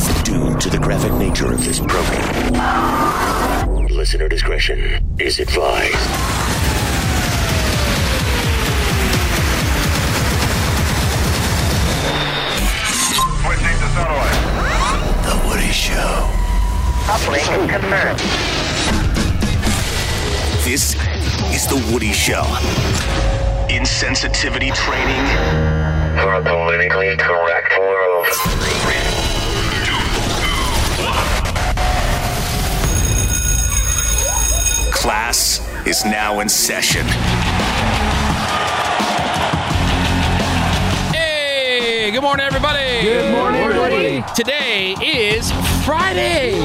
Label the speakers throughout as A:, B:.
A: to the graphic nature of this program. Listener discretion is advised.
B: Switching to satellite.
A: The Woody Show.
C: Uplink confirmed.
A: This is The Woody Show. Insensitivity training
B: for a politically correct world.
A: Class is now in session.
D: Hey, good morning, everybody.
E: Good morning, everybody.
D: Today is Friday.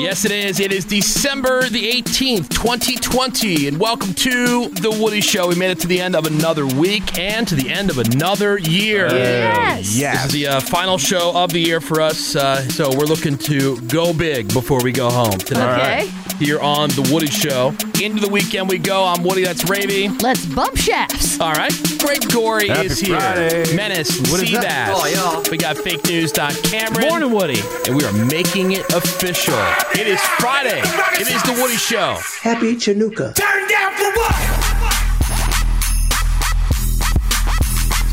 D: Yes, it is. It is December the 18th, 2020, and welcome to The Woody Show. We made it to the end of another week and to the end of another year.
F: Yes.
D: This is the uh, final show of the year for us, uh, so we're looking to go big before we go home today.
F: Okay.
D: Here on The Woody Show. Into the weekend we go. I'm Woody, that's Ravy.
F: Let's bump shafts.
D: All right. Greg Gory
G: Happy
D: is here.
G: Friday.
D: Menace,
G: What is
D: Seabass.
G: that? Oh, yeah.
D: We got fake news. Don Cameron. Morning, Woody. And we are making it official. It is Friday. It is The Woody Show.
H: Happy Chinooka.
B: Turn down for what?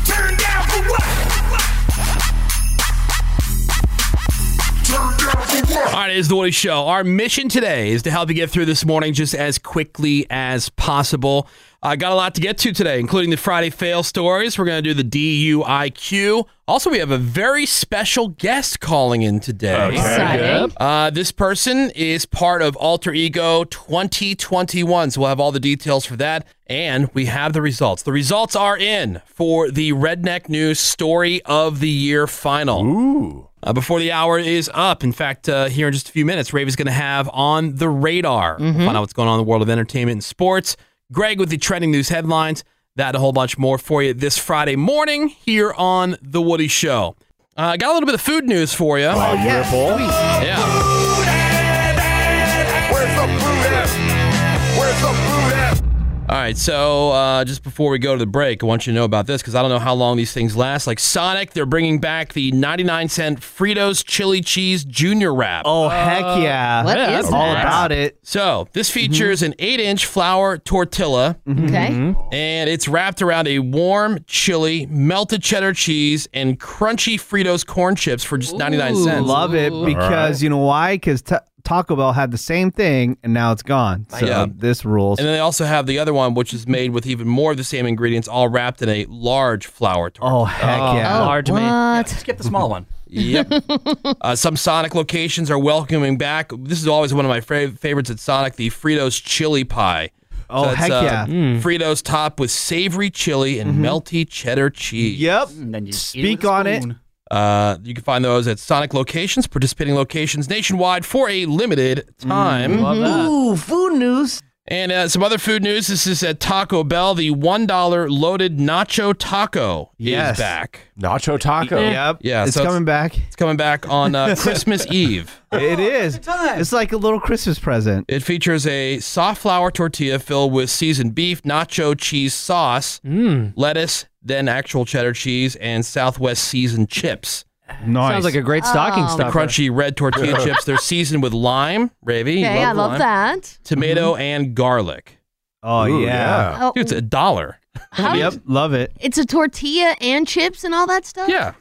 B: Turn down for what? Turn down for what?
D: All right, it is the Woody Show. Our mission today is to help you get through this morning just as quickly as possible. I got a lot to get to today, including the Friday fail stories. We're going to do the DUIQ. Also, we have a very special guest calling in today.
B: Exciting.
D: Uh, this person is part of Alter Ego 2021, so we'll have all the details for that. And we have the results. The results are in for the Redneck News Story of the Year final. Ooh. Uh, before the hour is up. In fact, uh, here in just a few minutes, Rave is going to have on the radar. Find out what's going on in the world of entertainment and sports. Greg with the trending news headlines. That and a whole bunch more for you this Friday morning here on The Woody Show. Uh, I got a little bit of food news for you. Oh,
G: you're full?
D: Yeah.
B: Where's the food at? Where's the food at?
D: All right, so uh, just before we go to the break, I want you to know about this because I don't know how long these things last. Like Sonic, they're bringing back the 99 cent Fritos chili cheese junior wrap.
I: Oh, heck yeah.
D: What is
I: Yeah, that's all about it. Mm-hmm.
D: So this features an eight-inch flour tortilla. Mm-hmm.
I: Okay.
D: And it's wrapped around a warm chili, melted cheddar cheese, and crunchy Fritos corn chips for just 99 cents.
I: Love it because you know why? Because ta Taco Bell had the same thing and now it's gone. So
D: Yeah.
I: this rules.
D: And then they also have the other one, which is made with even more of the same ingredients, all wrapped in a large flour tortilla.
I: Oh, heck
D: Uh,
I: yeah.
F: large what?
G: Just get the small one.
D: Yep. uh, some Sonic locations are welcoming back. This is always one of my fra- favorites at Sonic, the Fritos chili pie.
I: Oh,
D: it's,
I: heck yeah. Mm-hmm.
D: Fritos topped with savory chili and melty cheddar cheese.
I: Yep.
G: Speak on it.
D: Uh, you can find those at Sonic locations, participating locations nationwide for a limited
J: Mm,
D: time.
I: Mm-hmm. Ooh, food news.
D: And uh, some other food news. This is at Taco Bell. The $1 loaded nacho taco
I: Yes.
D: is back.
G: Nacho taco.
I: Yep.
D: Yeah,
I: It's
D: so
I: coming back.
D: It's coming back on uh, Christmas Eve.
I: It is. It's like a little Christmas present.
D: It features a soft flour tortilla filled with seasoned beef, nacho cheese sauce,
K: Mm.
D: lettuce, then actual cheddar cheese, and Southwest seasoned chips.
I: Nice.
K: Sounds like a great stocking
F: Oh.
K: stuffer.
D: Crunchy red tortilla chips. They're seasoned with lime, Ravy. you
F: Okay, I love
D: lime,
F: that.
D: Tomato and garlic.
I: Mm-hmm. oh,
G: Ooh,
I: yeah.
F: Oh,
D: Dude, it's a dollar.
F: how-
I: Yep. Love it.
F: It's a tortilla and chips and all that stuff?
D: Yeah.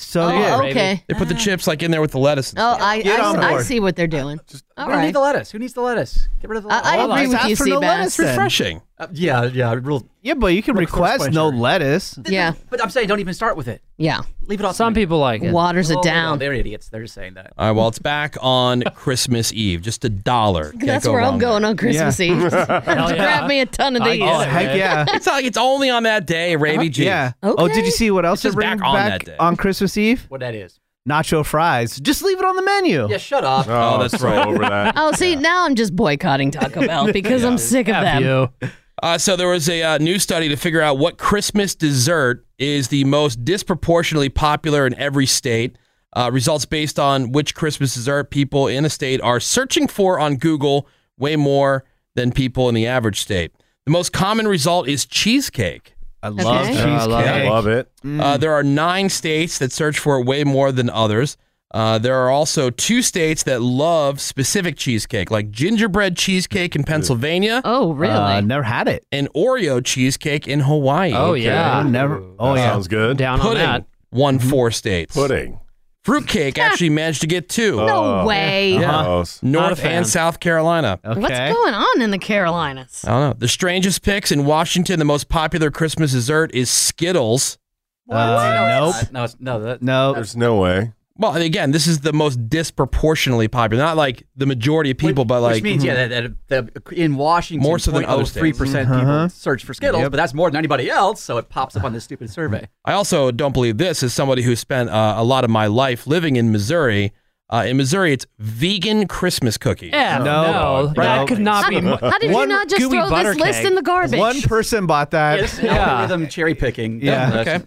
I: So
F: Oh,
I: good.
F: okay.
D: They put the chips like in there with the lettuce. and
F: Oh,
D: stuff.
F: I, I,
I: Get on
F: I
I: board.
F: see what they're doing.
G: We
F: All
G: don't need
F: right.
G: the lettuce. Who needs the lettuce? Get rid of the
F: I- I
G: lettuce.
F: agree with
I: ask
F: you,
I: for no
F: Seabass.
I: lettuce
D: it's
I: then.
D: refreshing.
G: Uh, yeah, yeah. Real.
I: Yeah, but you can
G: Look, of
I: request
G: course,
I: no
G: sure.
I: lettuce.
F: Yeah.
G: But I'm saying, don't even start with it.
F: Yeah.
G: Leave it off.
K: Some people like it.
F: Waters it down.
G: Oh, they're idiots. They're just saying that.
D: All right, well, it's back on Christmas Eve. Just a dollar. Can't
F: That's
D: go
F: where I'm
D: wrong
F: going on Christmas Eve. Grab me a ton of
K: I
F: these.
K: get it.
I: Heck yeah.
D: there. It's not like it's only on that day, Ravy. G.
I: Yeah. Oh, did
F: Okay.
I: you see what else
D: It's just
I: they're
D: back
I: bringing
D: on
I: back,
D: that day.
I: on Christmas Eve?
G: What that is.
I: Nacho fries. Just leave it on the menu.
G: Yeah, shut up.
D: Oh, that's
G: so
D: right.
G: over that.
F: Oh, see, now I'm just boycotting Taco Bell because I'm sick of them.
K: You.
D: Uh, so there was a uh, new study to figure out what Christmas dessert is the most disproportionately popular in every state. Uh, results based on which Christmas dessert people in a state are searching for on Google way more than people in the average state. The most common result is cheesecake.
I: I love
F: Okay.
I: cheesecake.
E: I love, I love it.
I: Mm.
D: Uh, there are nine states that search for it way more than others. Uh, there are also two states that love specific cheesecake, like gingerbread cheesecake in Pennsylvania
F: Oh, really?
I: Uh, never had it.
D: and Oreo cheesecake in Hawaii.
E: Oh
I: I
E: yeah,
I: never. Oh yeah.
E: sounds good. Down on
D: Pudding
E: that
D: won four states.
E: pudding.
D: Fruitcake actually managed to get two.
E: Oh.
F: no way.
D: Yeah.
E: Gross. Not a
D: North
E: fan.
D: and South Carolina.
I: okay.
F: What's going on in the Carolinas?
D: I don't know. The strangest picks in Washington, the most popular Christmas dessert is Skittles.
I: Uh, nope.
G: No, it's, no, that,
I: No.
E: There's no way.
D: Well, and again, this is the most disproportionately popular. Not like the majority of people,
G: which,
D: but like
G: which
D: mm-hmm.
G: means yeah
E: mm-hmm.
G: that, that, that in Washington oh
D: More so than other states.
G: three percent
I: Mhm.
G: people search for Skittles,
I: Yep.
G: but that's more than anybody else, so it pops up on this stupid survey.
D: I also don't believe this as somebody who spent uh, a lot of my life living in Missouri. Uh, in Missouri, it's vegan Christmas cookies.
E: Yeah,
I: No.
E: no, that
I: No.
E: could not be.
F: How did you
E: One
F: not just
E: gooey
F: throw
E: butter
F: this list
E: cake.
F: in the garbage?
I: One person bought that.
G: Yeah, this is algorithm cherry picking.
I: Yeah. Mm-hmm.
G: That's-
D: Okay.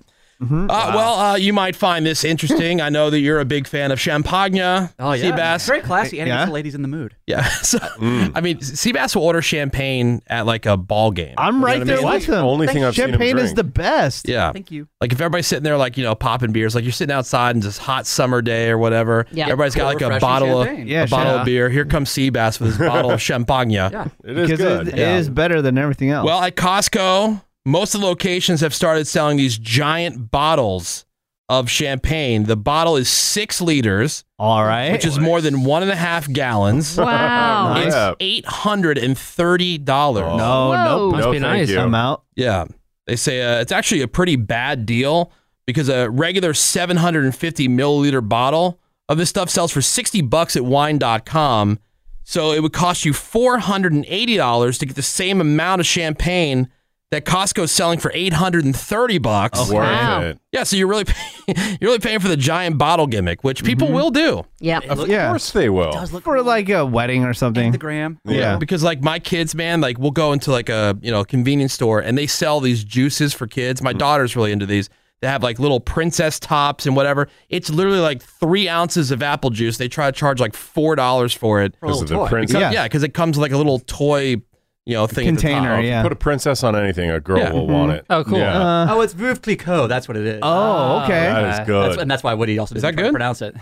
D: Uh, well, uh, you might find this interesting. I know that you're a big fan of champagne.
G: Oh yeah.
D: Seabass.
G: Very classy, and it
I: Yeah. Mm.
G: gets the ladies in the mood.
D: Yeah. So, I mean, Seabass will order champagne at like a ball game.
I: I'm right there with him.
E: Only thing I've seen him
I: Champagne is
E: drink.
I: the best.
D: yeah.
G: Thank you.
D: Like if everybody's sitting there, like you know, popping beers, like you're sitting outside and this hot summer day or whatever.
F: Yeah.
D: Everybody's got like a
G: Refreshing
D: bottle
G: champagne.
D: of
I: Yeah,
D: a bottle
I: sure.
D: of beer. Here comes Seabass with his bottle of champagne.
G: Yeah.
E: It is
I: Because
E: good.
I: it-
D: Yeah.
I: it is better than everything else.
D: Well, at Costco, most of the locations have started selling these giant bottles of champagne. The bottle is six liters,
I: all right.
D: which is more than one and a half gallons.
F: wow.
E: Nice.
D: It's
E: Yeah.
D: eight hundred and thirty dollars.
I: no,
F: Whoa.
I: no,
E: Must
I: nope.
E: be
I: No,
E: nice.
I: thank you. I'm out.
D: Yeah, they say uh, it's actually a pretty bad deal because a regular seven hundred and fifty milliliter bottle of this stuff sells for sixty bucks at wine.com. So it would cost you four hundred and eighty dollars to get the same amount of champagne that Costco's selling for eight hundred and thirty bucks.
E: Worth
F: Wow.
E: it.
D: Yeah, so you're really paying, you're really paying for the giant bottle gimmick, which people will do
F: Yep.
E: Of
I: Mm-hmm. Yeah.
E: course they will.
G: Does look
I: For
G: cool.
I: like a wedding or
G: the
I: something.
G: gram.
I: Yeah.
D: because like my kids, man, like we'll go into like a you know convenience store and they sell these juices for kids. My daughter's really into these. They have like little princess tops and whatever. It's literally like three ounces of apple juice. They try to charge like four dollars for it.
G: For a little
E: Because of the
G: toy.
E: princess.
I: Yeah.
D: Yeah, because it comes with like a little toy, you know, thing at the
I: Container,
D: top.
I: yeah.
E: Put a princess on anything, a girl
D: Yeah.
E: will
L: Mm-hmm.
E: want it.
H: Oh, cool.
E: Yeah.
I: Uh,
G: Oh, it's Veuve Clicquot. That's what it is. Uh,
I: oh, okay.
E: that is
G: That's,
E: good.
G: and that's why Woody also
D: that
G: didn't try to
D: good?
G: pronounce it.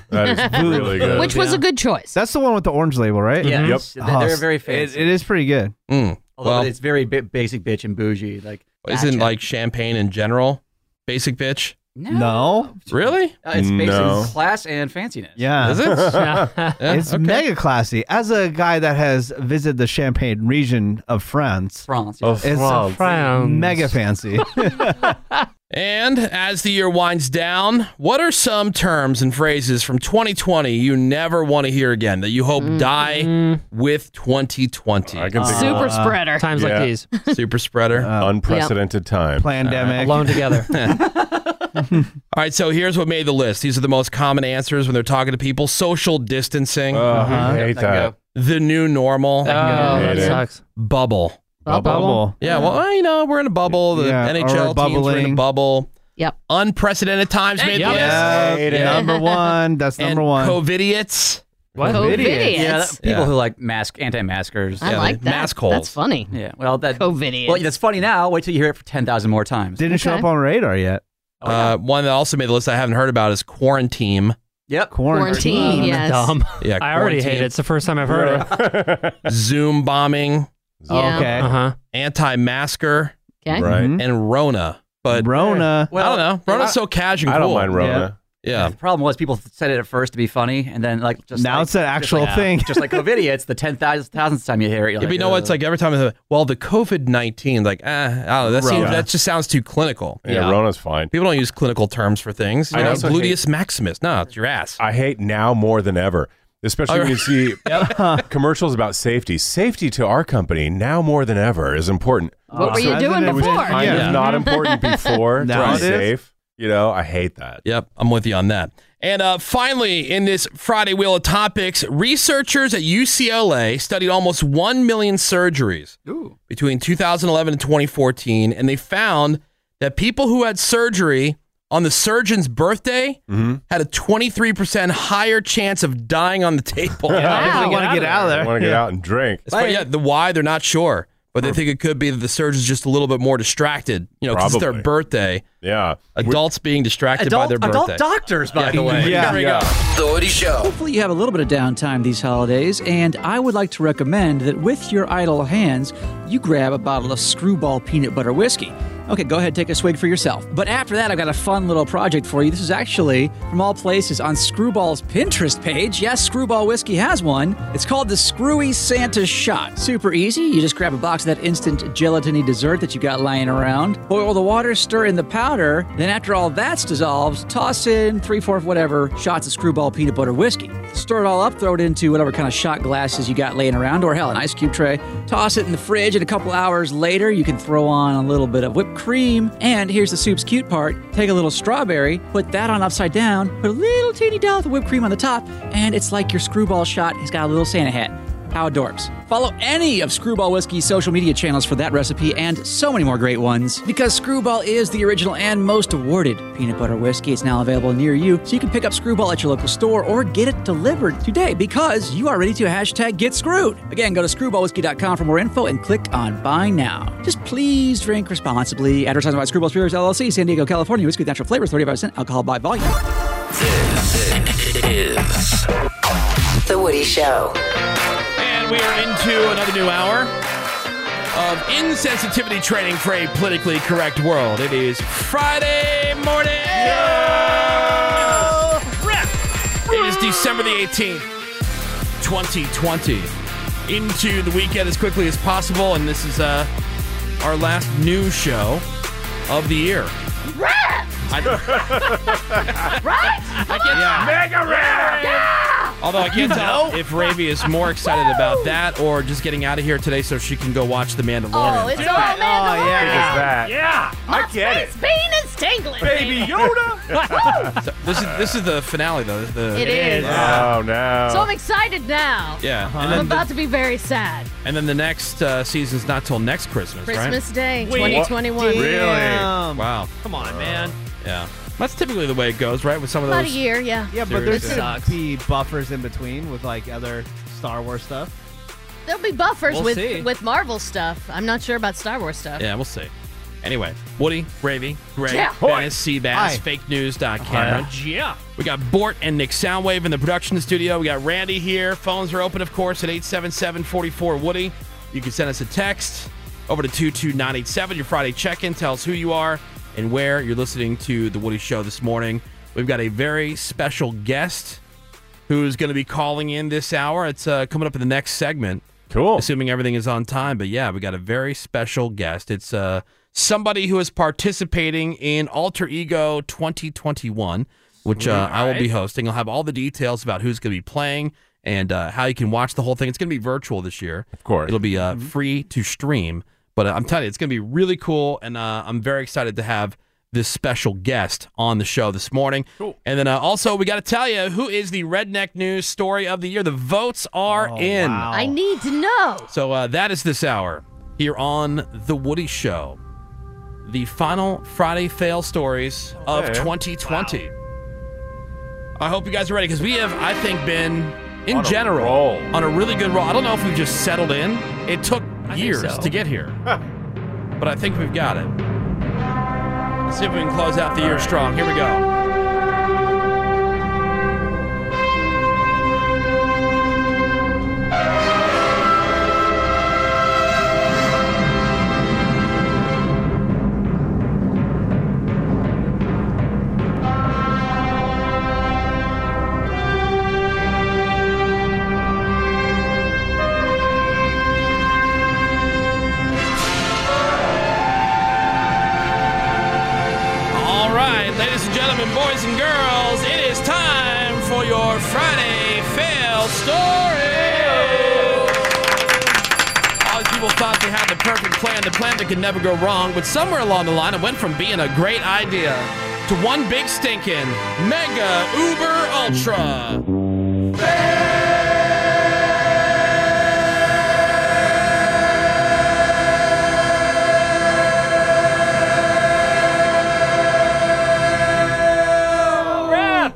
E: That is really good.
F: Which was a good choice.
I: That's the one with the orange label, right?
G: Yes.
I: Oh,
G: They- They're very
I: it-
G: fancy.
I: it is pretty good.
D: Mm.
G: Although
D: Well-
G: it's very bi- basic bitch and bougie. Like
D: Isn't
G: gotcha.
D: like champagne in general basic bitch?
I: No.
D: Really?
G: Uh, it's based
E: No.
G: in class and fanciness.
I: Yeah.
D: Is it? Yeah,
I: It's
D: okay.
I: mega classy. As a guy that has visited the Champagne region of France,
G: France.
E: Of
I: it's
E: France.
I: mega fancy.
D: And as the year winds down, what are some terms and phrases from 2020 you never want to hear again that you hope die with 2020?
E: I can think Uh,
F: Super spreader.
H: Times
E: Yeah.
H: like these,
D: Super spreader.
E: of unprecedented time. Uh,
I: Pandemic.
H: alone together.
D: All right, so here's what made the list. These are the most common answers when they're talking to people social distancing,
E: Ugh, Uh-huh.
H: Mm-hmm.
E: I hate that.
D: the new normal,
H: oh, that
E: Yeah.
H: sucks.
D: bubble.
I: bubble.
D: Yeah, well, well, you know, we're in a bubble. The
I: Yeah, or
D: NHL teams are in a
I: bubbling.
D: bubble.
F: Yep.
D: Unprecedented times made
H: Yep.
D: the list.
I: Yeah,
E: Hate it.
I: number one. That's
D: And
I: number one.
D: COVIDiots.
H: What?
F: COVID
G: Yeah,
F: idiots.
G: that- people
D: Yeah.
G: who like mask anti-maskers.
F: I
D: Yeah,
F: like
D: like
F: that.
D: mask holes.
F: That's funny.
G: Yeah. Well, that.
F: COVID idiots.
G: Well, that's funny now. Wait till you hear it for ten thousand more times.
I: Didn't show
F: Okay.
I: up on radar yet.
G: Oh, yeah.
D: Uh, one that also made the list I haven't heard about is quarantine.
G: Yep.
I: Quarantine.
F: Quarantine, yes.
H: Dumb.
D: Yeah,
H: I already hate it. It's the first time I've heard it.
D: Zoom bombing,
F: Yeah.
I: Oh, Okay.
H: Uh huh.
D: anti-masker,
F: Okay.
E: Right.
I: Mhm.
D: and Rona. But
I: Rona.
D: I don't know. Rona's
G: I-
D: so casual.
E: I don't mind Rona.
D: Yeah.
G: The problem was people said it at first to be funny, and then like just
I: Now
G: like-
I: it's an
G: just like-
I: actual thing.
G: Just like COVID, it's the ten thousand thousandth time you hear it. you're
D: Yeah, but you know what? It's
G: "Ugh."
D: like every time, it's like, well, the COVID nineteen, like, eh, I don't know. That seems,
E: Rona.
D: that just sounds too clinical.
E: Yeah, Rona's fine.
D: People don't use clinical terms for things. You
E: I
D: know,
E: also
D: gluteus maximus. No, it's your ass.
E: I hate now more than ever, especially when you see commercials about safety. Safety to our company now more than ever is important.
F: What were you doing
I: President-
E: It was
F: before?
E: kind
I: Yeah.
E: of not important before.
I: Now
E: to
I: it
E: be
I: is.
E: safe. You know, I hate that.
D: Yep, I'm with you on that. And uh, finally, in this Friday Wheel of Topics, researchers at UCLA studied almost 1 million surgeries between 2011 and 2014, and they found that people who had surgery on the surgeon's birthday
E: Mm-hmm.
D: had a 23% higher chance of dying on the table.
I: I
F: Wow.
I: want to get out of
E: I
I: there.
E: want to get out and drink.
D: That's why- yeah, the why, they're not sure. but they think it could be that the surgeon's just a little bit more distracted, you know, because it's their
J: Probably.
D: birthday.
J: Yeah.
D: Adults being distracted by
M: Adult,
D: their birthday.
M: adult doctors, by the way.
I: Yeah.
D: There we go.
A: Authority Show.
L: Hopefully, you have a little bit of downtime these holidays, and I would like to recommend that with your idle hands, you grab a bottle of screwball peanut butter whiskey. Okay, go ahead, take a swig for yourself. But after that, I've got a fun little project for you. This is actually from all places on Screwball's Pinterest page. Yes, Screwball Whiskey has one. It's called the Screwy Santa Shot. Super easy. You just grab a box of that instant gelatiny dessert that you got lying around, boil the water, stir in the powder. Then, after all that's dissolved, toss in three, four, whatever shots of Screwball peanut butter whiskey. Stir it all up, throw it into whatever kind of shot glasses you got laying around, or hell, an ice cube tray. Toss it in the fridge, and a couple hours later, you can throw on a little bit of whipped cream. And here's the soup's cute part take a little strawberry, put that on upside down, put a little teeny dollop of whipped cream on the top, and it's like your screwball shot has got a little Santa hat. How adorbs. Follow any of Screwball Whiskey's social media channels for that recipe and so many more great ones. Because Screwball is the original and most awarded peanut butter whiskey. It's now available near you, so you can pick up Screwball at your local store or get it delivered today because you are ready to hashtag get screwed. Again, go to screwballwhiskey.com for more info and click on buy now. Just please drink responsibly. Advertised by Screwball Spirits LLC, San Diego, California. Whiskey with natural flavors, 35% alcohol by volume.
A: Is
N: The Woody Show.
D: And we are into another new hour of insensitivity training for a politically correct world. It is Friday morning. It is December the 18th, 2020. Into the weekend as quickly as possible, and this is uh, our last news show of the year. I,
A: Mega Rare!
D: although I can't tell if Ravi is more excited about that or just getting out of here today so she can go watch The Mandalorian.
O: Oh, it's all Mandalorian.
J: Is that?
A: Yeah!
O: My
J: I get it.
O: space penis tingling.
J: Baby Yoda.
D: So this is this is the finale though. This is The,
O: It is.
J: Oh no.
O: So I'm excited now.
D: Yeah, and
O: I'm
D: then
O: about to be very sad.
D: the, and then the next uh, season's not till next Christmas,
O: Christmas Day,
H: Wait.
O: 2021.
J: Really?
D: right?
I: Damn.
D: Wow.
H: Come on, man.
D: Yeah, that's typically the way it goes, right? With some of
O: About
D: those.
O: a year, yeah.
I: Yeah, but
D: Seriously.
I: there's gonna be buffers in between with like other Star Wars stuff.
O: There'll be buffers
H: We'll
O: with
H: see.
O: with Marvel stuff. I'm not sure about Star Wars stuff.
D: Yeah, we'll see. Anyway, Woody, Ravy, Greg,
O: Yeah.
D: Dennis, Seabass,
I: Hi.
D: Fake News, Doc Cameron.
H: Yeah.
D: We got Bort and Nick Soundwave in the production studio. We got Randy here. Phones are open, of course, at 877-44-WOODY. You can send us a text over to 22987. Your Friday check-in. Tell us who you are and where you're listening to The Woody Show this morning. We've got a very special guest who's going to be calling in this hour. It's uh, coming up in the next segment
J: Cool.
D: assuming everything is on time. But yeah, we got a very special guest. It's uh, somebody who is participating in Alter Ego 2021, which uh, I will be hosting. I'll have all the details about who's going to be playing and uh, how you can watch the whole thing. It's going to be virtual this year.
J: Of course.
D: It'll be uh, free to stream. But uh, I'm telling you, it's going to be really cool. And uh, I'm very excited to have this special guest on the show this morning. Cool. And then uh, also, we got to tell you who is the Redneck News story of the year. The votes are in.
I: wow.
O: I need to know.
D: So uh, that is this hour here on The Woody Show. The final Friday fail stories of
J: Okay.
D: 2020. I hope you guys are ready because we have, I think, been in
J: On a
D: general
J: roll.
D: on a really good roll. I don't know if we've just settled in. It took years
L: so.
D: to get here, but I think we've got it. Let's see if we can close out the year strong. Here we go. All right, ladies and gentlemen, boys and girls, it is time for your Friday fail story. All these people thought they had the perfect plan, the plan that could never go wrong, but somewhere along the line, it went from being a great idea to one big stinking mega uber ultra. I,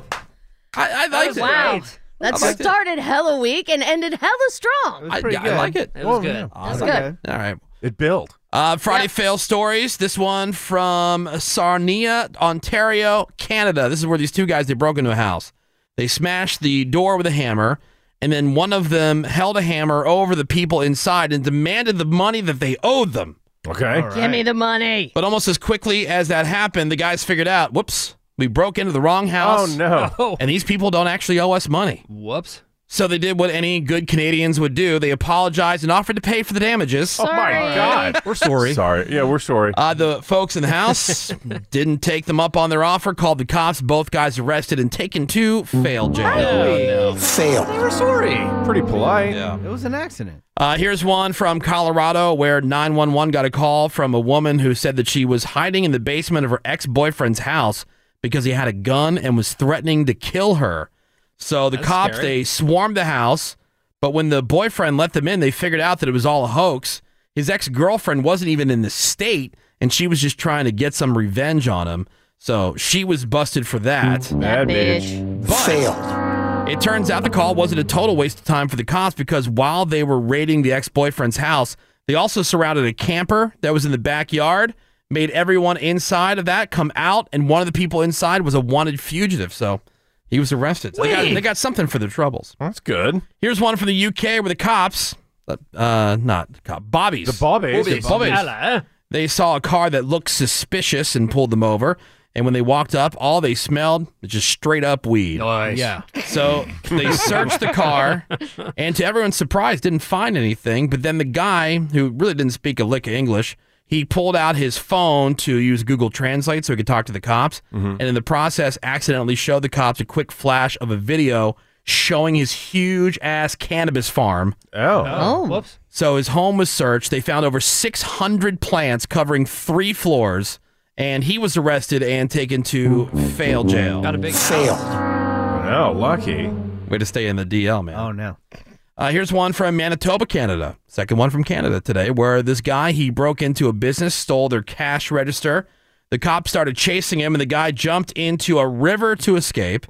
D: I liked it.
O: Wow. That
D: liked it.
O: started hella weak and ended hella
I: It
O: strong.
I: was
D: I,
I: pretty
D: I
I: good.
D: like it.
H: It was good.
O: That's
I: Okay.
O: good.
D: All right.
E: Oh, It built.
D: Uh, Friday fail stories. This one from Sarnia, Ontario, Canada. This is where these two guys they broke into a house. They smashed the door with a hammer, and then one of them held a hammer over the people inside and demanded the money that they owed them.
E: Okay.
O: Give me the money.
D: But almost as quickly as that happened, the guys figured out, whoops, we broke into the wrong house.
E: Oh, no.
D: And these people don't actually owe us money.
H: Whoops.
D: So they did what any good Canadians would do. They apologized and offered to pay for the damages.
E: Oh my God.
D: We're sorry.
E: Sorry. Yeah, we're sorry.
D: Uh, the folks in the house didn't take them up on their offer, called the cops. Both guys arrested and taken to fail jail.
I: Fail.
G: They were sorry.
E: Pretty polite.
D: Yeah.
I: It was an accident.
D: Uh, here's one from Colorado where 911 got a call from a woman who said that she was hiding in the basement of her ex boyfriend's house because he had a gun and was threatening to kill her. So the cops,
H: scary.
D: they swarmed the house, but when the boyfriend let them in, they figured out that it was all a hoax. His ex girlfriend wasn't even in the state and she was just trying to get some revenge on him. So she was busted for that.
E: Bad bitch.
D: Failed. It turns out the call wasn't a total waste of time for the cops because while they were raiding the ex boyfriend's house, they also surrounded a camper that was in the backyard, made everyone inside of that come out, and one of the people inside was a wanted fugitive. So he was arrested. So they, got,
E: Wait.
D: they got something for their troubles.
E: That's good.
D: Here's one from the UK where the cops, uh, uh, not cop, Bobbies.
E: The Bobbies.
D: The Bobbies. They saw a car that looked suspicious and pulled them over. And when they walked up, all they smelled was just straight up weed.
H: Nice.
D: Yeah. So they searched the car and to everyone's surprise didn't find anything. But then the guy, who really didn't speak a lick of English, he pulled out his phone to use Google Translate so he could talk to the cops. And in the process, accidentally showed the cops a quick flash of a video showing his huge ass cannabis farm.
E: Oh.
H: Oh. Whoops.
D: So his home was searched. They found over 600 plants covering three floors, and he was arrested and taken to fail jail.
H: Got a big fail.
E: No, lucky.
D: Way to stay in the DL, man.
I: Oh no.
D: Uh, here's one from Manitoba, Canada. Second one from Canada today, where this guy he broke into a business, stole their cash register. The cops started chasing him, and the guy jumped into a river to escape.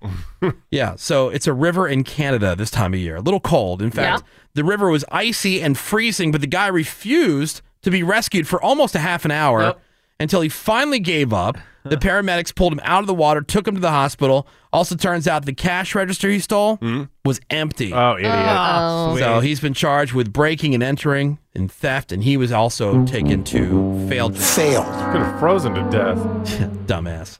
D: yeah, so it's a river in Canada this time of year. A little cold. In fact, the river was icy and freezing, but the guy refused to be rescued for almost a half an hour until he finally gave up. The paramedics pulled him out of the water, took him to the hospital. Also, turns out the cash register he stole was empty.
E: Hmm? Oh, idiot.
D: So he's been charged with breaking and entering and theft, and he was also taken to failed
E: Could have frozen to death.
D: dumbass.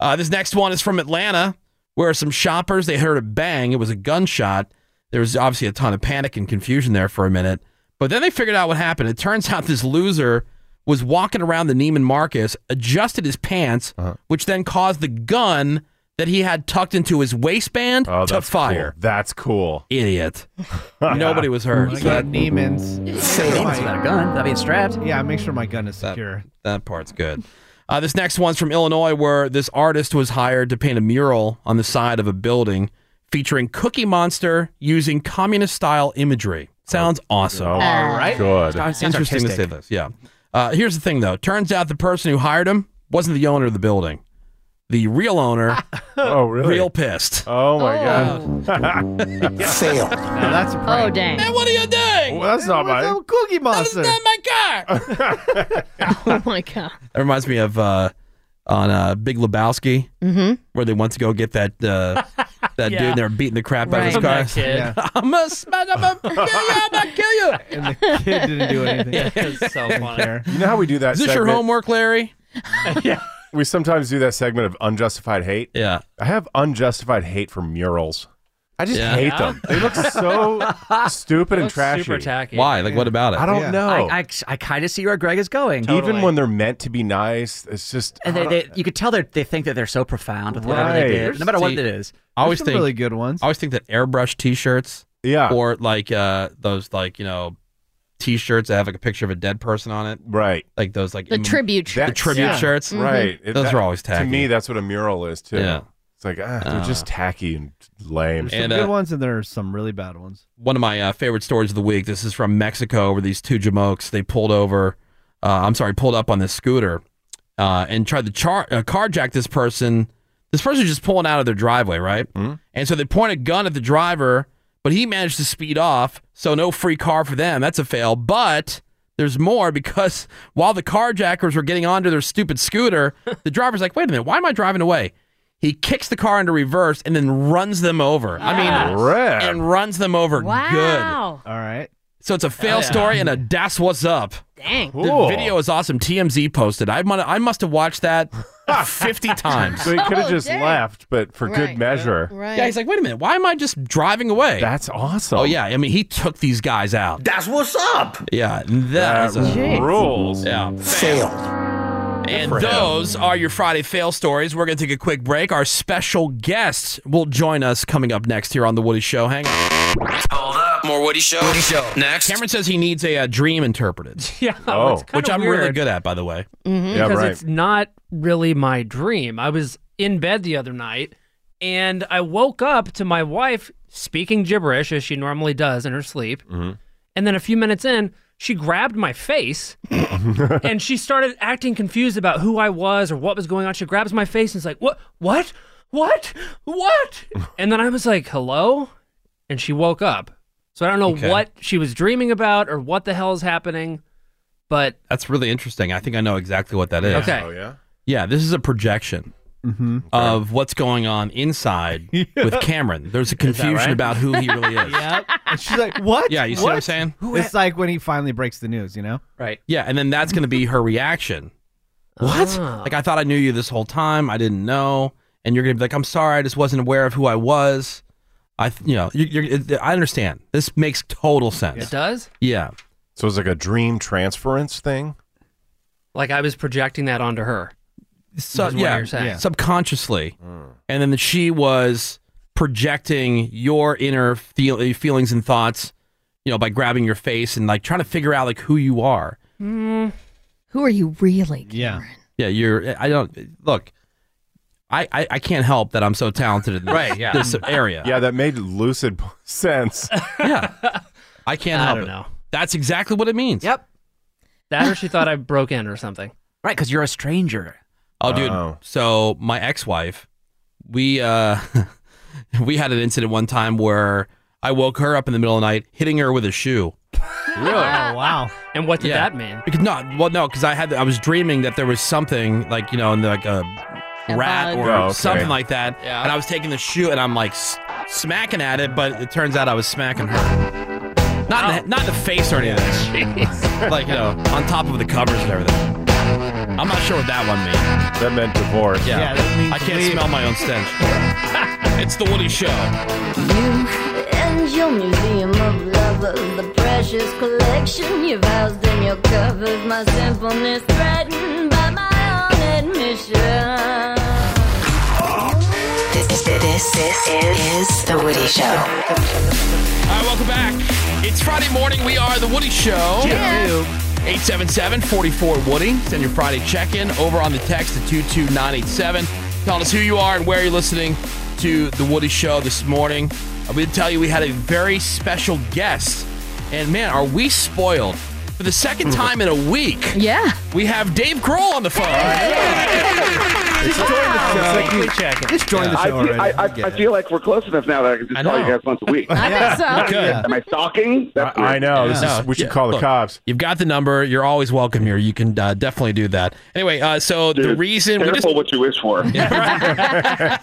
D: Uh, this next one is from Atlanta, where some shoppers they heard a bang. It was a gunshot. There was obviously a ton of panic and confusion there for a minute, but then they figured out what happened. It turns out this loser was walking around the Neiman Marcus, adjusted his pants,
E: Uh-huh.
D: which then caused the gun that he had tucked into his waistband
E: Oh,
D: to
E: that's
D: fire.
E: Cool. That's cool.
D: Idiot. Nobody was hurt.
I: I
D: so that-
I: got Neiman's.
G: It's not a gun. That'd be strapped.
I: Yeah, make sure my gun is secure.
D: That part's good. Uh, this next one's from Illinois, where this artist was hired to paint a mural on the side of a building featuring Cookie Monster using communist style imagery. Sounds awesome.
E: Oh, my
G: right.
E: God.
G: Sounds
D: Interesting to say
G: artistic.
D: this. Yeah. Uh, here's the thing, though. Turns out the person who hired him wasn't the owner of the building. The real owner,
E: Oh, really?
D: real pissed.
E: Oh, my God.
O: Oh,
I: Now, that's a
O: oh
I: prank.
O: dang.
D: Hey, what are you doing?
E: Well, that's not
I: What's up
E: my.
I: with Cookie
D: That's
I: Monster.
D: not my car.
O: Oh my god.
D: That reminds me of uh, on uh, Big Lebowski,
O: Mhm.
D: where they want to go get that uh, that dude, and they're beating the crap out of his
O: Right.
D: car.
H: kid.
D: I'm gonna smack him up, kill you, I'm gonna kill you.
I: And the kid didn't do
D: Oh,
I: anything.
H: That's so funny.
I: There.
E: You know how we do that
D: Is this your
E: segment?
D: homework, Larry?
E: We sometimes do that segment of unjustified hate.
D: Yeah.
E: I have unjustified hate for murals. I just
D: Yeah.
E: hate
H: Yeah?
E: them. They look so stupid and trashy.
H: Super tacky.
D: Why? Like, what about it?
E: I don't
I: Yeah.
E: know.
G: I, I, I kind of see where Greg is going.
E: Even when they're meant to be nice, it's just.
G: And they, they, you could tell they they think that they're so profound with whatever
E: Right.
G: they did, no matter what
D: See,
G: it is.
D: I always
I: Some
D: think.
I: really good ones.
D: I always think that airbrush T-shirts
E: yeah.
D: or like uh, those like you know T-shirts that have like a picture of a dead person on it,
E: right.
D: like those like
O: The
D: im-
O: tribute. Mm-hmm.
E: That-
D: the tribute
E: yeah,
D: shirts.
E: Mm-hmm. Right. It-
D: Those
E: that-
D: are always
E: To
D: tacky.
E: me, that's what a mural is too.
D: Yeah. Uh.
E: It's like ah, they're just tacky and lame.
I: There's some
D: and,
I: good
D: uh,
I: ones and there are some really bad ones.
D: one of my uh, favorite stories of the week. This is from Mexico, where these two jamokes they pulled over. Uh, I'm sorry, pulled up on this scooter uh, and tried to char- uh, carjack this person. This person's just pulling out of their driveway, right? And so they point a gun at the driver, but he managed to speed off, so no free car for them. That's a fail. But there's more because while the carjackers were getting onto their stupid scooter, the driver's like, wait a minute, why am I driving away? He kicks the car into reverse and then runs them over. I mean, and runs them over
O: Wow.
D: good. All right. So it's a fail story and a that's what's up.
O: Dang.
D: The video is awesome. TMZ posted. I must, I must have watched that 50 times.
E: So he could have just left, but for good measure.
O: Oh, Right.
D: Yeah, he's like, wait a minute, why am I just driving away?
E: That's awesome.
D: Oh, yeah. I mean, he took these guys out.
B: That's what's up.
D: Yeah, that, is a-
B: Jeez. rules.
D: Yeah, failed. And
B: for him.
D: those are your Friday fail stories. We're going to take a quick break. Our special guest will join us coming up next here on the Woody Show. Hang on.
P: Hold up. More Woody Show. Woody Show. Next.
D: Cameron says he needs a, uh dream interpreted.
H: Yeah, it's kinda
D: which I'm really
H: weird.
D: good at, by the way.
H: Mhm. because it's not really my dream. I was in bed the other night and I woke up to my wife speaking gibberish as she normally does in her sleep. And then a few minutes in, she grabbed my face
E: Mm-hmm.
H: and she started acting confused about who I was or what was going on. She grabs my face and is like, "What? What? What? What?" and then I was like, "Hello?" And she woke up. So I don't know
D: Okay.
H: what she was dreaming about or what the hell is happening, but
D: That's really interesting. I think I know exactly what that is.
H: Okay. Oh, yeah?
D: Yeah, this is a projection of what's going on inside with Cameron. There's a confusion
I: right?
D: about who he really is.
I: yep. And she's like, what?
D: Yeah, you see what I'm saying? Who
I: It's like when he finally breaks the news, you know?
H: Right.
D: Yeah, and then that's going to be her reaction. What?
H: Ah.
D: Like I thought I knew you this whole time. I didn't know, and you're going to be like, "I'm sorry, I just wasn't aware of who I was." I, th- you know, you you're, it- I understand. This makes total sense.
H: it does.
D: Yeah.
E: So it's like a dream transference thing?
H: Like I was projecting that onto her.
D: Sub-
H: is what
D: yeah,
H: you're saying.
D: yeah, subconsciously,
E: Mm.
D: and then she was projecting your inner feel- feelings and thoughts, you know, by grabbing your face and like trying to figure out like who you are. Hmm.
O: Mm. Who are you really?
D: Yeah, yeah, you're. I don't look. I I, I can't help that I'm so talented in this,
E: Right, yeah.
D: this area.
E: Yeah, that made lucid p- sense.
D: I can't
H: I
D: help
H: don't
D: it.
H: know.
D: That's exactly what it means.
H: Yep. That or she thought I broke in or something.
G: Right, because you're a stranger.
D: Oh, dude. So my ex-wife, we uh, we had an incident one time where I woke her up in the middle of the night, hitting her with a shoe.
H: Really? Oh, wow. And what did that mean?
D: Because no, well, no, because I had I was dreaming that there was something like you know, in the, like a rat
H: bug.
D: or
H: Oh, okay.
D: something like that,
H: Yeah.
D: and I was taking the shoe and I'm like s- smacking at it, but it turns out I was smacking her. Not in the, not in the face or anything. like you know, on top of the covers and everything. I'm not sure what that one means.
E: That meant divorce.
D: Yeah,
E: Yeah, that means
D: I can't
E: leave.
D: smell my own stench. it's the Woody Show.
Q: You and your museum of lovers, the precious collection you've housed in your covers. My sinfulness threatened by my own admission.
C: This, this is, is The Woody Show.
D: All right, welcome back. It's Friday morning. We are the Woody Show.
C: Yeah.
D: 877-44-WOODY. Send your Friday check-in over on the text to 22987. Tell us who you are and where you're listening to the Woody Show this morning. I'm going to tell you we had a very special guest. And man, are we spoiled. For the second time in a week,
O: yeah,
D: we have Dave Grohl on the phone.
B: It's join the show. Weekly
H: check-in.
B: Just join the show
R: I feel, I,
B: already.
R: I,
B: Get
R: I
B: it.
R: feel like we're close enough now that I can just call you guys once a week. I
B: think so. You could.
R: Am I stalking? That's weird.
D: Yeah. Yeah, look, You've got the number. You're always welcome here. You can uh, definitely do that. Anyway, uh, so the
R: Dude,
D: reason we
R: careful
D: just
R: what you wish for.
D: yeah,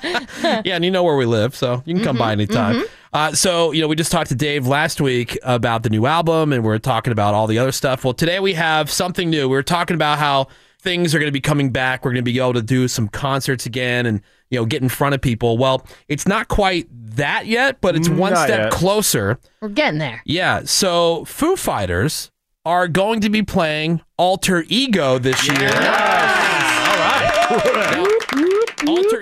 D: and you know where we live, so you can come by anytime. Uh, so, you know, we just talked to Dave last week about the new album and we are talking about all the other stuff. Well, today we have something new. We were talking about how things are going to be coming back. We're going to be able to do some concerts again and, you know, get in front of people. Well, it's not quite that yet, but it's one
O: Mm, Not
D: step
O: yet.
D: closer.
O: we're getting there.
D: Yeah. So, Foo Fighters are going to be playing Alter Ego this year. Alter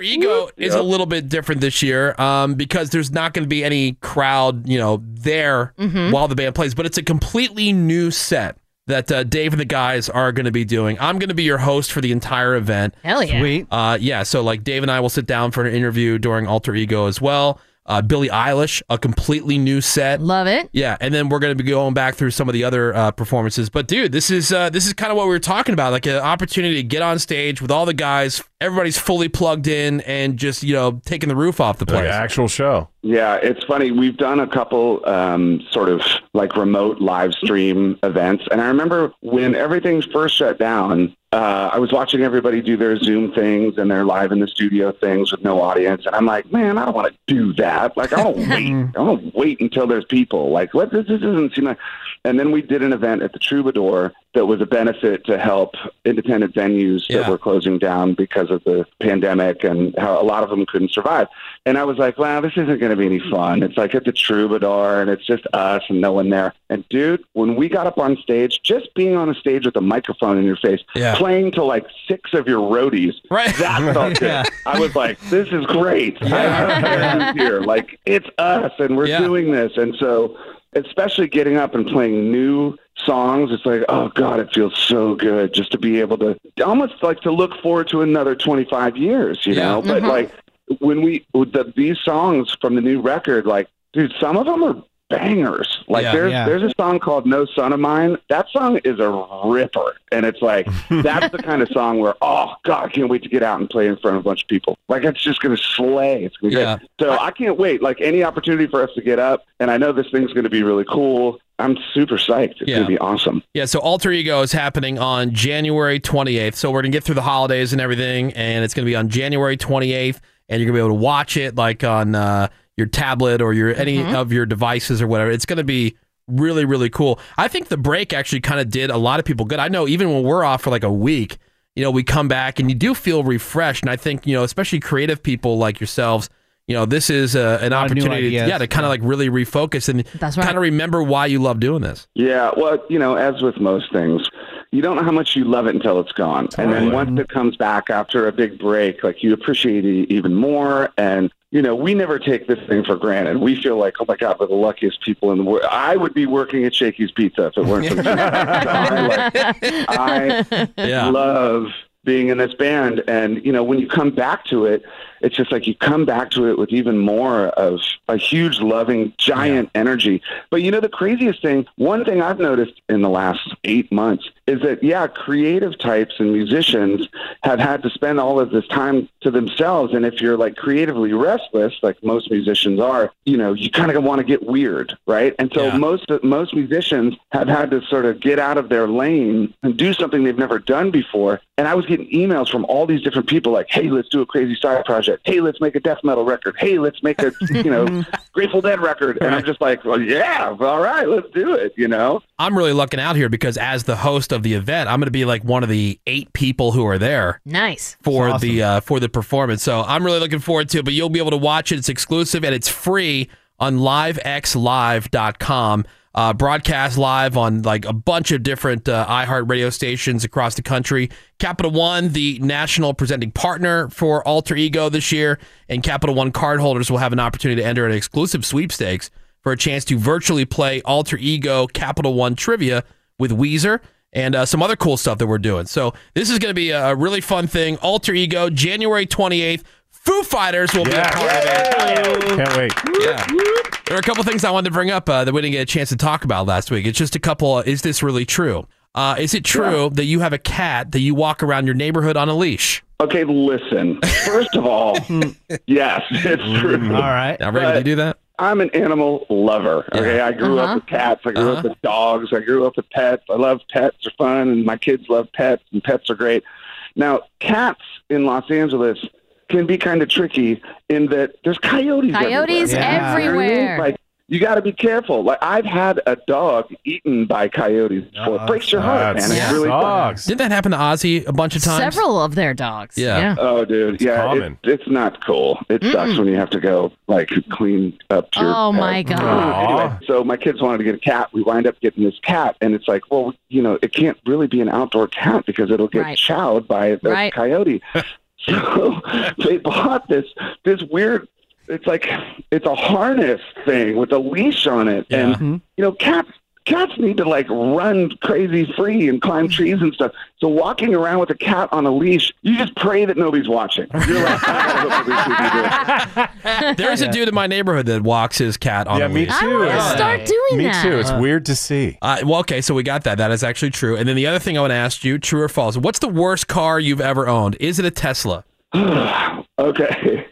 D: Ego is a little bit different this year um, because there's not going to be any crowd, you know, there
B: Mhm.
D: while the band plays. But it's a completely new set that uh, Dave and the guys are going to be doing. I'm going to be your host for the entire event.
O: Hell yeah. Sweet.
D: Uh, yeah. So like Dave and I will sit down for an interview during Alter Ego as well. uh, Billie Eilish, a completely new set.
F: Love it.
D: Yeah, and then we're going to be going back through some of the other uh, performances. But dude, this is uh, this is kind of what we were talking about, like an opportunity to get on stage with all the guys. Everybody's fully plugged in and just you know taking the roof off the place.
E: actual show.
R: Yeah, it's funny. We've done a couple um, sort of like remote live stream events. And I remember when everything first shut down, uh, I was watching everybody do their Zoom things and their live in the studio things with no audience. And I'm like, man, I don't want to do that. Like, I don't wait.
B: Mm.
R: I don't wait until there's people. Like, what? This, this doesn't seem like. And then we did an event at the Troubadour that was a benefit to help independent venues that were closing down because of the pandemic and how a lot of them couldn't survive. And I was like, wow, this isn't going to be any fun. It's like at the Troubadour and it's just us and no one there. And dude, when we got up on stage, just being on a stage with a microphone in your face,
B: Yeah.
R: playing to like six of your roadies,
D: right.
R: that felt good.
B: Yeah.
R: I was like, this is great. I don't care who's here. Like, it's us and we're doing this. And so, especially getting up and playing new songs, it's like, oh God, it feels so good just to be able to almost like to look forward to another 25 years, you know? But
B: Mhm.
R: like, when we, with the, these songs from the new record, like, dude, some of them are bangers. Like
B: Yeah.
R: there's
B: Yeah.
R: there's a song called No Son of Mine. That song is a ripper. And it's like that's the kind of song where, oh God, I can't wait to get out and play in front of a bunch of people. Like it's just gonna slay. It's gonna be
B: Yeah.
R: great. So I can't wait. Like any opportunity for us to get up and I know this thing's gonna be really cool. I'm super psyched. It's
D: Yeah.
R: gonna be awesome.
D: Yeah, so Alter Ego is happening on January 28th. So we're going to get through the holidays and everything, and it's going to be on January 28th, and you're going to be able to watch it like on uh, your tablet or your any
I: Mm-hmm.
S: Mhm.
D: of your devices or whatever. It's going to be really, really cool. I think the break actually kind of did a lot of people good. I know even when we're off for like a week, you know, we come back and you do feel refreshed. And I think, you know, especially creative people like yourselves, you know, this is a, an
I: of new
D: opportunity,
I: ideas.
D: yeah, to kind of like really refocus and kind of remember why you love doing this.
R: Yeah, well, you know, as with most things, you don't know how much you love it until it's gone. And then once it comes back after a big break, like you appreciate it even more. And, you know, we never take this thing for granted. We feel like, oh my God, we're the luckiest people in the world. I would be working at Shakey's Pizza if it weren't for the I love being in this band. And, you know, when you come back to it, it's just like you come back to it with even more of a huge, loving, giant energy. But, you know, the craziest thing, one thing I've noticed in the last eight months is that, yeah, creative types and musicians have had to spend all of this time to themselves. And if you're like creatively restless, like most musicians are, you know, you kind of want to get weird, right? And so most most musicians have had to sort of get out of their lane and do something they've never done before. And I was getting emails from all these different people like, "Hey, let's do a crazy side project. Hey, let's make a death metal record. Hey, let's make a you know Grateful Dead record." And I'm just like, "Well, yeah, all right, let's do it." You know?
D: I'm really lucking out here because as the host of the event, I'm going to be like one of the eight people who are there
O: Nice.
D: for the uh, for the performance. So I'm really looking forward to it. But you'll be able to watch it. It's exclusive and it's free on livexlive.com. Uh, broadcast live on like a bunch of different uh, iHeart radio stations across the country. Capital One, the national presenting partner for Alter Ego this year, and Capital One cardholders will have an opportunity to enter an exclusive sweepstakes for a chance to virtually play Alter Ego Capital One trivia with Weezer and uh, some other cool stuff that we're doing. So this is going to be a a really fun thing. Alter Ego, January 28th. Foo Fighters will be a part of it.
E: Can't wait.
D: Yeah. There are a couple things I wanted to bring up uh, that we didn't get a chance to talk about last week. It's just a couple. Uh, is this really true? Uh, is it true that you have a cat that you walk around your neighborhood on a leash?
R: Okay, listen. First of all,
O: Hmm.
R: yes, it's true. All
I: right.
D: Now, Raven, do you do that?
R: I'm an animal lover. Okay, I grew
B: Uh-huh.
R: up with cats. I grew up
B: Uh-huh.
R: with dogs. I grew up with pets. I love pets. They're fun, and my kids love pets, and pets are great. Now, cats in Los Angeles can be kind of tricky in that there's coyotes.
O: Coyotes
R: everywhere. You know what I mean?
O: everywhere.
R: Like you got to be careful. Like I've had a dog eaten by coyotes before.
D: Oh,
R: It breaks your heart, man. It really
D: Did that happen to Ozzy a bunch of times?
F: Several of their dogs. Yeah.
R: Oh, dude. yeah. It, it's not cool. It sucks when you have to go like clean up your.
F: Oh, my
R: pet.
F: God.
R: Anyway, so my kids wanted to get a cat. We wind up getting this cat, and it's like, well, you know, it can't really be an outdoor cat because it'll get
B: Right.
R: chowed by a
B: Right.
R: coyote. so they bought this this weird. It's like it's a harness thing with a leash on it, and you know, cats cats need to like run crazy free and climb trees and stuff. So walking around with a cat on a leash, you just pray that nobody's watching. You're like, "I gotta hope nobody's doing this."
D: There's a dude in my neighborhood that walks his cat on
E: Yeah,
D: a
E: me
D: leash.
E: I too. wanna Yeah. start doing Me that. too. It's weird to see.
D: Uh, well, okay, so we got that. That is actually true. And then the other thing I want to ask you, true or false, what's the worst car you've ever owned? Is it a Tesla?
R: okay.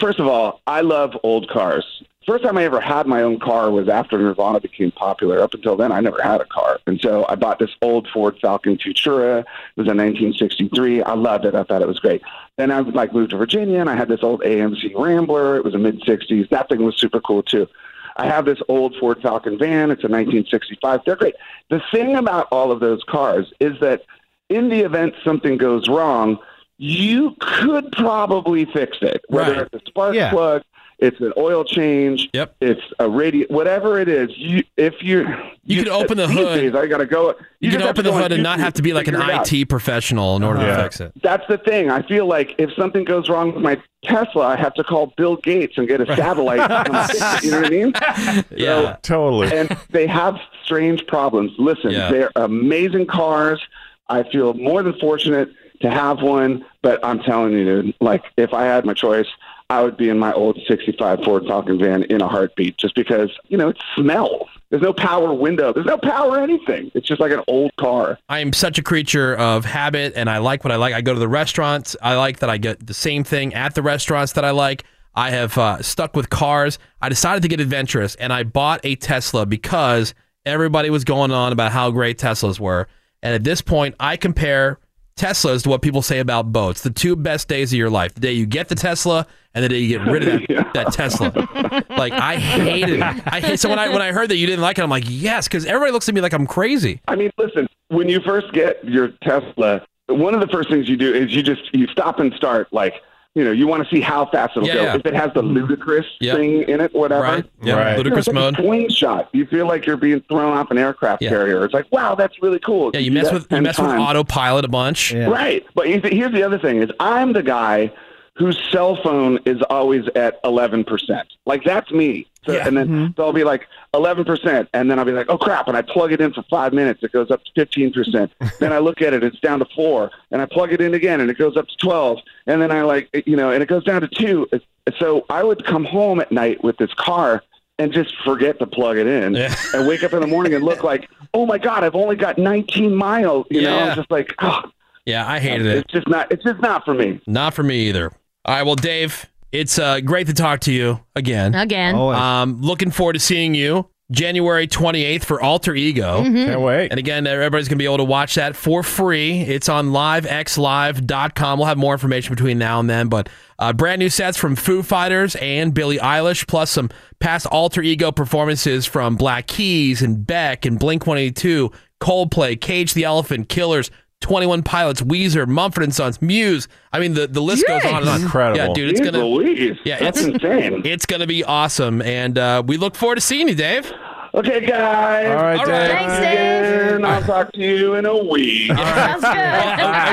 R: First of all, I love old cars. First time I ever had my own car was after Nirvana became popular. Up until then, I never had a car. And so I bought this old Ford Falcon Futura. It was a 1963. I loved it. I thought it was great. Then I like moved to Virginia and I had this old AMC Rambler. It was a mid 60s. That thing was super cool too. I have this old Ford Falcon van. It's a 1965. They're great. The thing about all of those cars is that in the event something goes wrong, you could probably fix it. Whether
B: Right.
R: it's a spark
B: Yeah.
R: plug, it's an oil change, yep. it's a radio, whatever it is. You, if you,
D: You can open the
R: these
D: hood.
R: days, I gotta go.
D: You,
R: just
D: can
R: have
D: open
R: to
D: the
R: go on
D: hood and not
R: YouTube
D: have to be like an
R: figure it out.
D: IT professional in order to
R: Yeah.
D: fix it.
R: That's the thing. I feel like if something goes wrong with my Tesla, I have to call Bill Gates and get a satellite. to come fix it, you know what I mean?
E: Yeah, totally.
R: And they have strange problems. Listen,
E: Yeah.
R: they're amazing cars. I feel more than fortunate to have one, but I'm telling you, dude, like if I had my choice, I would be in my old 65 Ford Falcon van in a heartbeat just because, you know, it smells. There's no power window. There's no power anything. It's just like an old car.
D: I am such a creature of habit and I like what I like. I go to the restaurants. I like that I get the same thing at the restaurants that I like. I have uh, stuck with cars. I decided to get adventurous and I bought a Tesla because everybody was going on about how great Teslas were. And at this point, I compare Teslas to what people say about boats the two best days of your life the day you get the Tesla and the day you get rid of that, that Tesla. Like, I hated it. I hate, so when I, when I heard that you didn't like it, I'm like, yes, because everybody looks at me like I'm crazy.
R: I mean, listen, when you first get your Tesla, one of the first things you do is you just you stop and start like you know you want to see how fast it'll
B: Yeah,
R: go
B: yeah.
R: if it has
D: Mm-hmm.
R: the ludicrous
B: Yep.
R: thing in it whatever
B: Right, yeah, Right. ludicrous
R: You know, it's like a swing shot you feel like you're being thrown off an aircraft carrier it's like wow that's really cool
D: Yeah, you
R: do
D: mess
R: that
D: with you
R: 10
D: mess with
R: times.
D: autopilot a bunch.
R: Right. But you th- here's the other thing is I'm the guy whose cell phone is always at 11%. Like that's me. So, And then so I'll be like 11%. And then I'll be like, oh crap. And I plug it in for five minutes. It goes up to 15%. then I look at it. It's down to four. And I plug it in again and it goes up to 12. And then I like, you know, and it goes down to two. So I would come home at night with this car and just forget to plug it in and wake up in the morning and look like, oh my God, I've only got 19 miles. You know,
D: Yeah.
R: I'm just like, oh,
D: Yeah, I hated it.
R: It's just not. It's just not for me.
D: Not for me either. All right, well, Dave, it's uh, great to talk to you again.
O: Again. Always.
D: Um, looking forward to seeing you January 28th for Alter Ego.
O: Mhm. Can't
E: Mm-hmm. wait.
D: And again, everybody's going to be able to watch that for free. It's on livexlive.com. We'll have more information between now and then, but uh, brand new sets from Foo Fighters and Billie Eilish, plus some past Alter Ego performances from Black Keys and Beck and Blink 182, Coldplay, Cage the Elephant, Killers. 21 Pilots, Weezer, Mumford and Sons, Muse. I mean, the, the list goes on and on.
E: Incredible.
D: Yeah, dude, it's
E: Jeez
D: gonna
R: Louise.
D: yeah,
R: That's
D: it's,
R: insane.
D: It's gonna be awesome, and uh, we look forward to seeing you, Dave.
R: Okay, guys.
D: All right, All right. Dave. Thanks, Dave.
R: And I'll talk to you in a week.
D: Sounds good.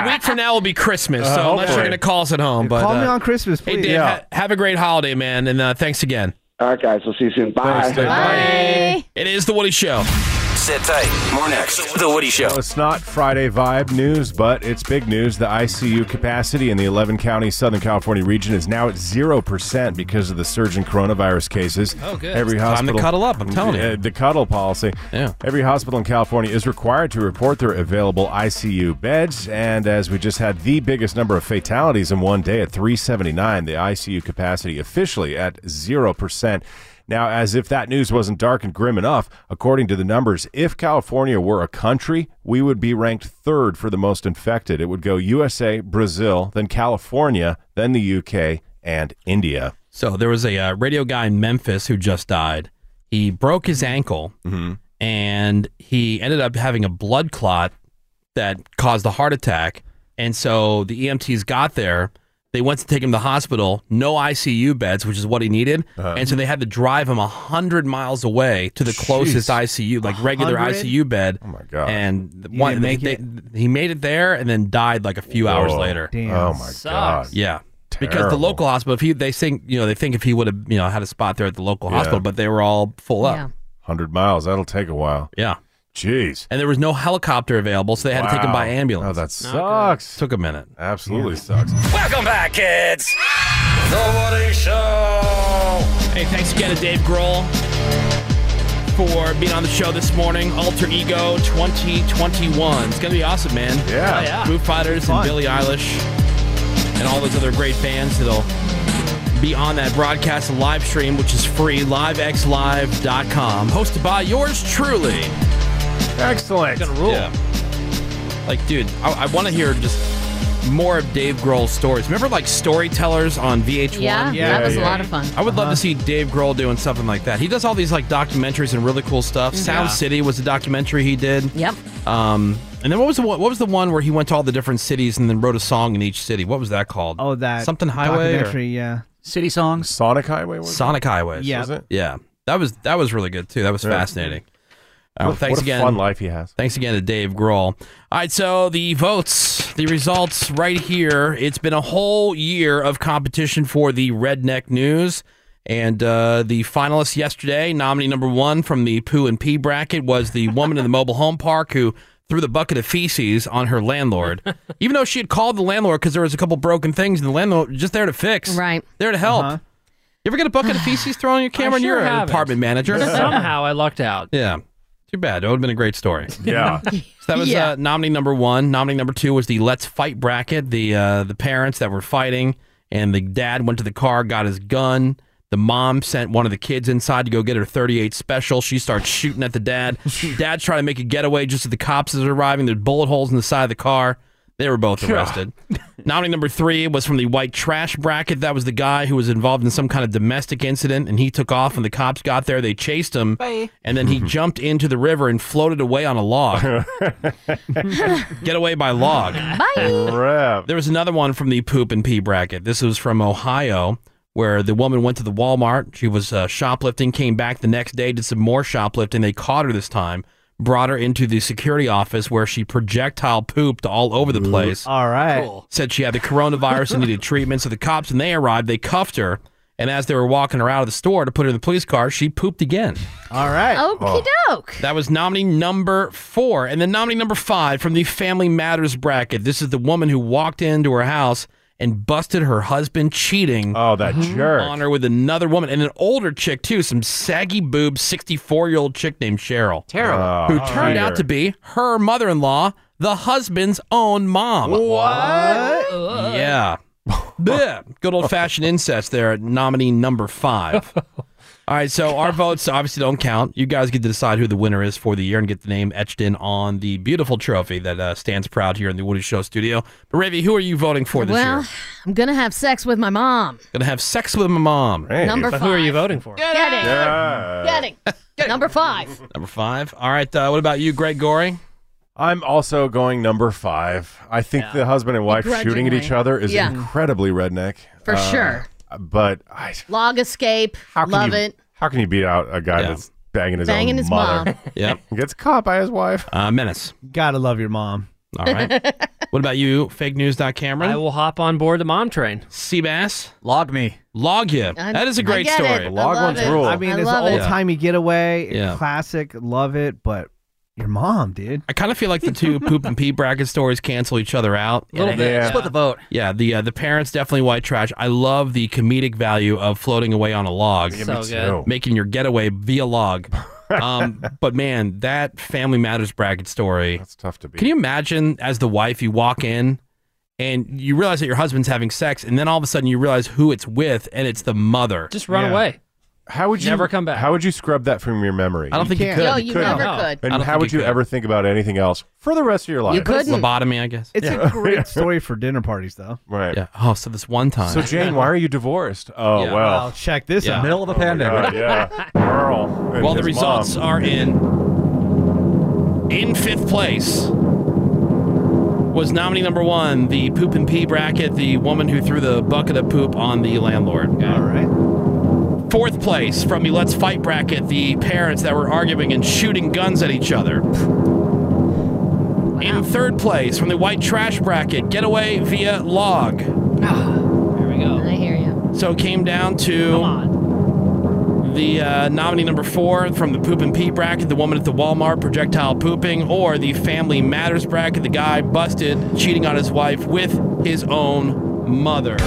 D: a week from now will be Christmas, so
E: Uh,
D: unless you're
E: hopefully.
D: gonna call us at home, but
I: Call me
D: uh,
I: on Christmas, please.
D: hey, Dave, ha- have a great holiday, man, and uh, thanks again.
R: All right, guys. We'll see you soon. Bye.
D: Bye. It is the Woody Show.
P: Sit tight. More next. The Woody Show.
E: Well, it's not Friday vibe news, but it's big news. The ICU capacity in the 11 county Southern California region is now at 0% because of the surge in coronavirus cases.
D: Oh, good.
E: Every
D: It's time to
E: hospital.
D: cuddle up, I'm telling you.
E: Uh, The cuddle policy.
D: Yeah.
E: Every hospital in California is required to report their available ICU beds. And as we just had the biggest number of fatalities in one day at 379, the ICU capacity officially at 0%. Now, as if that news wasn't dark and grim enough, according to the numbers, if California were a country, we would be ranked third for the most infected. It would go USA, Brazil, then California, then the UK, and India.
D: So there was a uh, radio guy in Memphis who just died. He broke his ankle
E: Mm-hmm.
D: and he ended up having a blood clot that caused a heart attack. And so the EMTs got there. They went to take him to the hospital. No ICU beds, which is what he needed.
E: Uh-huh.
D: And so they had to drive him 100 miles away to the closest ICU, like regular
E: 100?
D: ICU bed. Oh,
E: my God.
D: And the one, they, they, he made it there and then died like a few hours
E: Whoa.
D: later.
E: Damn. Oh, my God.
D: Yeah. Because the
E: Terrible.
D: local hospital, if he, they think, you know, they think if he would have, you know, had a spot there at the local
E: Yeah.
D: hospital, but they were all full up.
E: 100 miles. That'll take a while.
D: Yeah.
E: Jeez.
D: And there was no helicopter available, so they had to take him by
E: Wow.
D: ambulance.
E: Oh, that sucks.
D: Took a minute.
E: Absolutely sucks.
P: Welcome back, kids. The Woody Show.
D: Hey, thanks again to Dave Grohl for being on the show this morning. Alter Ego 2021. It's going to be awesome, man.
E: Yeah.
H: Oh, yeah.
D: Foo Fighters
H: Fun.
D: and Billie Eilish and all those other great fans that'll be on that broadcast and live stream, which is free, livexlive.com, hosted by yours truly.
E: Excellent.
H: Gonna rule.
D: Like, dude, I, I want to hear just more of Dave Grohl's stories. Remember, like, storytellers on VH1?
O: Yeah, Yeah, that was a yeah. lot of fun.
D: I would love to see Dave Grohl doing something like that. He does all these, like, documentaries and really cool stuff. Sound
O: Yeah.
D: City was a documentary he did.
O: Mm-hmm. Yep.
D: Um, and then what was the one, what was the one where he went to all the different cities and then wrote a song in each city? What was that called? Oh,
I: that
D: something highway. or-
I: documentary, yeah.
K: City songs.
E: Sonic Highway was
D: Sonic Highways.
I: Yeah. Was it?
D: Yeah. That was that was really good too. That was
E: Yeah.
D: fascinating. Uh,
E: What a-
D: thanks
E: what a
D: again.
E: fun life he has.
D: Thanks again to Dave Grohl. All right, so the votes, the results right here. It's been a whole year of competition for the Redneck News. And uh, the finalist yesterday, nominee number one from the Poo and Pee bracket, was the woman in the mobile home park who threw the bucket of feces on her landlord, even though she had called the landlord because there was a couple broken things, and the landlord was just there to fix, right, there to help. You ever get a bucket of feces thrown on your camera? and
H: sure
D: you're an
H: haven't.
D: apartment manager.
H: Somehow
D: I lucked out. Yeah. Too bad. It would have been a great story.
H: Yeah.
D: so that was
H: Yeah.
D: uh, nominee number one. Nominee number two was the Let's Fight bracket. The uh, the parents that were fighting, and the dad went to the car, got his gun. The mom sent one of the kids inside to go get her 38 special. She starts shooting at the dad. Dad's trying to make a getaway just as the cops is arriving. There's bullet holes in the side of the car. They were both
H: Yeah.
D: arrested. Nominee number three was from the white trash bracket. That was the guy who was involved in some kind of domestic incident, and he took off. When the cops got there, they chased him,
H: Bye.
D: and then he jumped into the river and floated away on a log. Get away by log. There was another one from the poop and pee bracket. This was from Ohio, where the woman went to the Walmart. She was uh, shoplifting, came back the next day, did some more shoplifting. They caught her this time, brought her into the security office where she projectile pooped all over the place.
I: All right.
D: Said she had the coronavirus and needed treatment. So the cops, when they arrived, they cuffed her. And as they were walking her out of the store to put her in the police car, she pooped again.
I: All right.
O: Okie doke.
D: That was nominee number four. And then nominee number five from the Family Matters bracket. This is the woman who walked into her house and busted her husband cheating.
E: Oh, that jerk.
D: On her with another woman and an older chick, too, some saggy boob 64 year old chick named Cheryl.
E: Terrible. Oh,
D: who turned out
E: dear.
D: to be her mother in law, the husband's own mom.
H: What?
D: Yeah. Bleh. Good old fashioned incest there at nominee number five. All right, so our votes obviously don't count. You guys get to decide who the winner is for the year and get the name etched in on the beautiful trophy that uh, stands proud here in the Woody Show studio. But Ravi, who are you voting for this
O: well,
D: year?
O: I'm gonna have sex with my mom.
D: Gonna have sex with my mom.
O: Number But who are
D: you voting for?
O: Get it. Getting. Number five.
D: Number five. All right. Uh, what about you, Greg Goring?
E: I'm also going number five. I think the husband and wife shooting at each
O: Begrudgingly.
E: other is
O: Yeah.
E: incredibly redneck. Uh,
O: For sure.
E: But I
O: Log escape. Love
E: you-
O: it.
E: How can you beat out a guy that's banging his
O: Banging
E: own
O: his
E: mother?
O: mom.
D: Yep.
E: Gets caught by his wife.
D: Uh, menace.
I: Gotta love your mom.
D: All right. what about you, fake news Cameron?
H: I will hop on board the mom train.
D: Seabass.
H: Log
K: me.
D: Log you.
H: I-
D: that is a
H: I
D: great
H: get it.
D: story.
H: I Log love one's it. rule.
I: I mean,
H: I
I: it's an
H: love it.
I: old timey getaway,
D: Yeah.
I: classic, love it, but your mom, dude.
D: I kind of feel like the two poop and pee bracket stories cancel each other out
I: Little
D: And I-
I: bit. Yeah. Split the
D: vote. Yeah, the uh, the parents definitely white trash. I love the comedic value of floating away on a log,
H: Yeah, me So good. too.
D: making your getaway via log. Um, but man, that Family Matters bracket story—that's
E: tough to beat.
D: Can you imagine as the wife, you walk in and you realize that your husband's having sex, and then all of a sudden you realize who it's with, and it's the mother.
H: Just run away.
E: How would you
H: Never come back.
E: How would you scrub that from your memory?
D: I don't think you could. No, you
E: couldn't.
D: never No. could. I
E: And
D: don't
E: how
D: think
E: would
D: you
E: you
D: could.
E: ever think about anything else for the rest of your life?
D: Lobotomy, I guess.
I: It's a great story for dinner parties, though.
E: Right.
D: Yeah. Oh, so this one time.
E: So Jane, why are you divorced? Oh
D: Yeah.
E: well.
D: Well, check this
E: yeah.
D: out. Middle of a
E: Oh, my
D: pandemic.
E: God, yeah. Earl and
D: Well, the
E: his
D: results
E: mom.
D: are in. In fifth place was nominee number one, the poop and pee bracket, the woman who threw the bucket of poop on the landlord. All
I: right.
D: Fourth place from the Let's Fight bracket, the parents that were arguing and shooting guns at each other. In third place from the White Trash bracket, Getaway via Log. There we go.
O: I hear you.
D: So it came down to the uh, nominee number four from the poop and pee bracket, the woman at the Walmart projectile pooping, or the family matters bracket, the guy busted cheating on his wife with his own mother.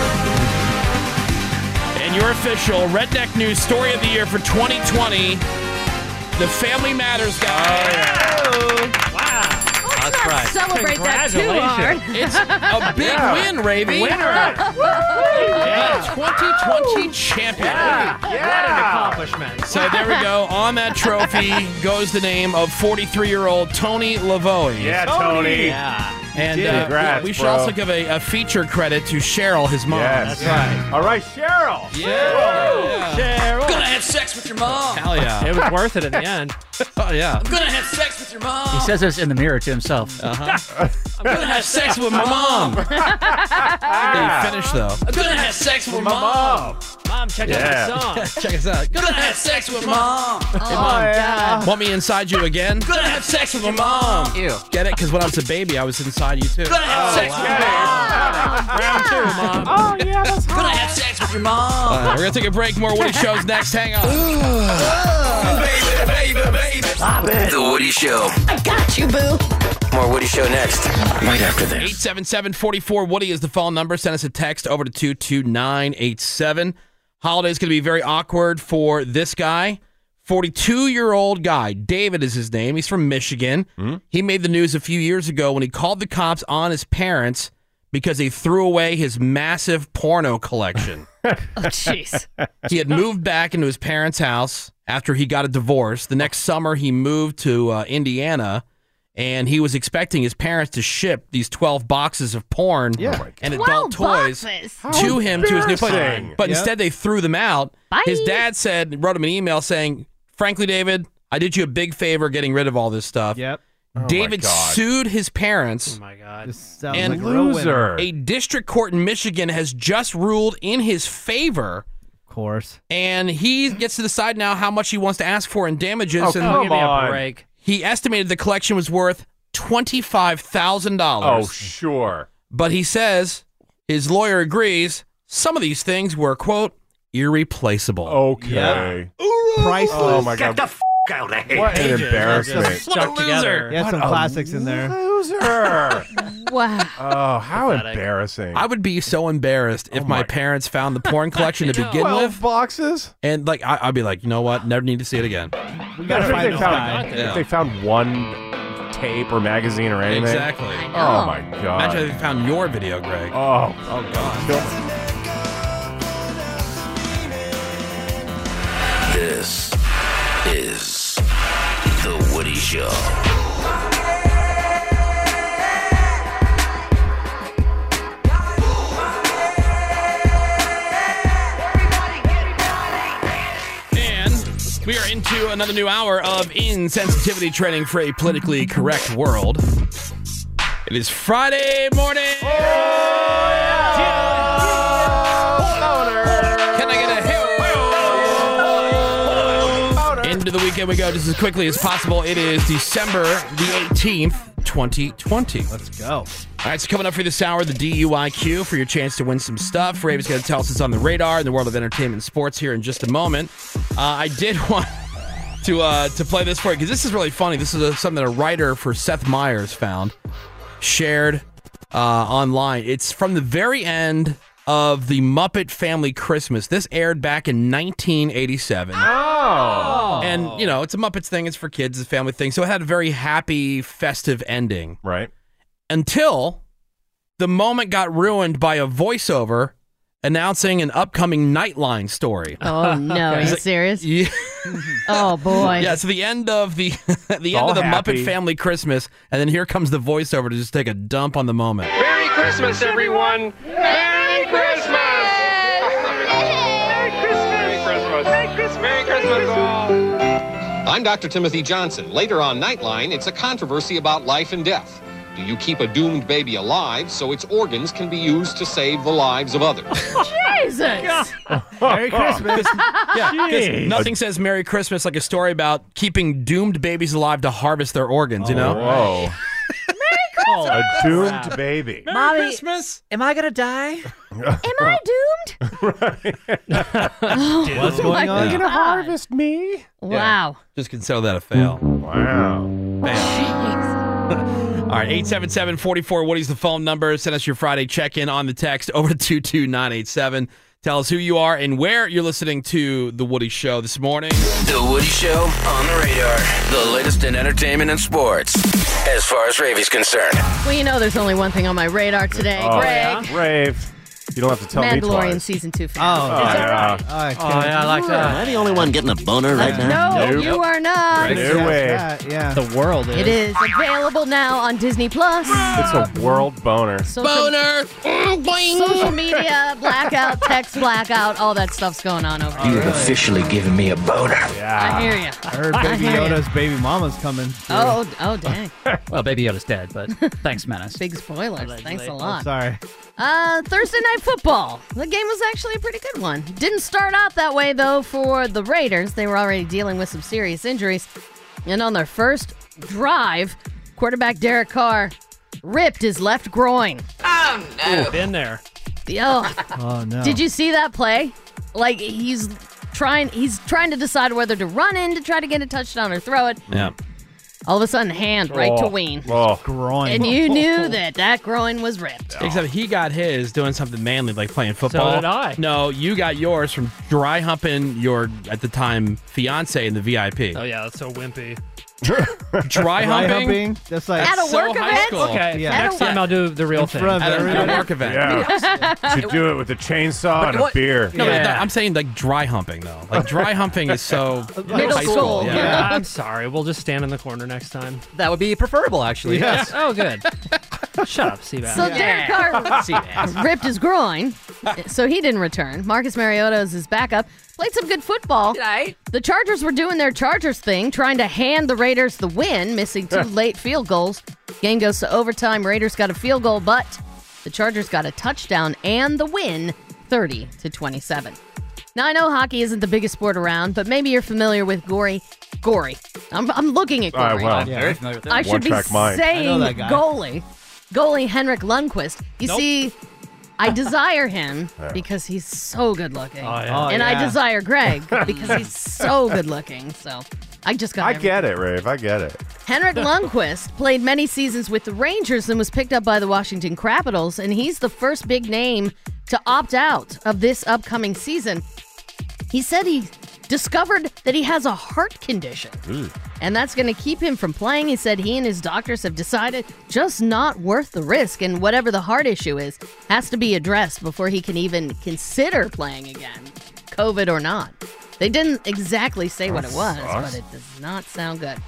D: And your official Redneck News Story of the Year for 2020, the Family Matters guy. Wow. That's right.
O: Celebrate that too hard.
D: It's a big
O: Yeah.
D: win, Ravy.
O: Winner.
D: Yeah, 2020 champion.
H: What an accomplishment.
D: So there we go. On that trophy goes the name of 43-year-old Tony Lavoie.
E: Yeah, Tony.
D: Yeah.
E: You
D: And
E: did it.
D: uh,
E: Congrats,
D: we should
E: bro.
D: also give a, a feature credit to Cheryl, his mom.
E: Yes.
D: That's right.
E: All right, Cheryl.
D: Yeah.
G: Cheryl.
P: Gonna have sex with your mom.
D: Hell yeah.
H: It was worth it in the end.
D: oh, yeah.
P: I'm gonna have sex with your mom.
G: He says this in the mirror to himself.
D: Uh-huh.
P: I'm gonna have sex with my mom.
E: Ah.
D: They finished, though.
P: I'm gonna have sex with my mom.
H: Mom, check
D: Yeah.
H: out this song.
D: Check us out.
P: Gonna have sex with mom.
D: Hey, Mom, uh, Want me inside you again?
P: Gonna have sex with my mom.
D: Ew. Get it? Because when I was a baby, I was inside you too.
P: Gonna have sex with my mom.
D: Round two, Mom.
P: Oh yeah, that's Gonna have sex with your mom.
D: All right, Uh, we're gonna take a break. More Woody shows next. Hang on. Ah,
P: The Woody Show.
C: I got you, boo.
P: More Woody Show next. Right after this.
D: 877-44 Woody is the phone number. Send us a text over to 22987. Holiday's going to be very awkward for this guy. 42-year-old guy. David is his name. He's from Michigan. He made the news a few years ago when he called the cops on his parents because they threw away his massive porno collection.
O: Oh, jeez.
D: he had moved back into his parents' house after he got a divorce. The next summer, he moved to uh, Indiana, and he was expecting his parents to ship these 12 boxes of porn and
O: 12
D: adult toys
O: boxes?
D: to
O: How
D: him to his new place.
O: embarrassing.
D: But
O: Yeah.
D: instead, they threw them out.
O: Bye.
D: His dad said, wrote him an email saying, "Frankly, David, I did you a big favor getting rid of all this stuff." Yep. David
E: God.
D: sued his parents. Oh my
H: god.
D: and
E: like a real winner. Loser.
D: A district court in Michigan has just ruled in his favor. Of
I: course.
D: And he gets to decide now how much he wants to ask for in damages.
H: Oh,
D: and
H: come Give me a on. break.
D: He estimated the collection was worth twenty-five thousand dollars.
E: Oh, sure.
D: But he says his lawyer agrees some of these things were quote irreplaceable.
E: Okay.
I: Priceless.
E: Oh my
I: Get
E: god.
I: the
E: out of
I: here.
E: What an
I: Pages are
E: embarrassment.
I: just stuck What a together. loser. Yeah, some
E: What a
I: classics in there.
E: Loser.
O: Wow.
E: oh, how embarrassing. Oh
D: I would be so embarrassed if my, parents found the porn collection to begin
E: Twelve
D: with.
E: boxes?
D: And like I, I'd be like, you know what? Never need to see it again.
E: We
D: gotta
E: if
D: find
E: they
D: this
E: found,
D: guy.
E: if
D: Yeah.
E: they found one tape or magazine or anything.
D: Exactly.
E: Oh my god.
D: Imagine if they found your video, Greg.
E: Oh.
D: Oh god.
P: This is The Woody Show.
D: And we are into another new hour of insensitivity training for a politically correct world. It is Friday morning. Can I get a hell? Into the weekend we go just as quickly as possible. It is December the 18th, 2020. Let's
I: go.
D: All right, so coming up for you this hour, the DUIQ for your chance to win some stuff. Raven's going to tell us what's on the radar in the world of entertainment and sports here in just a moment. Uh, I did want to uh, to play this for you because this is really funny. This is a, something a writer for Seth Meyers found, shared uh, online. It's from the very end of the Muppet Family Christmas. This aired back in 1987.
E: Oh.
D: And, you know, it's a Muppets thing, it's for kids, it's a family thing. So it had a very happy, festive ending.
E: Right.
D: Until the moment got ruined by a voiceover announcing an upcoming Nightline story.
O: Oh no! Are you
D: It's like-
O: serious?
D: Yeah.
O: Oh boy.
D: Yeah, so the end of the the end
E: all
D: of the
E: happy.
D: Muppet Family Christmas, and then here comes the voiceover to just take a dump on the moment.
B: Merry Christmas, everyone! Merry Christmas! Merry Christmas! Merry Christmas! Merry Christmas all!
S: I'm Dr. Timothy Johnson. Later on Nightline, it's a controversy about life and death. Do you keep a doomed baby alive so its organs can be used to save the lives of others?
O: Jesus.
D: Merry
O: Christmas.
D: yeah, 'cause
O: Jeez.
D: nothing says Merry Christmas like a story about keeping doomed babies alive to harvest their organs, you know?
E: Whoa.
O: Merry
E: Oh, a doomed baby.
L: Merry Christmas. Am I gonna die?
E: Am
L: I doomed?
D: What's
E: Oh
D: going on?
E: gonna harvest me?
D: Wow. Just consider that a fail.
E: Wow.
D: All right, 877 44 Woody's the phone number. Send us your Friday check in on the text over to 22987. Tell us who you are and where you're listening to The Woody Show this morning.
P: The Woody Show on the radar. The latest in entertainment and sports, as far as Ravy's concerned.
O: Well, you know, there's only one thing on my radar today, Greg.
E: Rave. Oh, You don't have to tell me
O: Mandalorian
E: twice.
O: season two. Fan.
E: Oh, yeah.
O: Oh, yeah, I like that.
L: Am I the only one getting a boner right now?
O: Uh, No, you are not.
L: Yeah. The world
O: It is available now on Disney Plus.
E: It's a world boner.
O: Boner. Social media blackout, text blackout, all that stuff's going on over
P: You've
O: there.
P: officially given me a boner.
O: I hear you.
I: I heard
O: I
I: Baby
O: hear ya.
I: Yoda's baby mama's coming.
O: Oh, oh, dang.
G: Well, Baby Yoda's dead, but thanks, Menace.
O: Big spoilers. Thanks a lot.
I: Sorry.
O: Uh, Thursday night football. The game was actually a pretty good one. Didn't start out that way though for the Raiders. They were already dealing with some serious injuries, and on their first drive, quarterback Derek Carr ripped his left groin.
H: Oh no! been there.
O: Yo,
I: Oh no.
O: did you see that play? Like he's trying, he's trying to decide whether to run in to try to get a touchdown or throw it.
D: Yeah.
O: All of a sudden, hand right to
D: Oh.
O: Ween,
E: Oh.
I: Groin.
O: and you knew that that groin was ripped.
D: Except he got his doing something manly like playing football.
O: did
D: I. No, you got yours from dry humping your at the time fiance in the VIP.
H: Oh yeah, that's so wimpy.
D: Dry humping?
I: That's like
D: That's At a so work high event? school.
H: Okay,
D: Yeah.
H: next
D: At a-
H: time I'll do the real
D: In
H: thing.
D: front of At a- at a everybody. work event.
E: Yeah. Should do it with a chainsaw and a
D: What-
E: beer.
D: No, but I'm saying like dry humping though. Like dry humping is so high school. Yeah.
H: I'm sorry. We'll just stand in the corner next time.
L: That would be preferable, actually.
H: Yeah.
L: Yes.
H: oh, good. Shut up, Seabass.
O: So Derek Carr ripped his groin, so he didn't return. Marcus Mariota is his backup. Played some good football. The Chargers were doing their Chargers thing, trying to hand the Raiders the win, missing two late field goals. Game goes to overtime. Raiders got a field goal, but the Chargers got a touchdown and the win, 30 to 27. Now I know hockey isn't the biggest sport around, but maybe you're familiar with Gory. Gory. I'm, I'm looking at
E: All right,
O: Gory.
E: well.
L: I'm very familiar with him.
O: I should be
E: One-track mind. I know
O: saying
E: that guy.
O: goalie, goalie Henrik Lundqvist. You
E: Nope.
O: see, I desire him
E: Yeah.
O: because he's so good looking,
E: yeah. Oh,
O: and I
E: yeah.
O: desire Greg because he's so good looking. So I just got.
E: I get it, Rave. I get it.
O: Henrik Lundqvist played many seasons with the Rangers and was picked up by the Washington Capitals, and he's the first big name to opt out of this upcoming season. He said he discovered that he has a heart condition and that's going to keep him from playing. He said he and his doctors have decided just not worth the risk, and whatever the heart issue is has to be addressed before he can even consider playing again, COVID or not. They didn't exactly say what it was, but it does not sound good.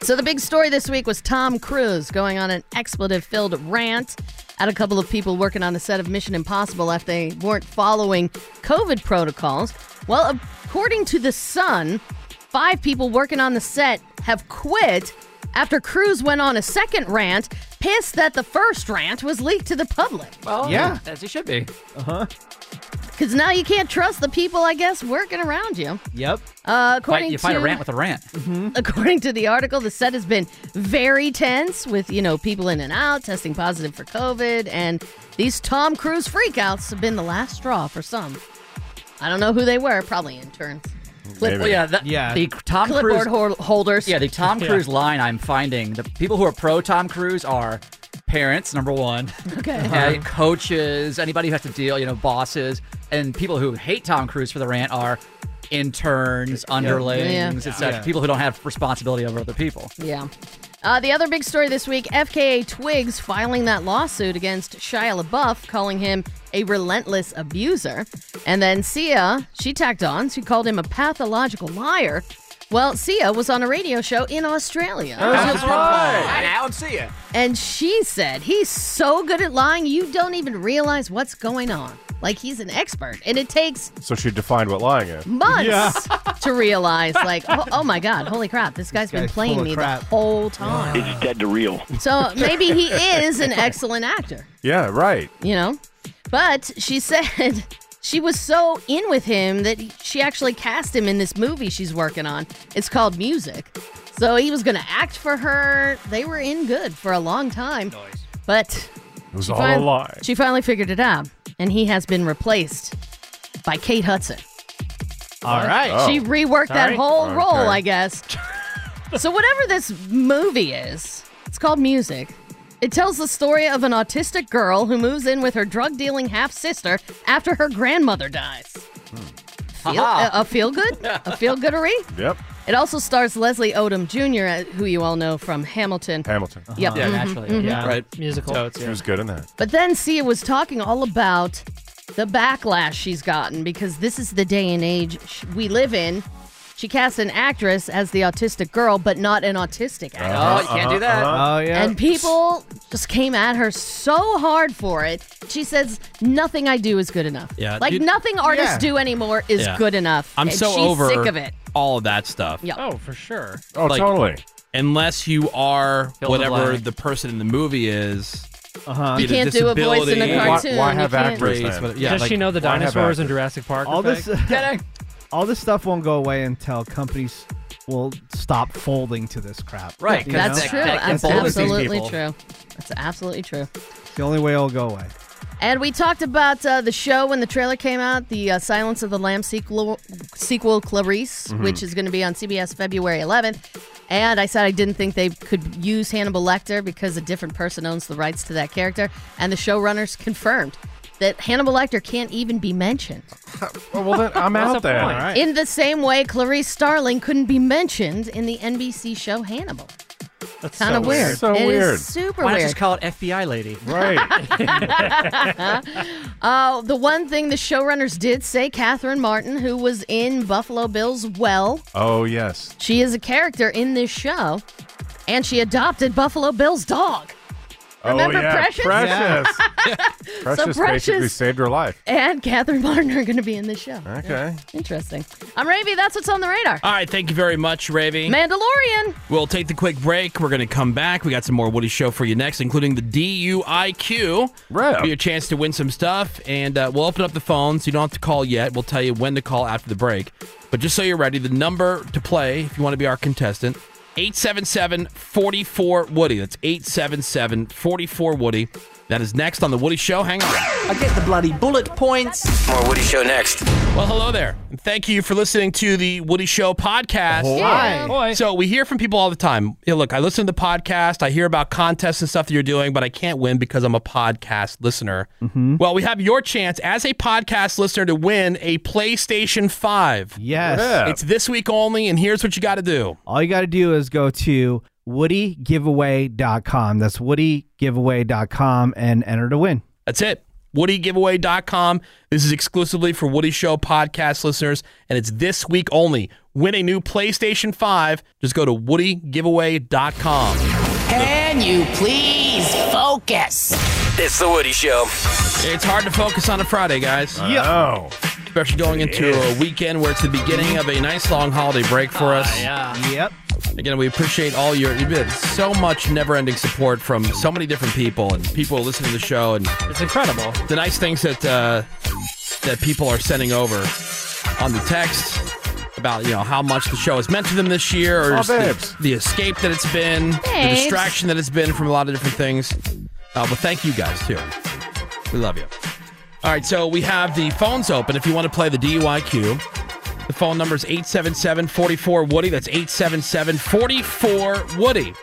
O: So the big story this week was Tom Cruise going on an expletive-filled rant at a couple of people working on the set of Mission Impossible after they weren't following COVID protocols. Well, according to the Sun, five people working on the set have quit after Cruise went on a second rant, pissed that the first rant was leaked to the public.
L: Well,
I: Yeah.
L: As it should be.
I: Uh huh.
O: Because now you can't trust the people, I guess, working around you.
L: Yep.
O: Uh, according
L: Fight, you fight a
O: to-
L: rant with a rant.
O: According to the article, the set has been very tense with, you know, people in and out testing positive for COVID. And these Tom Cruise freakouts have been the last straw for some. I don't know who they were, probably interns. Clip-
L: Well, yeah, that, The Tom
O: Clipboard
L: Cruise
O: hol- holders.
L: Yeah, the Tom
O: Yeah.
L: Cruise line. I'm finding the people who are pro Tom Cruise are parents, number one.
O: Okay.
L: and coaches, anybody who has to deal, you know, bosses, and people who hate Tom Cruise for the rant are interns, underlings,
O: Yeah.
L: etc.
O: Yeah.
L: People who don't have responsibility over other people.
O: Yeah. Uh, the other big story this week FKA Twigs filing that lawsuit against Shia LaBeouf, calling him a relentless abuser. And then Sia, she tacked on, she called him a pathological liar. Well, Sia was on a radio show in Australia.
L: And now I'm seeing.
O: And she said, he's so good at lying, you don't even realize what's going on. Like, he's an expert. And it takes
E: So she defined what lying is.
O: months to realize, like, oh, oh my God, holy crap, this guy's been
E: guy's full
O: playing
E: of
O: me
E: crap.
O: the whole time.
A: It's dead to real.
O: So maybe he is an excellent actor,
E: Yeah, right.
O: you know? But she said she was so in with him that she actually cast him in this movie she's working on. It's called Music. So he was going to act for her. They were in good for a long time. But
E: It was
O: she
E: all
O: fin-
E: a lie.
O: She finally figured it out, and he has been replaced by Kate Hudson.
B: All right.
O: She
L: Oh.
O: reworked that whole role, I
B: like
O: guess. so, whatever this movie is, it's called Music. It tells the story of an autistic girl who moves in with her drug dealing half sister after her grandmother dies. Feel, a,
B: Aha.
O: a feel good? A feel goodery?
E: Yep.
O: It also stars Leslie Odom Jr., uh, who you all know from Hamilton.
E: Hamilton.
O: Yep. mhm, mhm.
E: Right.
H: Musical.
E: She was good in that.
O: But then Sia was talking all about the backlash she's gotten because this is the day and age sh- we live in. She cast an actress as the autistic girl, but not an
E: Uh-huh,
O: autistic actress.
L: Oh, you can't do that.
I: uh-huh. Oh, yeah.
O: And people just came at her so hard for it. She says, Nothing I do is good enough.
D: Yeah,
O: Like,
D: you-
O: nothing artists
D: Yeah.
O: do anymore is
D: Yeah.
O: good enough.
D: I'm
O: and
D: so
O: she's
D: over
O: sick of it.
D: all of that stuff.
O: Yeah.
H: Oh, for sure.
E: Oh, totally.
D: Unless you are
H: Fill in the
D: whatever
H: blank.
D: the person in the movie is.
I: Uh-huh.
D: be
I: You
D: it
I: can't do a voice in a
D: disability,
I: cartoon. Why- why You have can't. actors
D: race,
I: then?
D: what- yeah,
H: Does
D: like-
H: she know the
D: why have
H: dinosaurs in
D: actors?
H: Jurassic Park?
I: all this
H: effect?
I: all this stuff won't go away until companies will stop folding to this crap.
L: Right,
I: You
O: That's
I: know?
O: true. That's absolutely true. That's absolutely true.
I: It's the only way it'll go away.
O: And we talked about uh, the show when the trailer came out, the uh, Silence of the Lambs sequel, sequel Clarice,
B: Mm-hmm.
F: Mhm.
O: which is going to be on CBS February 11th. And I said I didn't think they could use Hannibal Lecter because a different person owns the rights to that character. And the showrunners confirmed that Hannibal Lecter can't even be mentioned.
E: well, then I'm
B: What's out the then. point? Right.
O: In the same way, Clarice Starling couldn't be mentioned in the NBC show Hannibal.
L: That's
O: kinda so weird. weird.
L: So
O: It is
L: weird.
O: super
L: Why not
O: weird.
L: just call it FBI lady?
E: Right.
O: Uh, the one thing the showrunners did say, Catherine Martin, who was in Buffalo Bill's Well,
E: Oh, yes.
O: She is a character in this show, and she adopted Buffalo Bill's dog. Remember
E: oh, yeah.
O: Precious?
E: Precious. Precious basically
O: Precious-
E: saved her life.
O: And Catherine Martin are going to be in this show.
E: Okay.
O: Interesting. I'm Ravi. That's what's on the radar.
D: All right, thank you very much, Ravy.
O: Mandalorian.
D: We'll take the quick break. We're going to come back. We got some more Woody Show for you next, including the DUIQ.
E: Right.
D: Be a chance to win some stuff, and uh, we'll open up the phones. You don't have to call yet. We'll tell you when to call after the break. But just so you're ready, the number to play, if you want to be our contestant, 877 44 Woody. That's 877 44 Woody. That is next on The Woody Show. Hang on.
L: I get the bloody bullet points.
D: More Woody Show next. Well, hello there. And thank you for listening to the Woody Show podcast.
B: Hi. Hi.
D: So we hear from people all the time. Yeah, look, I listen to the podcast. I hear about contests and stuff that you're doing, but I can't win because I'm a podcast listener. Well, we have your chance as a podcast listener to win a PlayStation 5.
I: Yes. Yeah.
D: It's this week only, and here's what you got to do.
I: All you got to do is go to woodygiveaway.com. That's woodygiveaway.com and enter to win.
D: That's it. WoodyGiveaway.com. This is exclusively for Woody Show podcast listeners, and it's this week only. Win a new PlayStation 5. Just go to WoodyGiveaway.com.
B: Can you please focus?
D: It's The Woody Show. It's hard to focus on a Friday, guys.
H: Oh.
E: Yeah.
D: Especially going into a weekend where it's the beginning of a nice long holiday break for us.
H: Ah, yeah.
I: Yep.
D: Again, we appreciate all your you've been so much never-ending support from so many different people and people listening to the show, and
H: it's incredible.
D: The nice things that uh, that people are sending over on the text about you know how much the show has meant to them this year, or
E: Aw,
D: just the,
E: Oh, babes.
D: the escape that it's been, the
B: Babes.
D: distraction that it's been from a lot of different things. Uh, but thank you guys too. We love you. All right, so we have the phones open if you want to play the DUIQ. The phone number is 877 44 Woody. That's 877 44 Woody.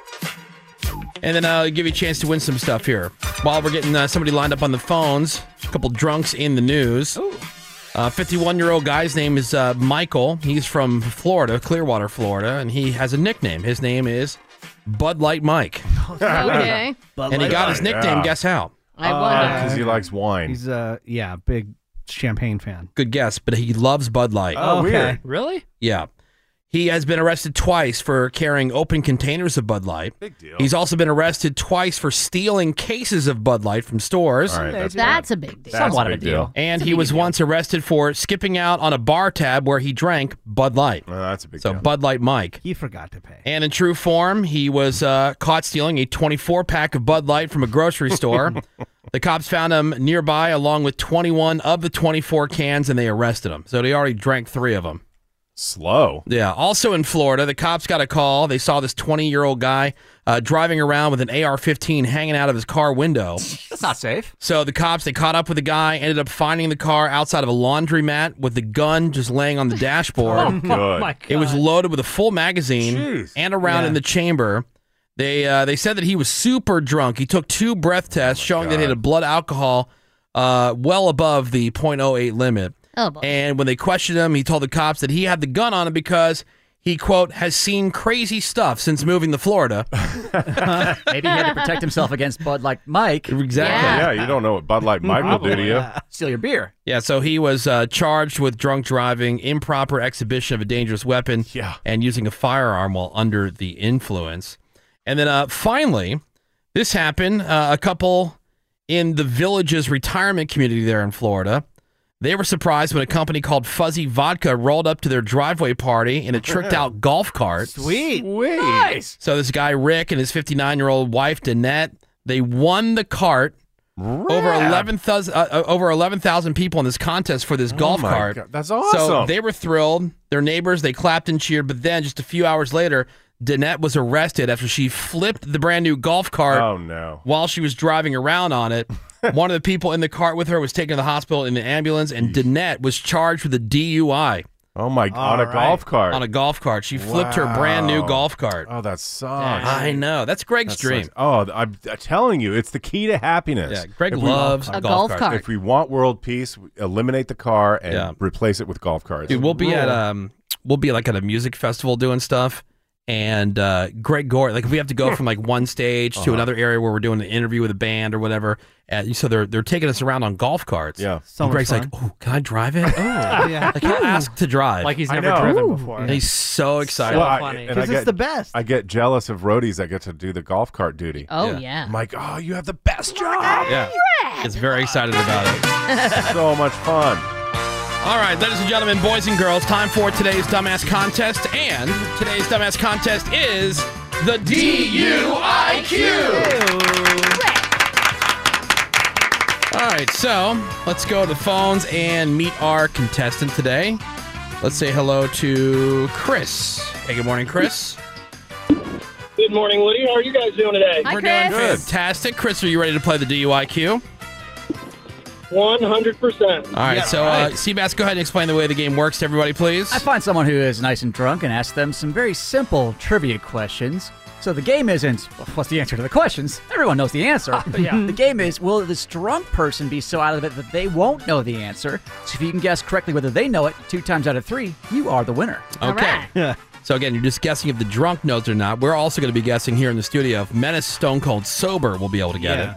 D: And then I'll give you a chance to win some stuff here. While we're getting uh, somebody lined up on the phones, a couple drunks in the news. 51 year old guy's name is uh, Michael. He's from Florida, Clearwater, Florida, and he has a nickname. His name is Bud Light Mike.
O: Okay.
I: Bud
D: and he
I: Light
D: got his
I: Mike,
D: nickname,
I: yeah.
D: guess how?
O: I wonder.
E: Because he likes wine.
I: He's a yeah, big champagne fan.
D: Good guess, but he loves Bud Light.
E: Oh,
H: Really?
D: Yeah. He has been arrested twice for carrying open containers of Bud Light. Big
E: deal.
D: He's also been arrested twice for stealing cases of Bud Light from stores.
E: All right,
O: that's, a big deal.
D: Somewhat of a deal. And he was once arrested for skipping out on a bar tab where he drank Bud Light.
E: that's a big
D: so Bud Light Mike.
I: He forgot to pay.
D: And in true form, he was uh, caught stealing a 24 pack of Bud Light from a grocery store. the cops found him nearby along with 21 of the 24 cans and they arrested him. So he already drank three of them.
E: Slow.
D: Yeah. Also in Florida, the cops got a call. They saw this 20 year old guy uh, driving around with an AR 15 hanging out of his car window.
L: That's not safe.
D: So the cops, they caught up with the guy, ended up finding the car outside of a laundromat with the gun just laying on the dashboard.
L: Oh, good. my
D: It was loaded with a full magazine and a round in the chamber. They uh, they said that he was super drunk. He took two breath
O: Oh,
D: tests showing that he had a blood alcohol uh, well above the .08 limit.
O: Oh, boy.
D: And when they questioned him, he told the cops that he had the gun on him because he, quote, has seen crazy stuff since moving to Florida.
L: Maybe he had to protect himself against Bud like Mike.
D: Exactly.
E: Yeah, you don't know what Bud Light Mike will do to you.
L: Steal your beer.
D: Yeah, so he was uh, charged with drunk driving, improper exhibition of a dangerous weapon, and using a firearm while under the influence. And then uh, finally, this happened uh, a couple in the village's retirement community there in Florida. They were surprised when a company called Fuzzy Vodka rolled up to their driveway party in a tricked out golf cart.
L: Sweet.
E: Sweet.
L: Nice.
D: So this guy Rick and his 59 year old wife Danette, they won the cart. Over eleven thousand, uh, over eleven thousand people in this contest for this golf
E: Oh my
D: cart.
E: God, that's
D: So
E: awesome.
D: they were thrilled. Their neighbors they clapped and cheered. But then, just a few hours later, Danette was arrested after she flipped the brand new golf cart.
E: Oh, no.
D: While she was driving around on it, one of the people in the cart with her was taken to the hospital in an ambulance, and Danette was charged with a DUI.
E: Oh my! on a All right. golf cart.
D: On a golf cart, she flipped her brand new
E: Wow.
D: golf cart.
E: Oh, that sucks.
D: I know. That's Greg's
E: That
D: dream.
E: sucks. Oh, th- I'm, I'm telling you, it's the key to happiness.
D: Yeah, Greg loves A golf golf carts. cart.
E: If we want world peace, we eliminate the car and replace it with golf carts.
D: Dude, we'll be at
E: Rule.
D: um, we'll be like at a music festival doing stuff, and uh, Greg Gore. Like, if we have to go from like one stage to
E: Uh-huh.
D: another area where we're doing an interview with a band or whatever, and so they're they're taking us around on golf carts. Yeah,
E: So much
D: Greg's
E: fun.
D: like, "Oh, can I drive it? Oh,
E: Yeah.
D: like he'll ask to drive,
E: Like he's I never know. driven Ooh. before.
D: And he's so excited.
E: Well, I- and I get-
D: best.
E: I get jealous of roadies that get to do the golf cart duty.
O: Oh, yeah.
E: I'm like, oh, you have the best job.
D: Yeah, it's very excited about it.
E: so much fun.
D: All right, ladies and gentlemen, boys and girls, time for today's dumbass contest, and today's dumbass contest is the DUIQ. All right, so let's go to the phones and meet our contestant today. Let's say hello to Chris. Hey, good morning, Chris.
T: Good morning, Woody. How are you guys doing today?
D: We're doing fantastic. Chris, are you ready to play the DUIQ?
T: One hundred percent.
D: All right, so Uh, Seabass, go ahead and explain the way the game works to everybody, please.
L: I find someone who is nice and drunk and ask them some very simple trivia questions. So the game isn't well, what's the answer to the questions. Everyone knows the answer.
K: yeah.
L: The game is will this drunk person be so out of it that they won't know the answer? So if you can guess correctly whether they know it, two times out of three, you are the winner.
D: Okay. So again, you're just guessing if the drunk knows or not. We're also going to be guessing here in the studio if Menace Stone Cold Sober will be able to get it.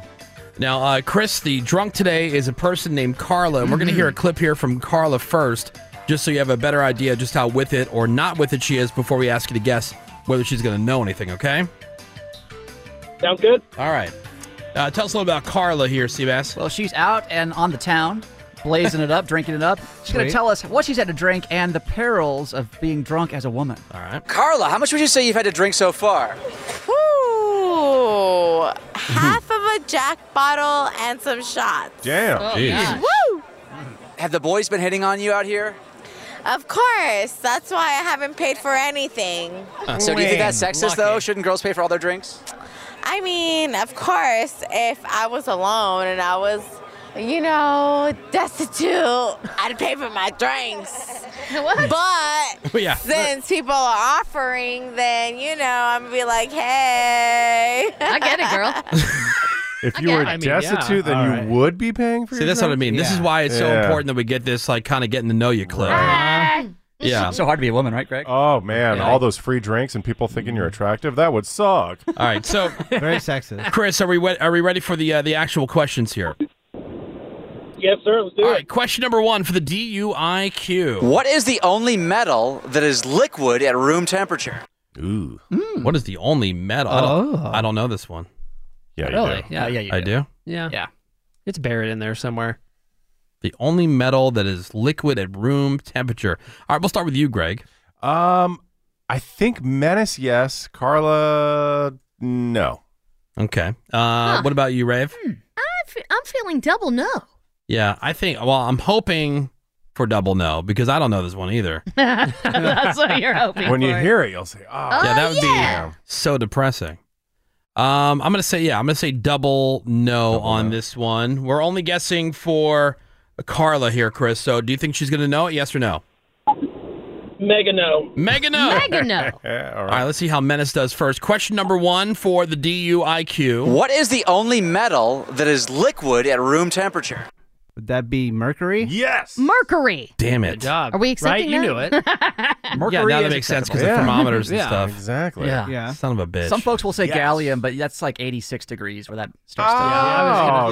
D: Now, uh, Chris, the drunk today is a person named Carla, and we're going to
E: Mm-hmm.
D: hear a clip here from Carla first, just so you have a better idea just how with it or not with it she is before we ask you to guess whether she's going to know anything. Okay.
T: Sounds good.
D: All right. Uh, tell us a little about Carla here, Seabass.
L: Well, she's out and on the town, blazing it up, drinking it up. She's
D: Sweet.
L: going to tell us what she's had to drink and the perils of being drunk as a woman.
D: All right.
K: Carla, how much would you say you've had to drink so far?
U: Ooh, half of a Jack bottle and some shots.
K: Damn.
U: Oh,
K: Jeez.
U: yeah. Woo!
K: Have the boys been hitting on you out here?
U: Of course. That's why I haven't paid for anything.
K: so do you think that's sexist
U: Lucky.
K: though? Shouldn't girls pay for all their drinks?
U: I mean, of course, if I was alone and I was, you know, destitute, I'd pay for my drinks. But
D: yeah.
U: since people are offering, then, you know, I'm going to be like, hey. I
O: get it, girl.
E: If you were
D: I mean, yeah.
E: destitute, then
D: All
E: you
D: right.
E: would be paying for
D: See,
E: your
D: that's what I
E: drink?
D: mean. This is why it's so
E: Yeah.
D: important that we get this, like, kind of getting to know you clip. Yeah.
L: So hard to be a woman, right, Greg?
E: Oh man,
D: Yeah. Mm-hmm.
E: all those free drinks and people thinking you're attractive, that would suck.
D: All right, so
E: Very
I: sexist.
D: Chris, are we we- are we ready for the uh, the actual questions here?
T: Yes, sir. Let's do
D: it. Question number one for the DUIQ.
K: What is the only metal that is liquid at room temperature?
D: Ooh.
H: Mm.
D: What is the only metal? I, don't, I don't know this one.
E: Yeah,
H: you Oh. Really? do. Yeah, yeah, you
D: I
H: do.
D: do.
H: Yeah. Yeah. It's buried in there somewhere.
D: The only metal that is liquid at room temperature. All right, we'll start with you, Greg.
E: Um, I think Menace, yes. Carla, no.
D: Okay. Uh, What about you, Rave?
O: I fe- I'm feeling double no.
D: Yeah, I think. Well, I'm hoping for Double No because I don't know this one either.
F: That's what you're hoping
E: When you
F: for.
E: hear it, you'll say, "Oh,
D: yeah, that would be so depressing. Um, I'm gonna say yeah. I'm gonna say double no on this one. We're only guessing for Carla here, Chris. So, do you think she's gonna know it? Yes or no?
T: Mega no.
D: Mega no.
T: Mega no.
D: All right. Let's see how Menace does first. Question number one for the DUIQ.
V: What is the only metal that is liquid at room temperature?
I: Would that be Mercury?
E: Yes.
O: Mercury.
D: Damn it.
O: Are we accepting
H: Right? You knew
O: that?
H: it.
D: Yeah, now that makes sense because the thermometers and stuff.
E: Exactly.
L: Yeah.
D: Son of a bitch.
L: Some folks will say
D: Yes.
L: gallium, but that's like 86 degrees where that
E: Oh.
L: starts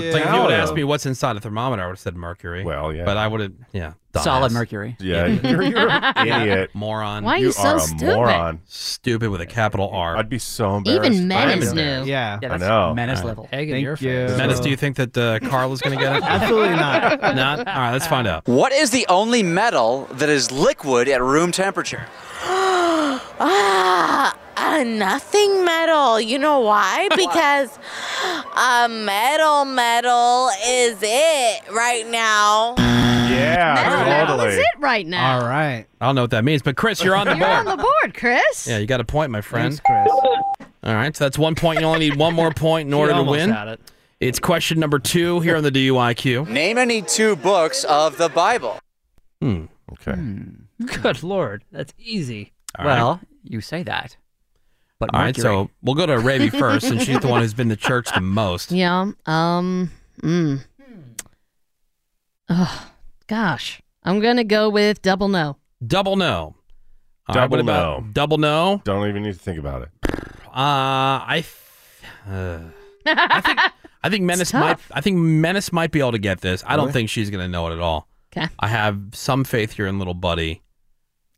L: to.
D: It's Oh, like if you would ask me what's inside a thermometer, I would have said mercury. Well, yeah. But I would have, yeah.
L: Solid
D: dumbass.
L: mercury.
E: Yeah, you're- you're an idiot.
D: Moron.
L: Why are You you so are a stupid? moron.
D: Stupid with a capital R. I'd
E: be so
L: embarrassed. Even
I: Menace knew. Yeah. Yeah,
D: I
I: that's
D: know.
I: menace
D: All
I: level.
H: Egg in
I: Thank your face. you.
D: Menace, do you think that uh, Carla's going to get it?
I: Absolutely not.
D: not? All right, let's find out.
V: What is the only metal that is liquid at room temperature?
U: ah, a nothing metal. You know why? Because a metal metal is it right now.
E: Yeah,
O: That is it right now.
D: All right. I don't know what that means, but Chris, you're on the
O: You're
D: board.
O: on the board, Chris.
D: Yeah, you got a point, my friend. All right, so that's one point. You only need one more point in
V: She
D: order to
V: almost
D: win.
V: had it.
D: It's question number two here on the DUIQ.
V: Name any two books of the Bible.
D: Hmm.
E: Okay.
H: Good lord, that's easy.
D: All right. Well,
L: you say that. But
D: All right, so we'll go to Ravi first, and she's the one who's been to church the most.
O: Yeah. Um. Mm. Oh, gosh. I'm gonna go with double no.
D: Double no. All right,
E: Double
D: what about
E: no.
D: Double no.
E: Don't even need to think about it.
D: Uh, I, th- uh, I think I think Menace might. I think Menace might be able to get this. I don't
O: Really?
D: think she's gonna know it at all.
O: 'Kay.
D: I have some faith here in little buddy.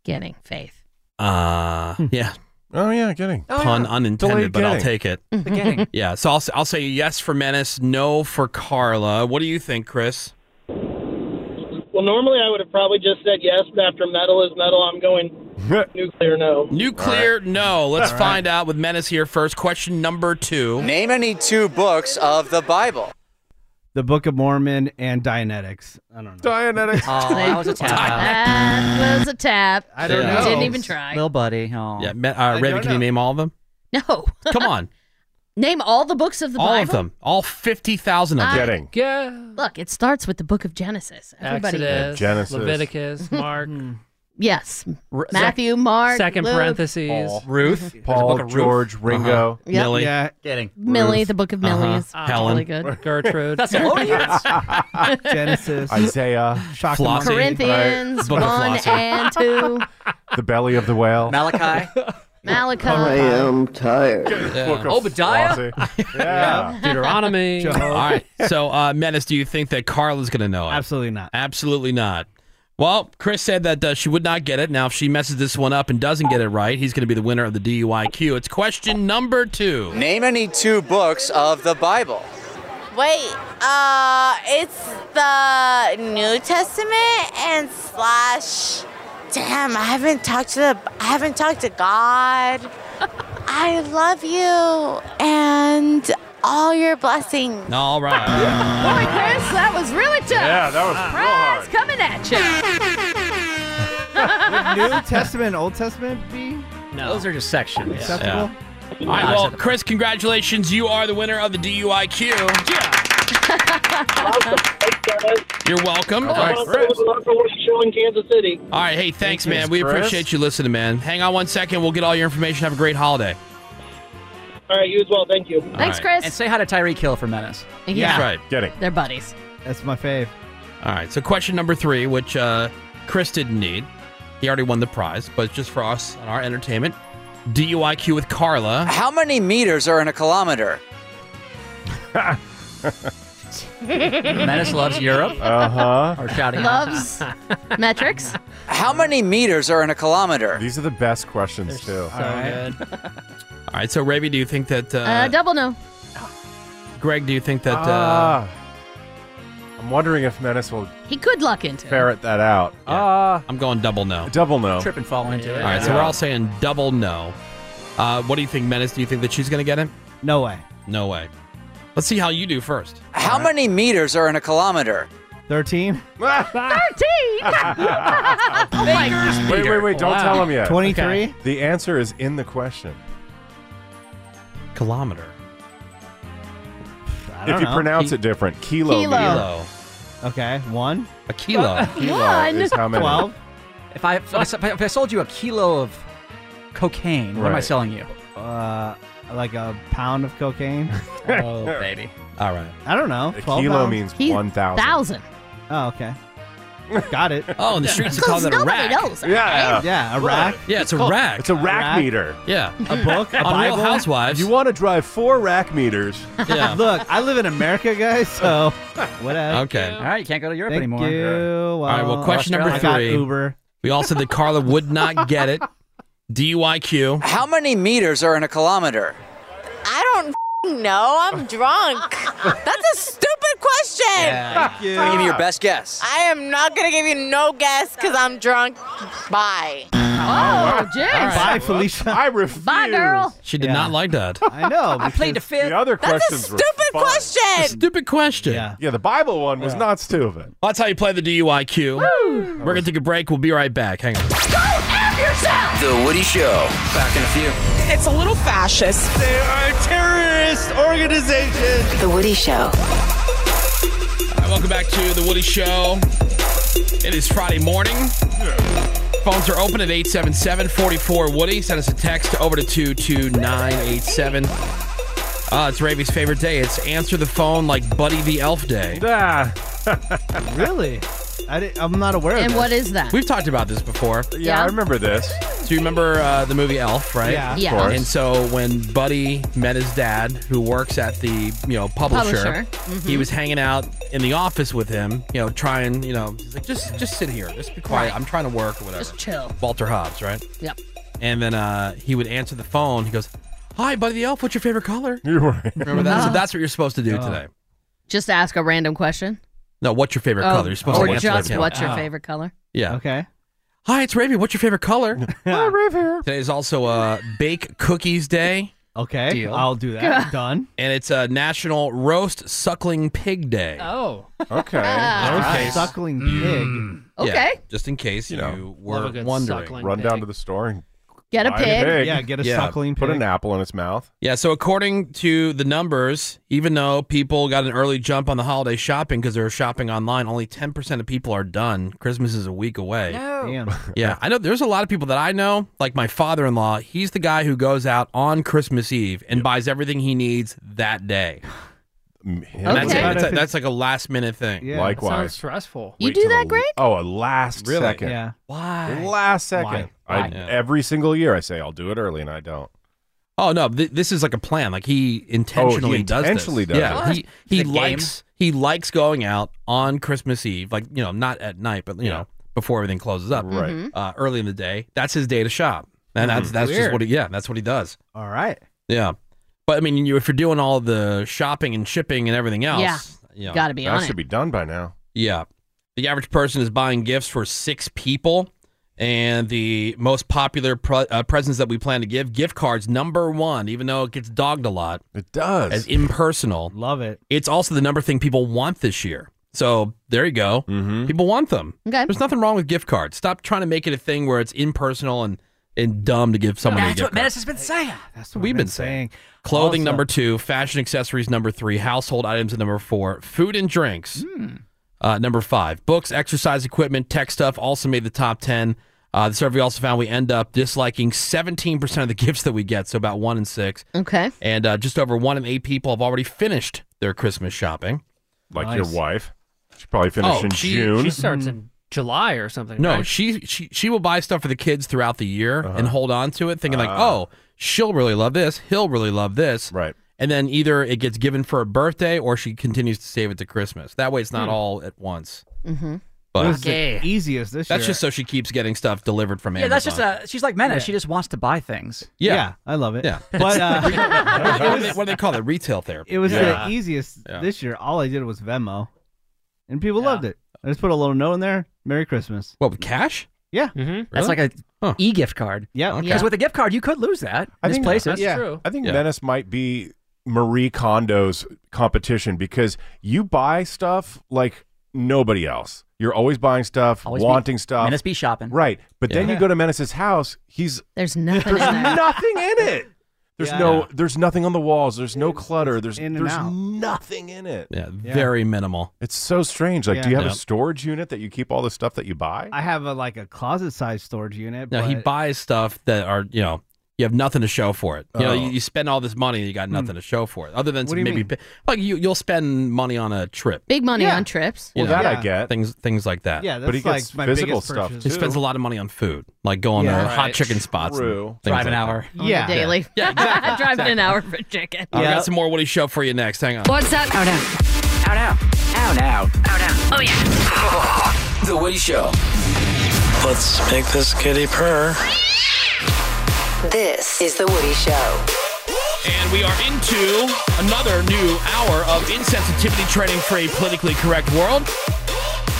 O: Getting faith.
D: Uh,
O: Hmm.
D: yeah.
E: Oh yeah, getting
D: Pun unintended,
E: Delayed
D: but I'll
E: getting.
D: take it.
O: Hmm.
D: yeah, so I'll, s- I'll say yes for Menace, no for Carla. What do you think, Chris?
T: Well, normally I would have probably just said yes, but after metal is metal, I'm going nuclear no.
D: Nuclear, no. Let's
T: All right.
D: find out with Menace here first. Question number two.
V: Name any two books of the Bible.
I: The Book of Mormon and Dianetics. I don't know.
E: Dianetics.
L: Oh, that was a
D: uh,
O: That was a tap.
L: I don't know.
O: Didn't even try.
L: Little buddy. Oh.
D: Yeah, Me- uh, Ravi, can you name all of them?
O: No.
D: Come on,
O: Name all the books of the
D: all
O: Bible.
D: of them, all fifty thousand of them.
O: I- Look, it starts with the book of Genesis. Everybody.
H: Exodus,
D: Yeah, Genesis.
H: Leviticus, Mark,
O: Yes. Matthew, Mark,
H: second
O: Luke,
H: parentheses,
D: Ruth,
E: Paul, George, Ringo.
O: Uh-huh. Yep.
D: Mm-hmm. Millie.
I: Yeah.
L: Getting.
O: Millie, the book of Millie
D: Uh-huh.
O: is
D: Helen.
O: really good.
H: Gertrude.
L: That's a load
I: Genesis.
E: Isaiah.
I: Flossie.
O: Corinthians one and two.
E: The belly of the whale.
L: Malachi.
O: Malachi.
E: am tired.
D: Book of
L: Obadiah.
E: Yeah.
H: Deuteronomy.
D: All right. So, uh, Menace, do you think that Carla's going to know it?
I: Absolutely not.
D: Absolutely not. Well, Chris said that uh, she would not get it. Now, if she messes this one up and doesn't get it right, he's going to be the winner of the DUIQ. It's question number two.
V: Name any two books of the Bible.
U: Wait, uh, it's the New Testament and slash. Damn, I haven't talked to the, I haven't talked to God. I love you and all your blessings.
D: All right.
O: Boy, Chris, that was really tough.
E: Yeah, that was
O: Prize coming at you.
I: New Testament and Old Testament be
L: No. Those are just sections.
I: acceptable?
D: All right. Well, Chris, congratulations. You are the winner of the DUIQ. You're welcome. All right.
T: what you show in Kansas City.
D: All right. Hey,
T: Thank
D: thanks,
T: you,
D: man. We
T: Chris.
D: appreciate you listening, man. Hang on one second. We'll get all your information. Have a great holiday.
T: All right, you as well. Thank you.
D: Thanks, right. Chris.
L: And say hi to Tyreek Hill for Menace.
D: That's right. Getting.
O: They're buddies.
I: That's my fave.
D: All right. So, question number three, which uh, Chris didn't need. He already won the prize, but just for us and our entertainment. DUIQ with Carla.
V: How many meters are in a kilometer?
L: Menace loves Europe.
E: Uh huh.
L: Or shouting out.
O: Loves metrics.
V: How many meters are in a kilometer?
E: These are the best questions too.
D: All right. So, Ravi, do you think that. Uh,
O: Uh, double no.
D: Greg, do you think that. Uh,
E: Ah. I'm wondering if Menace will
O: He could luck into it.
E: ferret that out. Ah.
D: I'm going double no.
E: Double no.
L: Trip and fall into it.
D: Oh. All right. So, we're all saying double no. Uh, what do you think, Menace? Do you think that she's going to get it?
I: No way.
D: No way. Let's see how you do first.
V: How many meters are in a kilometer?
I: Thirteen.
O: 13!
I: Fingers,
E: Wait, wait, wait! Don't
I: Wow.
E: tell him yet.
I: 23? Okay.
E: The answer is in the question.
D: Kilometer.
E: If you pronounce it different, kilo.
I: Kilo.
E: meter.
I: Okay, one.
D: A kilo.
E: Kilo is how many?
I: Twelve.
L: If I if I, if I sold you a kilo of cocaine, what am I
I: Right.
L: selling you?
I: Uh, like a pound of cocaine.
L: Oh, baby.
D: All right.
I: I don't know.
E: A
I: 12
E: kilo
I: pounds?
E: means He- 1,000.
O: Thousand.
I: Oh, okay. Got it.
D: Oh, in the streets they call that a rack.
I: Yeah. Yeah, a rack.
D: Yeah, it's a rack.
E: It's a rack, meter.
D: Yeah.
I: A book, a
D: On
I: Bible.
D: Real Housewives.
E: You want to drive four rack meters?
D: Yeah.
I: Look, I live in America, guys, so whatever.
D: Okay.
L: All right, you can't go to Europe
I: Thank
L: anymore.
I: you.
D: All
I: All
D: right. Well, question number
I: I got
D: three.
I: Uber.
D: We all said that Carla would not get it. DUIQ.
V: How many meters are in a kilometer?
U: I don't f***ing know. I'm drunk. That's a stupid question.
V: Fuck you. Give me your best guess.
U: I am not gonna give you no guess because I'm drunk. Bye.
O: Oh, jeez.
I: Bye, Felicia. I
E: refuse.
O: Bye, girl.
D: She did not like that.
I: I know.
E: I played
I: the
L: fifth.
E: The other
D: That's a
E: questions were
D: stupid
E: fun.
D: A stupid question. Yeah.
E: Yeah, the Bible one was not stupid.
D: That's how you play the DUIQ. We're going to take a break. We'll be right back. Hang on.
P: The Woody Show. Back in a few.
W: It's a little fascist. They are a terrorist organization.
C: The Woody Show.
D: All right, welcome back to The Woody Show. It is Friday morning. Phones are open at 877 44 Woody. Send us a text over to 22987. Uh, it's Ravi's favorite day. It's Answer the Phone Like Buddy the Elf Day.
I: really? I didn't, I'm not aware of
O: And
I: this.
O: what is that?
D: We've talked about this before. Yeah,
O: I
E: remember this.
D: So you remember uh, the movie Elf, right?
O: Yeah. Of Yeah. course.
D: And so when Buddy met his dad, who works at the you know publisher, Mm-hmm.
O: Publisher. Mhm.
D: he was hanging out in the office with him, you know, trying, you know, he's like, just just sit here, just be quiet.
O: Right.
D: I'm trying to work or whatever.
O: Just chill.
D: Walter Hobbs, right?
O: Yep.
D: And then uh, he would answer the phone. He goes, "Hi, Buddy the Elf. What's your favorite color?"
E: You're right.
D: Remember that? So
O: Uh-huh.
D: that's what you're supposed to do
I: Oh.
D: today.
O: Just ask a random question.
D: No, what's your favorite
O: Oh,
D: color? You're supposed
O: or
D: to answer
O: just
D: that.
O: what's your favorite color?
D: Yeah.
I: Oh. Okay.
D: Hi, it's Ravi. What's your favorite color?
I: Hi,
D: Today is also uh, Bake Cookies Day.
I: Okay, I'll do that. Done.
D: And it's uh, National Roast Suckling Pig Day.
H: Oh.
E: Okay.
I: Roast
D: Okay.
I: suckling pig.
D: Yeah, just in case you, were
I: a good
D: wondering.
I: suckling
E: Run down to the store and
O: Get a
E: buy
O: pig.
I: Yeah, get a suckling
E: Put
I: pig.
E: an apple in its mouth.
D: Yeah, so according to the numbers, even though people got an early jump on the holiday shopping because they're shopping online, only 10% of people are done. Christmas is a week away.
I: Damn.
D: Yeah, I know there's a lot of people that I know, like my father in law, he's the guy who goes out on Christmas Eve and buys everything he needs that day. And that's, it.
E: Okay.
D: That's, a- that's like a last minute thing.
E: Yeah. Likewise. Sounds
H: stressful.
O: You do that, Greg?
E: Oh, a last
D: Really?
E: second.
D: Yeah.
E: The Last second. I, Every single year I say I'll do it early and I don't.
D: Oh no! Th- this is like a plan. Like he intentionally does.
E: Oh, intentionally
D: this.
E: does
D: Yeah,
E: it.
D: he he
E: Is it a game?
D: likes he likes going out on Christmas Eve. Like you know, not at night, but you know, before everything closes up.
E: Right. Mhm.
D: Uh, early in the day. That's his day to shop, and that's
E: Mhm.
D: that's just
E: Weird.
D: what he. Yeah, that's what he does.
I: All right.
D: Yeah, but I mean, you, if you're doing all the shopping and shipping and everything else,
O: Yeah.
D: you know,
O: Gotta be That on should it.
E: be done by now.
D: Yeah, the average person is buying gifts for six people, and the most popular pre- uh, presents that we plan to give gift cards number one, even though it gets dogged a lot.
E: It does
D: as impersonal.
I: Love it.
D: It's also the number thing people want this year. So there you go.
E: Mm-hmm.
D: People want them.
O: Okay.
D: There's nothing wrong with gift cards. Stop trying to make it a thing where it's impersonal and, and dumb to give someone a
L: That's
D: gift
L: what
D: card.
L: Menace has been saying.
I: That's
D: We've been saying. Clothing
L: Also-
D: number two, fashion accessories number three, household items at number four, food and drinks
J: Hmm.
O: Hmm.
D: uh, number five, books, exercise equipment, tech stuff also made the top ten. Uh, the survey also found we end up disliking 17% of the gifts that we get, so about one in six.
O: Okay.
D: And uh, just over one in eight people have already finished their Christmas shopping. Oh,
E: Like your Nice. wife. She probably finished in June.
H: Oh, She starts in July or something.
D: No,
H: right?
D: she, she she will buy stuff for the kids throughout the year and hold on to it, thinking like,
H: Ah.
D: oh, she'll really love this, he'll really love this,
E: right?
D: And then either it gets given for a birthday or she continues to save it to Christmas. That way, it's not
I: Hmm.
D: all at once.
O: Mm-hmm.
D: But
I: This is the easiest this
D: that's
I: year.
D: just so she keeps getting stuff delivered from
L: Yeah,
D: Amazon.
L: that's just a. She's like Menace.
D: Yeah.
L: She just wants to buy things.
D: yeah.
I: I love it.
D: Yeah,
I: But, uh,
D: what, do they, what do they call it? Retail therapy.
I: It was
D: Yeah.
I: the easiest
D: Yeah.
I: this year. All I did was Venmo, and people loved it. I just put a little note in there. Merry Christmas.
D: What with cash?
I: Yeah,
H: mm-hmm.
L: That's like a e gift card.
I: Yeah,
L: Because with a gift card, you could lose that.
E: I
L: This
E: think-
L: place
E: yeah. I think Menace might be Marie Kondo's competition because you buy stuff like nobody else. You're always buying stuff,
L: Always be-
E: wanting stuff.
L: Menace be shopping.
E: Right. But then
L: Yeah.
E: you go to Menace's house, he's
O: There's nothing.
E: There's nothing in it. there's
D: Yeah.
E: no there's nothing on the walls, there's no clutter, there's
I: in and
E: there's
I: out.
E: nothing in it.
D: Yeah,
E: Yeah.
D: very minimal.
E: It's so strange. Like
I: Yeah.
E: do you have
I: Yeah.
E: a storage unit that you keep all the stuff that you buy?
I: I have a like a closet size storage unit.
D: No,
I: but
D: he buys stuff that are you know you have nothing to show for it. You know,
I: Oh.
D: you, you spend all this money and you got nothing to show for it, other than
I: Hmm. What
D: some
I: do you
D: maybe
I: mean?
D: bi- like you you'll spend money on a trip.
O: Big money on trips.
D: You
E: Well,
D: know,
E: that I Yeah. get.
D: things things like that.
I: Yeah, But that's he gets like my physical biggest stuff, purchase,
D: He
I: too.
D: spends a lot of money on food, like going
I: Yeah.
D: to hot
I: Right.
D: chicken spots. and
I: True.
D: things
I: Drive an
D: like that.
L: hour.
O: On the daily.
D: Yeah,
F: I'm driving an hour for chicken.
D: I got some more Woody show for you next. Hang on.
F: What's up? Oh no.
C: Out, out.
V: Out, out.
C: Oh, yeah.
P: The Woody Show.
V: Let's make this kitty purr.
C: This is The Woody Show.
D: And we are into another new hour of insensitivity training for a politically correct world.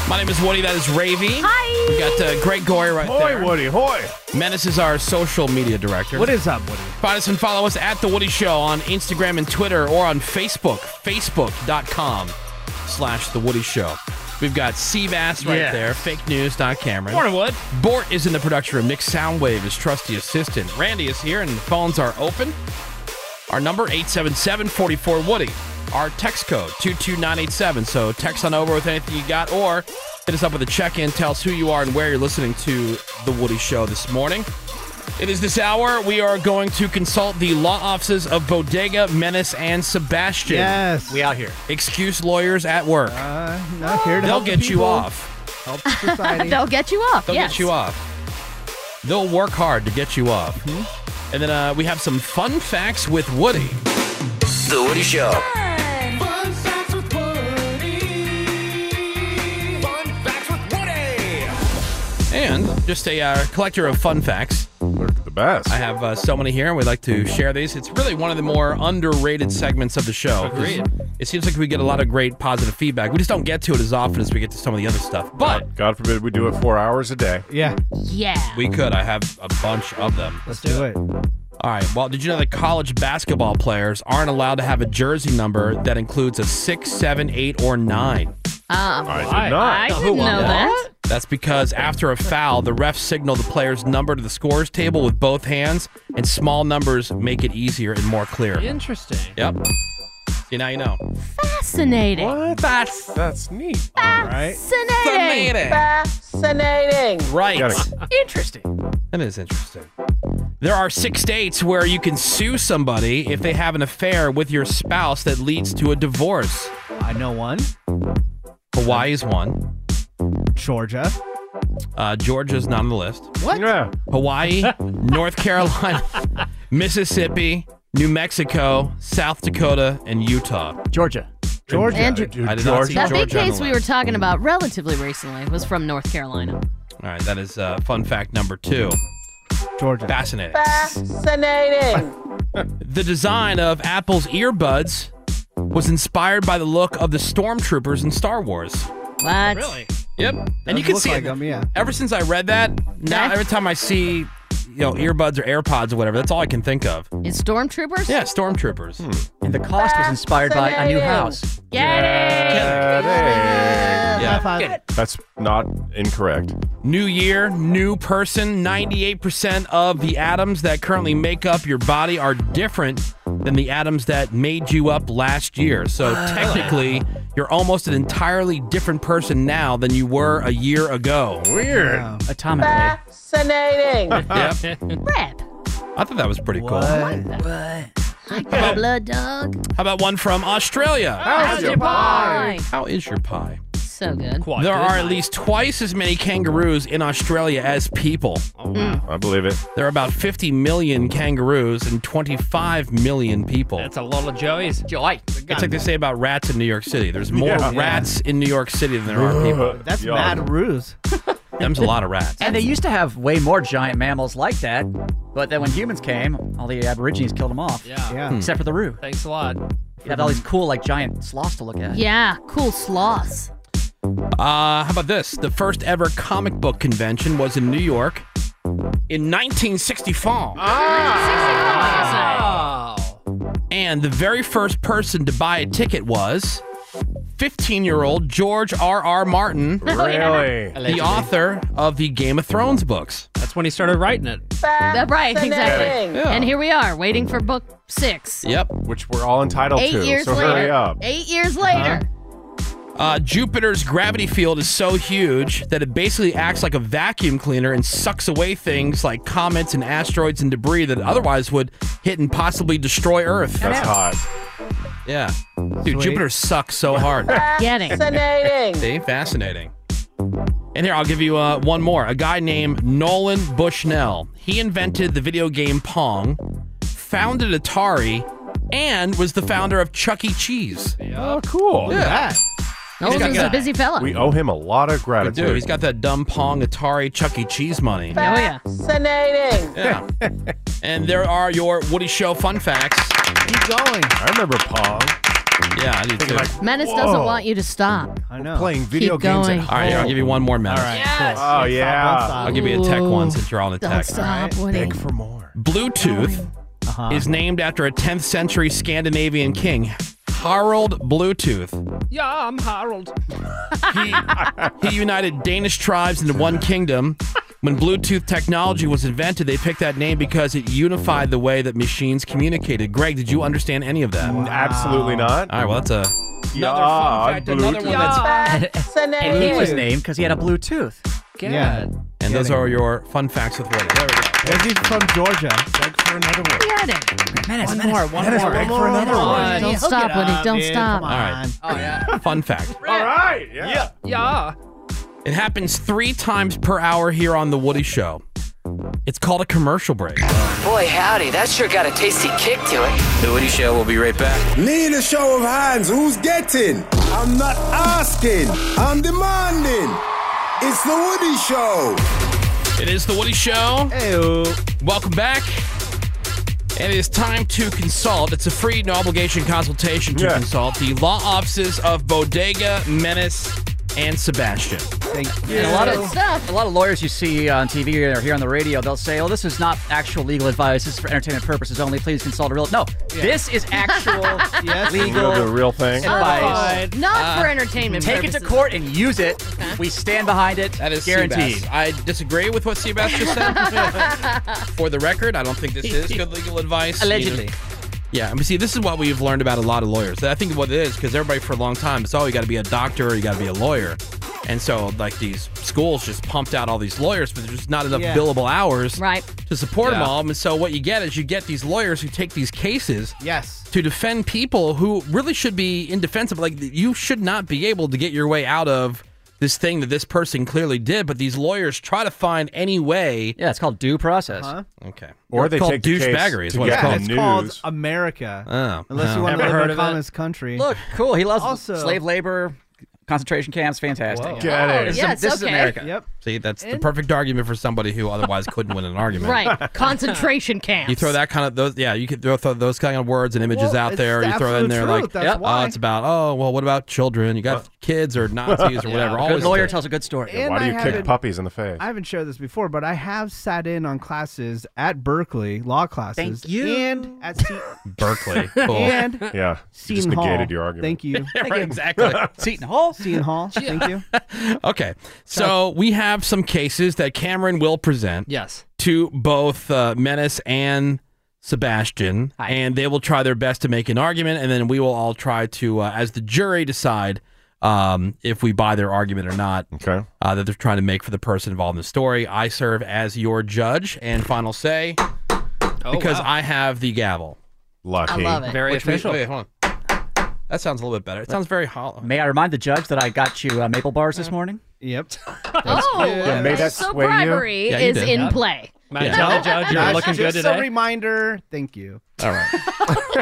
D: My name is Woody. That is Ravy. Hi. We got uh, Greg Gory right there. Hoy,
E: Woody. Hoy.
D: Menace is our social media director.
I: What is up, Woody?
D: Find us and follow us at The Woody Show on Instagram and Twitter or on Facebook, facebook.com slash The Woody Show. We've got Seabass right
G: Yeah.
D: there, fake news, Don Cameron.
G: Morning, Wood.
D: Bort is in the production room. Nick Soundwave is trusty assistant. Randy is here and the phones are open. Our number, 877-44-WOODY. Our text code, 22987. So text on over with anything you got or hit us up with a check-in. Tell us who you are and where you're listening to The Woody Show this morning. It is this hour. We are going to consult the law offices of Bodega, Menace, and Sebastian.
I: Yes.
D: We out here. Excuse lawyers at work.
I: Uh, not here to
D: They'll
I: help the
D: get you
I: people.
D: off.
I: Help society.
O: They'll get you off.
D: They'll
O: yes.
D: get you off. They'll work hard to get you off. And then uh, we have some fun facts with Woody.
P: The Woody Show.
D: And just a uh, collector of fun facts.
E: the best.
D: I have uh, so many here, and we'd like to share these. It's really one of the more underrated segments of the show. 'cause
E: Agreed.
D: It seems like we get a lot of great positive feedback. We just don't get to it as often as we get to some of the other stuff. But
E: God forbid we do it four hours a day.
I: Yeah.
O: Yeah.
D: we could. I have a bunch of them.
I: Let's do it.
D: All right. Well, did you know that college basketball players aren't allowed to have a jersey number that includes a six, seven, eight, or nine?
O: Um,
E: I did not.
D: Oh,
O: I didn't know that.
D: That's because after a foul, the ref signaled the player's number to the scores table with both hands, and small numbers make it easier and more clear.
H: Interesting.
D: Yep. See, now you know.
O: Fascinating.
E: What?
D: That's
E: that's neat.
O: All
E: right.
O: Fascinating. Fascinating.
D: Right.
O: Interesting.
D: That is interesting. There are six states where you can sue somebody if they have an affair with your spouse that leads to a divorce.
I: I know one.
D: Hawaii is one.
I: Georgia.
D: Uh, Georgia's not on the list.
I: What?
E: Yeah.
D: Hawaii, North Carolina, Mississippi, New Mexico, South Dakota, and Utah.
L: Georgia.
I: Georgia.
D: I did not see
O: that
D: Georgia
O: big case
D: on
O: we
D: the
O: were
D: list.
O: talking about relatively recently was from North Carolina.
D: All right, that is uh, fun fact number two.
I: Georgia.
D: Fascinating.
O: Fascinating.
D: The design of Apple's earbuds was inspired by the look of the stormtroopers in Star Wars.
O: What?
D: Really? Yep. and
I: Does
D: you can
I: look
D: see
I: like
D: it.
I: them, yeah.
D: Ever since I read that, now
O: Yeah.
D: every time I see, you know, earbuds or AirPods or whatever, that's all I can think of.
O: It's stormtroopers?
D: Yeah, stormtroopers.
L: And the cost was inspired by a new house.
D: Yeah.
E: That's not incorrect.
D: New year, new person. 98% of the atoms that currently make up your body are different than the atoms that made you up last year. So technically, you're almost an entirely different person now than you were a year ago.
E: Weird.
L: Atomically.
O: Fascinating.
D: Yep.
O: Rep.
D: I thought that was pretty cool.
I: What?
O: I got blood dog.
D: How about one from Australia?
J: Ah.
O: How's your pie?
D: How is your pie?
O: So good.
D: there are at least twice as many kangaroos in Australia as people.
E: I believe it.
D: There are about 50 million kangaroos and 25 million people.
H: That's a lot of Joey's.
L: Joey.
D: it's like they say about rats in New York City. There's more
I: Yeah.
D: rats in New York City than there are people.
I: That's mad ruse.
D: Them's a lot of rats.
L: And they used to have way more giant mammals like that, but then when humans came, all the aborigines killed them off.
H: Yeah.
I: Yeah.
L: Except for the Roo.
H: Thanks a lot.
L: You had all these cool, like, giant sloths to look at.
O: Yeah, cool sloths.
D: Uh, how about this? The first ever comic book convention was in New York in 1964. Ah.
H: Oh.
D: And the very first person to buy a ticket was 15 year old George R. R. Martin.
O: Oh, yeah. Really?
D: The author of the Game of Thrones books.
H: That's when he started writing it.
O: Uh, right,
D: Fascinating.
O: exactly.
D: Yeah.
O: And here we are, waiting for book six.
D: Yep.
E: Which we're all entitled
O: Eight years later. Eight years later.
D: Uh, Jupiter's gravity field is so huge that it basically acts like a vacuum cleaner and sucks away things like comets and asteroids and debris that otherwise would hit and possibly destroy Earth.
E: That's hot.
D: Yeah. Dude, Jupiter sucks so hard.
O: Getting.
D: See, fascinating. And here, I'll give you uh, one more. A guy named Nolan Bushnell. He invented the video game Pong, founded Atari, and was the founder of Chuck E. Cheese.
E: Oh, cool.
D: Look at that.
O: Nolan's a busy fella.
E: We owe him a lot of gratitude.
D: Dude, he's got that dumb Pong Atari Chuck E. Cheese money.
O: Oh, yeah.
U: Fascinating.
D: Yeah. and there are your Woody Show fun facts. Keep
I: going.
E: I remember Pong.
D: Yeah, I do too.
O: Menace doesn't want you to stop.
I: I know.
E: Playing
O: video Keep games at going. home.
D: All right, here, I'll give you one more menace.
O: All right, Yes. cool.
E: Oh, yeah.
D: I'll give you a tech one since you're all in
O: Don't
D: tech.
O: stop, Uh-huh. Woody. Beg
E: for more.
D: Bluetooth is named after a 10th century Scandinavian king, Harald Bluetooth.
H: Yeah, I'm Harold.
D: He united Danish tribes into one kingdom. When Bluetooth technology was invented, they picked that name because it unified the way that machines communicated. Greg, did you understand any of that?
E: Absolutely not.
D: All right, well, that's a.
E: Yeah,
D: fun fact, another
E: Bluetooth.
D: one that's-
L: And he was
E: Fascinating.
L: named because he had a blue tooth.
D: Yeah. And those are your fun facts with Woody. There we go.
I: As he's from Georgia.
E: Beg for another one.
O: one more, one
E: Menace,
O: more.
E: beg for another one.
O: Don't
E: Hook
O: stop,
E: it
O: Woody.
E: up,
O: Don't
E: dude.
O: stop.
D: All right.
L: Oh, yeah.
D: Fun fact.
E: All right. Yeah.
H: Yeah.
D: It happens three times per hour here on The Woody Show. It's called a commercial break.
C: Boy, howdy, that sure got a tasty kick to it.
P: The Woody Show will be right back.
B: Need a show of hands. Who's getting? I'm not asking. I'm demanding. It's the Woody Show.
D: It is The Woody Show. Hey, welcome back. And it is time to consult. It's a free, no obligation consultation to consult the law offices of Bodega, Menace, and Sebastian.
L: And a lot of a lot of lawyers you see on TV or here on the radio, they'll say, "Oh, this is not actual legal advice. This is for entertainment purposes only. Please consult a real." No, this is actual legal
E: We'll do a real thing.
L: advice.
O: Not for
L: Uh,
O: entertainment
L: Take it to court and use it. We stand behind it.
D: That is
L: guaranteed.
D: Seabass. I disagree with what Seabass just said. For the record, I don't think this is good legal advice.
L: Allegedly.
D: Yeah, and see, this is what we've learned about a lot of lawyers. I think what it is, because everybody for a long time, it's all you got to be a doctor or you got to be a lawyer. And so, like, these schools just pumped out all these lawyers, but there's just not enough
O: Yeah.
D: billable hours
O: Right.
D: to support them
O: Yeah.
D: all. And so, what you get is you get these lawyers who take these cases
I: Yes.
D: to defend people who really should be indefensible. Like, you should not be able to get your way out of this thing that this person clearly did, but these lawyers try to find any way.
L: Yeah, it's called due process.
D: Okay.
E: Or they
D: It's called
E: take the case
D: douchebaggery, is
E: to
D: what it's
E: get
D: called.
E: the
I: Uh-huh. It's called
E: News.
I: America.
D: Oh.
I: Unless you
D: Oh.
I: want to
D: Never
I: live
D: heard
I: in a
D: of
I: communist country.
L: Look, cool. He loves
I: Also-
L: slave labor, concentration camps. Fantastic.
I: Whoa.
O: Get it.
L: This, is-
O: Oh, Yes,
L: this is
O: okay.
L: America.
I: Yep.
D: See, that's the perfect argument for somebody who otherwise couldn't win an argument.
O: Right. Concentration camps.
D: You throw that kind of those, yeah. You could throw, throw those kind of words and images
O: Well,
D: out
O: it's
D: there.
O: the
D: you throw it in
O: absolute
D: there like,
O: truth, that's
D: oh,
O: why.
D: it's about oh, well, what about children? You got kids or Nazis or whatever.
L: Good
D: Always
L: lawyer
D: the-
L: tells a good story.
I: And
E: Why do
I: I
E: you
I: have
E: kick
I: it-
E: puppies in the face?
I: I haven't shared this before, but I have sat in on classes at Berkeley, law classes.
L: Thank you.
I: And at C-
D: Berkeley.
I: and
E: yeah,
I: Seton
E: you just
I: Hall.
E: negated your argument.
I: Thank you.
D: Right, exactly.
L: Seton Hall.
I: Seton Hall. Thank you.
D: Okay, so we have some cases that Cameron will present.
G: Yes.
D: To both uh, Menace and Sebastian, and they will try their best to make an argument, and then we will all try to, uh, as the jury, decide um, if we buy their argument or not.
E: Okay.
D: Uh, that they're trying to make for the person involved in the story. I serve as your judge and final say because I have the gavel.
E: Lucky.
L: Oh, I love it. Very
D: Which means-
L: official.
D: wait, hold on. That sounds a little bit better. It sounds very hollow.
L: May I remind the judge that I got you uh, maple bars this morning?
I: Yep.
O: Oh,
L: Yeah, may that
O: so
L: sway you?
O: bribery
L: Yeah, you
O: is
L: did.
O: in
L: Yeah.
O: play.
L: Matt, tell the
D: judge you're
I: That's
D: looking good
I: just
D: today.
I: a reminder. Thank you.
D: All right.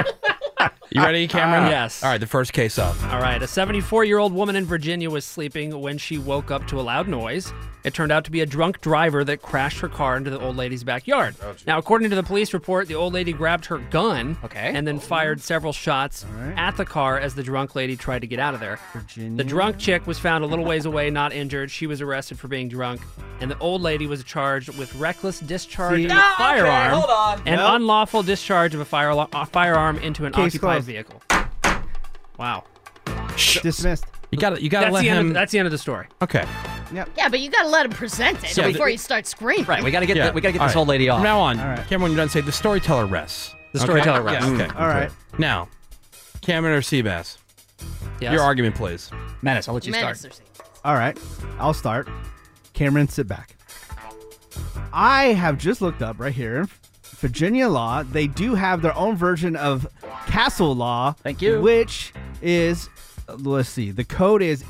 D: you ready, Cameron?
H: Ah. Yes.
D: All right, the first case up.
H: All right, a 74 year old woman in Virginia was sleeping when she woke up to a loud noise. It turned out to be a drunk driver that crashed her car into the old lady's backyard.
L: Oh,
H: now, according to the police report, the old lady grabbed her gun and then fired several shots at the car as the drunk lady tried to get out of there. The drunk chick was found a little ways away, not injured. She was arrested for being drunk, and the old lady was charged with reckless discharge
L: See?
H: of a
L: Ah, okay,
H: firearm
L: hold on.
H: and
L: Nope.
H: unlawful discharge of a fire- a firearm into an
I: Case
H: occupied
I: closed.
H: vehicle. Wow.
I: Dismissed.
D: You got you got to
H: That's
D: let
H: the end of-
D: him.
H: that's the end of the story.
D: Okay.
O: Yeah, but you got to let him present it
D: Yeah,
O: before
D: but-
O: you start screaming.
D: Yeah. All right.
O: whole
D: From now on, Cameron, you're done saying the storyteller rests.
G: The storyteller
D: Yeah,
G: rests.
D: okay.
G: Mm, all right.
D: Now, Cameron or Seabass?
I: Yes.
D: Your argument, please.
I: Menace, I'll
D: let you Menace start.
I: All right, I'll start. Cameron, sit back. I have just looked up right here. Virginia law, they do have their own version of castle law. Thank you. Which is, let's see, the code is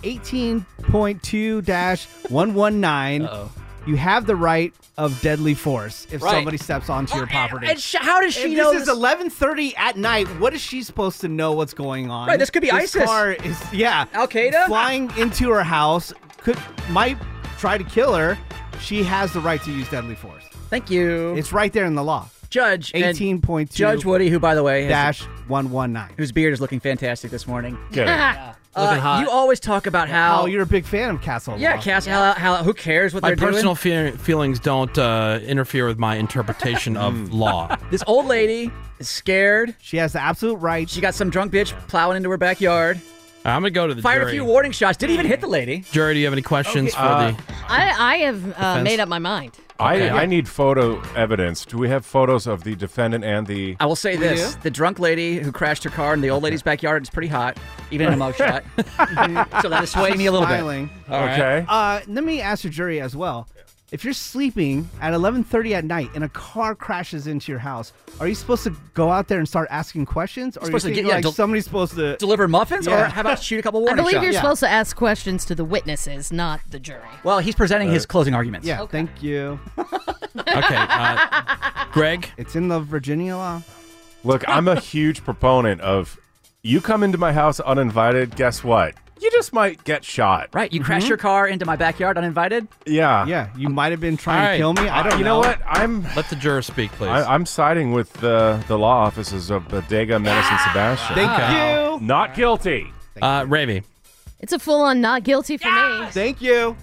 I: 18.2 119. oh. You have the right of deadly force if
L: Right.
I: somebody steps onto your property.
L: and sh- how does
I: If
L: she know
I: This is
L: this-
I: 11:30 at night. What is she supposed to know what's going on?
L: Right, this could be ISIS.
I: car is yeah. Al Qaeda flying into her house could might try to kill her. She has the right to use deadly force.
L: Thank you.
I: It's right there in the law.
L: Judge and-
I: eighteen point two.
L: Judge Woody, who by the way has-
I: dash one one nine.
L: Whose beard is looking fantastic this morning.
I: Good.
L: Yeah.
I: Looking
L: Uh,
I: hot.
L: You always talk about how
I: Oh, you're a big fan of Castle.
L: yeah,
I: Law.
L: Cass, How, how Uh, who cares what
D: My
L: they're
D: personal fear
L: doing?
D: feelings don't uh, interfere with my interpretation of law.
L: this old lady is scared.
I: She has the absolute right.
L: She got some drunk bitch plowing into her backyard.
D: I'm gonna go to the
L: Fired
D: jury.
L: a few warning shots. Didn't even hit the lady.
D: Jury, do you have any questions for
E: Uh,
D: the?
O: I, I have uh,
E: Defense.
O: made up my mind.
E: I,
L: Okay.
E: I need photo evidence. Do we have photos of the defendant and the?
L: I will say this: the drunk lady who crashed her car in the old lady's backyard is pretty hot, even in a mug shot. mm-hmm. so that is swaying me a little
I: Smiling.
L: bit. All right.
I: Uh, let me ask your jury as well. If you're sleeping at 11:30 at night and a car crashes into your house, are you supposed to go out there and start asking questions? Or are you
L: Supposed to
I: thinking,
L: get- yeah,
I: like
L: del-
I: somebody's supposed to
L: deliver muffins, or
I: Yeah.
L: how about shoot a couple
O: I
L: warning
O: believe
L: shots?
O: you're supposed to ask questions to the witnesses, not the jury.
L: Well, he's presenting his closing arguments.
I: Yeah, thank you.
D: okay, uh, Greg.
I: It's in the Virginia law.
E: Look, I'm a huge proponent of. You come into my house uninvited. Guess what? You just might get shot.
L: Right. You crash your car into my backyard uninvited.
E: Yeah.
I: Yeah. You might have been
L: trying to kill me. I don't
E: You know
L: know.
E: what? I'm.
D: Let the juror speak, please.
E: I, I'm siding with the the law offices of Bodega, Medicine, Sebastian.
I: Thank Wow.
E: you. Not guilty.
D: Uh, Ravy.
O: It's a full on not guilty for me.
I: Thank you.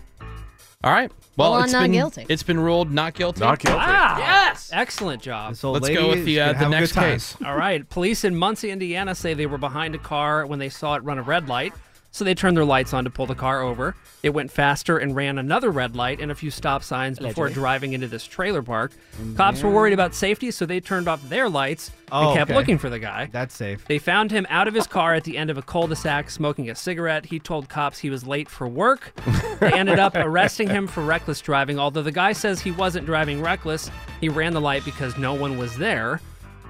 D: All right. Well,
O: Well, I'm
D: it's
O: not
D: been
O: guilty.
D: it's been ruled not guilty.
E: Not guilty.
H: Wow. Yes. Excellent job.
D: Let's go with the uh, the next case.
H: All right. Police in Muncie, Indiana say they were behind a car when they saw it run a red light. So they turned their lights on to pull the car over. It went faster and ran another red light and a few stop signs before
L: Allegedly.
H: driving into this trailer park. Cops were worried about safety, so they turned off their lights
I: Oh,
H: and kept
I: okay.
H: looking for the guy.
I: That's safe.
H: They found him out of his car at the end of a cul-de-sac smoking a cigarette. He told cops he was late for work. They ended up arresting him for reckless driving, although the guy says he wasn't driving reckless. He ran the light because no one was there,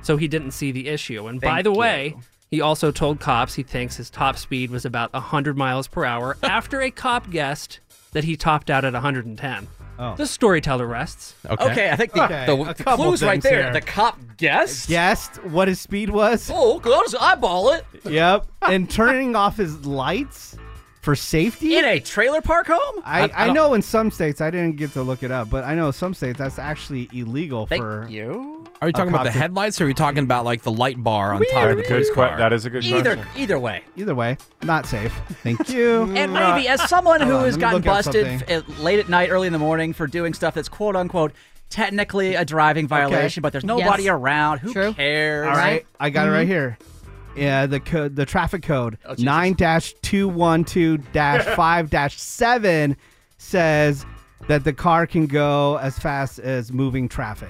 H: so he didn't see the issue. And by
L: Thank
H: the way, he also told cops he thinks his top speed was about 100 miles per hour after a cop guessed that he topped out at 110.
I: Oh.
H: The storyteller rests.
L: Okay. I think the,
I: Okay,
L: the,
I: a
L: the
I: couple
L: clue's right
I: things
L: there.
I: here.
L: The cop guessed.
I: Guessed what his speed was.
L: Oh, I'll just eyeball it.
I: Yep. and turning off his lights for safety.
L: In a trailer park home? I-
I: I,
L: I
I: I,
L: don't-
I: know in some states I didn't get to look it up, but I know some states that's actually illegal for
L: you.
D: Are you talking about the headlights, or are you talking about like the light bar on top of the police car?
E: That is a good
L: Either
E: question.
L: either way.
I: Either way, not safe. Thank you.
L: And maybe as someone who
I: Hold on,
L: has
I: let me
L: gotten
I: look up
L: busted
I: something.
L: f- at- late at night, early in the morning for doing stuff that's quote unquote technically a driving violation, but there's nobody
I: Yes.
L: around. Who cares?
I: All right, Mm-hmm. I got it right
L: Mhm.
I: here. Yeah, the code, the traffic code nine dash two one two dash five dash seven says that the car can go as fast as moving traffic.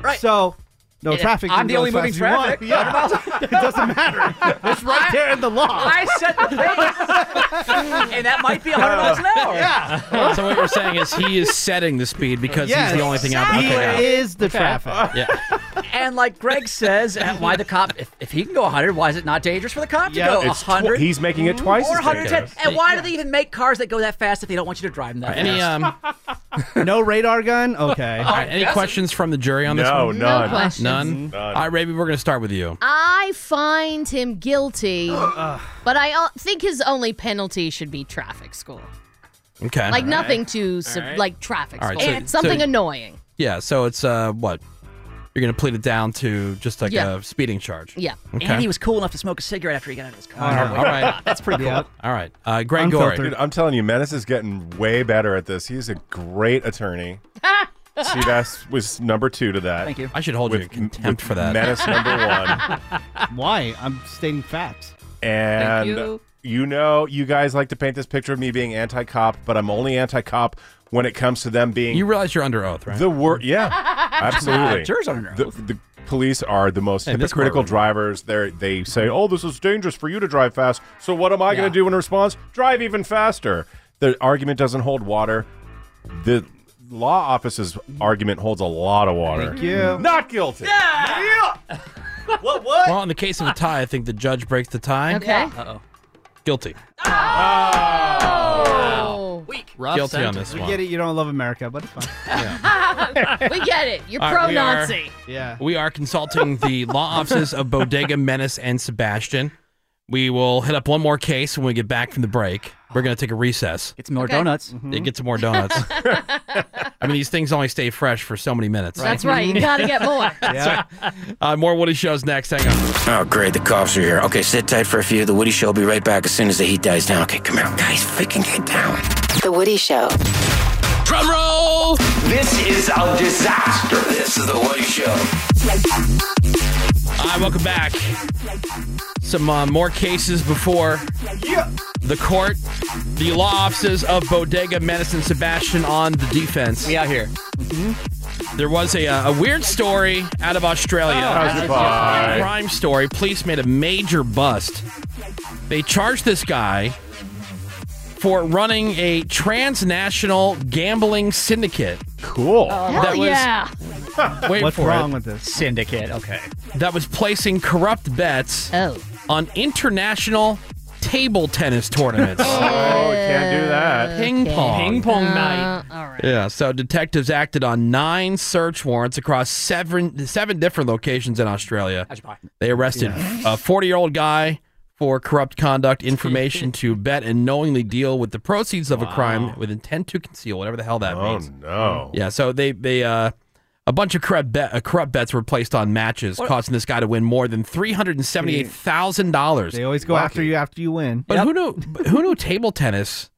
I: Right. So, no
L: Yeah,
I: traffic.
L: I'm
I: can
L: the
I: go
L: only
I: as fast
L: moving
I: as you want.
L: traffic.
I: Yeah. it doesn't matter. It's right there in the law.
L: I set the pace, and that might be 100 miles an hour.
I: Yeah.
D: so what you're saying is he is setting the speed because he's
L: Yes.
D: the only thing out.
L: He
D: Okay, yeah.
L: is the traffic.
D: Yeah.
L: And like Greg says, uh, why the cop? If, if he can go 100, why is it not dangerous for the cop to
E: Yeah,
L: go
E: it's tw-
L: 100?
E: he's making it twice
L: Or
E: as
L: 110.
E: dangerous.
L: And why do they even make cars that go that fast if they don't want you to drive them that fast?
D: Any um.
I: no radar gun. Okay.
D: All right. Any questions from the jury on this
E: No,
D: one?
E: No none.
O: questions.
D: None. All right, Raby, we're gonna start with you.
O: I find him guilty, but I al- think his only penalty should be traffic school.
D: Okay.
O: Like nothing too, sub-
D: All right.
O: like traffic
D: All
O: school.
D: right, so-
O: And something
D: so-
O: annoying.
D: Yeah. So it's uh what? You're gonna plead it down to just like
L: Yeah.
D: a speeding charge.
O: Yeah.
D: Okay.
L: And he was cool enough to smoke a cigarette after he got out of his car.
D: All right.
L: That's pretty cool.
D: All right. Uh, Greg Gore.
E: Dude, I'm telling you, Menace is getting way better at this. He's a great attorney. Seabass was number two to that.
D: Thank you. I should hold you in contempt for that.
E: Menace number one.
I: Why? I'm stating facts.
E: And
I: you.
E: you know, you guys like to paint this picture of me being anti-cop, but I'm only anti-cop when it comes to them being. You
D: realize you're under oath, right?
E: The wor yeah, absolutely.
L: Nah, jurors aren't
E: The, the police are the most
L: In this
E: hypocritical drivers. They they say, "Oh, this is dangerous for you to drive fast." So what am I going to do in response? Drive even faster. The argument doesn't hold water. The law office's argument holds a lot of water.
D: Thank you.
E: Not guilty.
W: Yeah. what? What?
D: Well, in the case of a tie, I think the judge breaks the tie.
W: Okay. Yeah.
D: Uh oh. Guilty.
I: Oh.
L: Weak.
D: Rough Guilty on sentence. this
I: We
D: one.
I: get it. You don't love America, but it's fine.
O: we get it. You're
D: All right,
O: pro
D: we are-
O: Nazi.
I: Yeah.
D: We are consulting the law offices of Bodega Menace and Sebastian. We will hit up one more case when we get back from the break. We're going to take a recess. Get
L: some more Okay. donuts. Mhm.
D: Get some more donuts. I mean, these things only stay fresh for so many minutes.
O: That's right. You got to get more.
D: Uh, more Woody shows next. Hang on.
P: Oh, great. The cops are here. Okay, sit tight for a few. The Woody Show will be right back as soon as the heat dies down. Okay, come here. Guys, freaking get down.
J: The Woody Show.
P: Drum roll! This is a disaster. This is The Woody Show.
D: All right, welcome back. Some uh, more cases before the court. The law offices of Bodega Medicine Sebastian on the defense. We out here. There was a, uh, a weird story out of Australia.
E: Oh, goodbye.
D: A crime story. Police made a major bust. They charged this guy for running a transnational gambling syndicate.
E: Cool.
A: Oh,
D: that was Wait
I: What's
D: for
I: wrong
D: it.
I: with this?
L: Syndicate. Okay.
D: that was placing corrupt bets on international table tennis tournaments.
E: Oh, you can't do that.
D: Ping pong.
H: Ping pong night.
D: Yeah, so detectives acted on nine search warrants across seven seven different locations in Australia. They arrested a 40 year old guy for corrupt conduct, information to bet and knowingly deal with the proceeds of a crime with intent to conceal, whatever the hell that means.
E: no.
D: Yeah, so they they uh, a bunch of corrupt bet, uh, corrupt bets were placed on matches,
I: What?
D: costing this guy to win more than three hundred and seventy eight thousand dollars.
I: They always go after you after you win.
D: But who knew? but Who knew table tennis?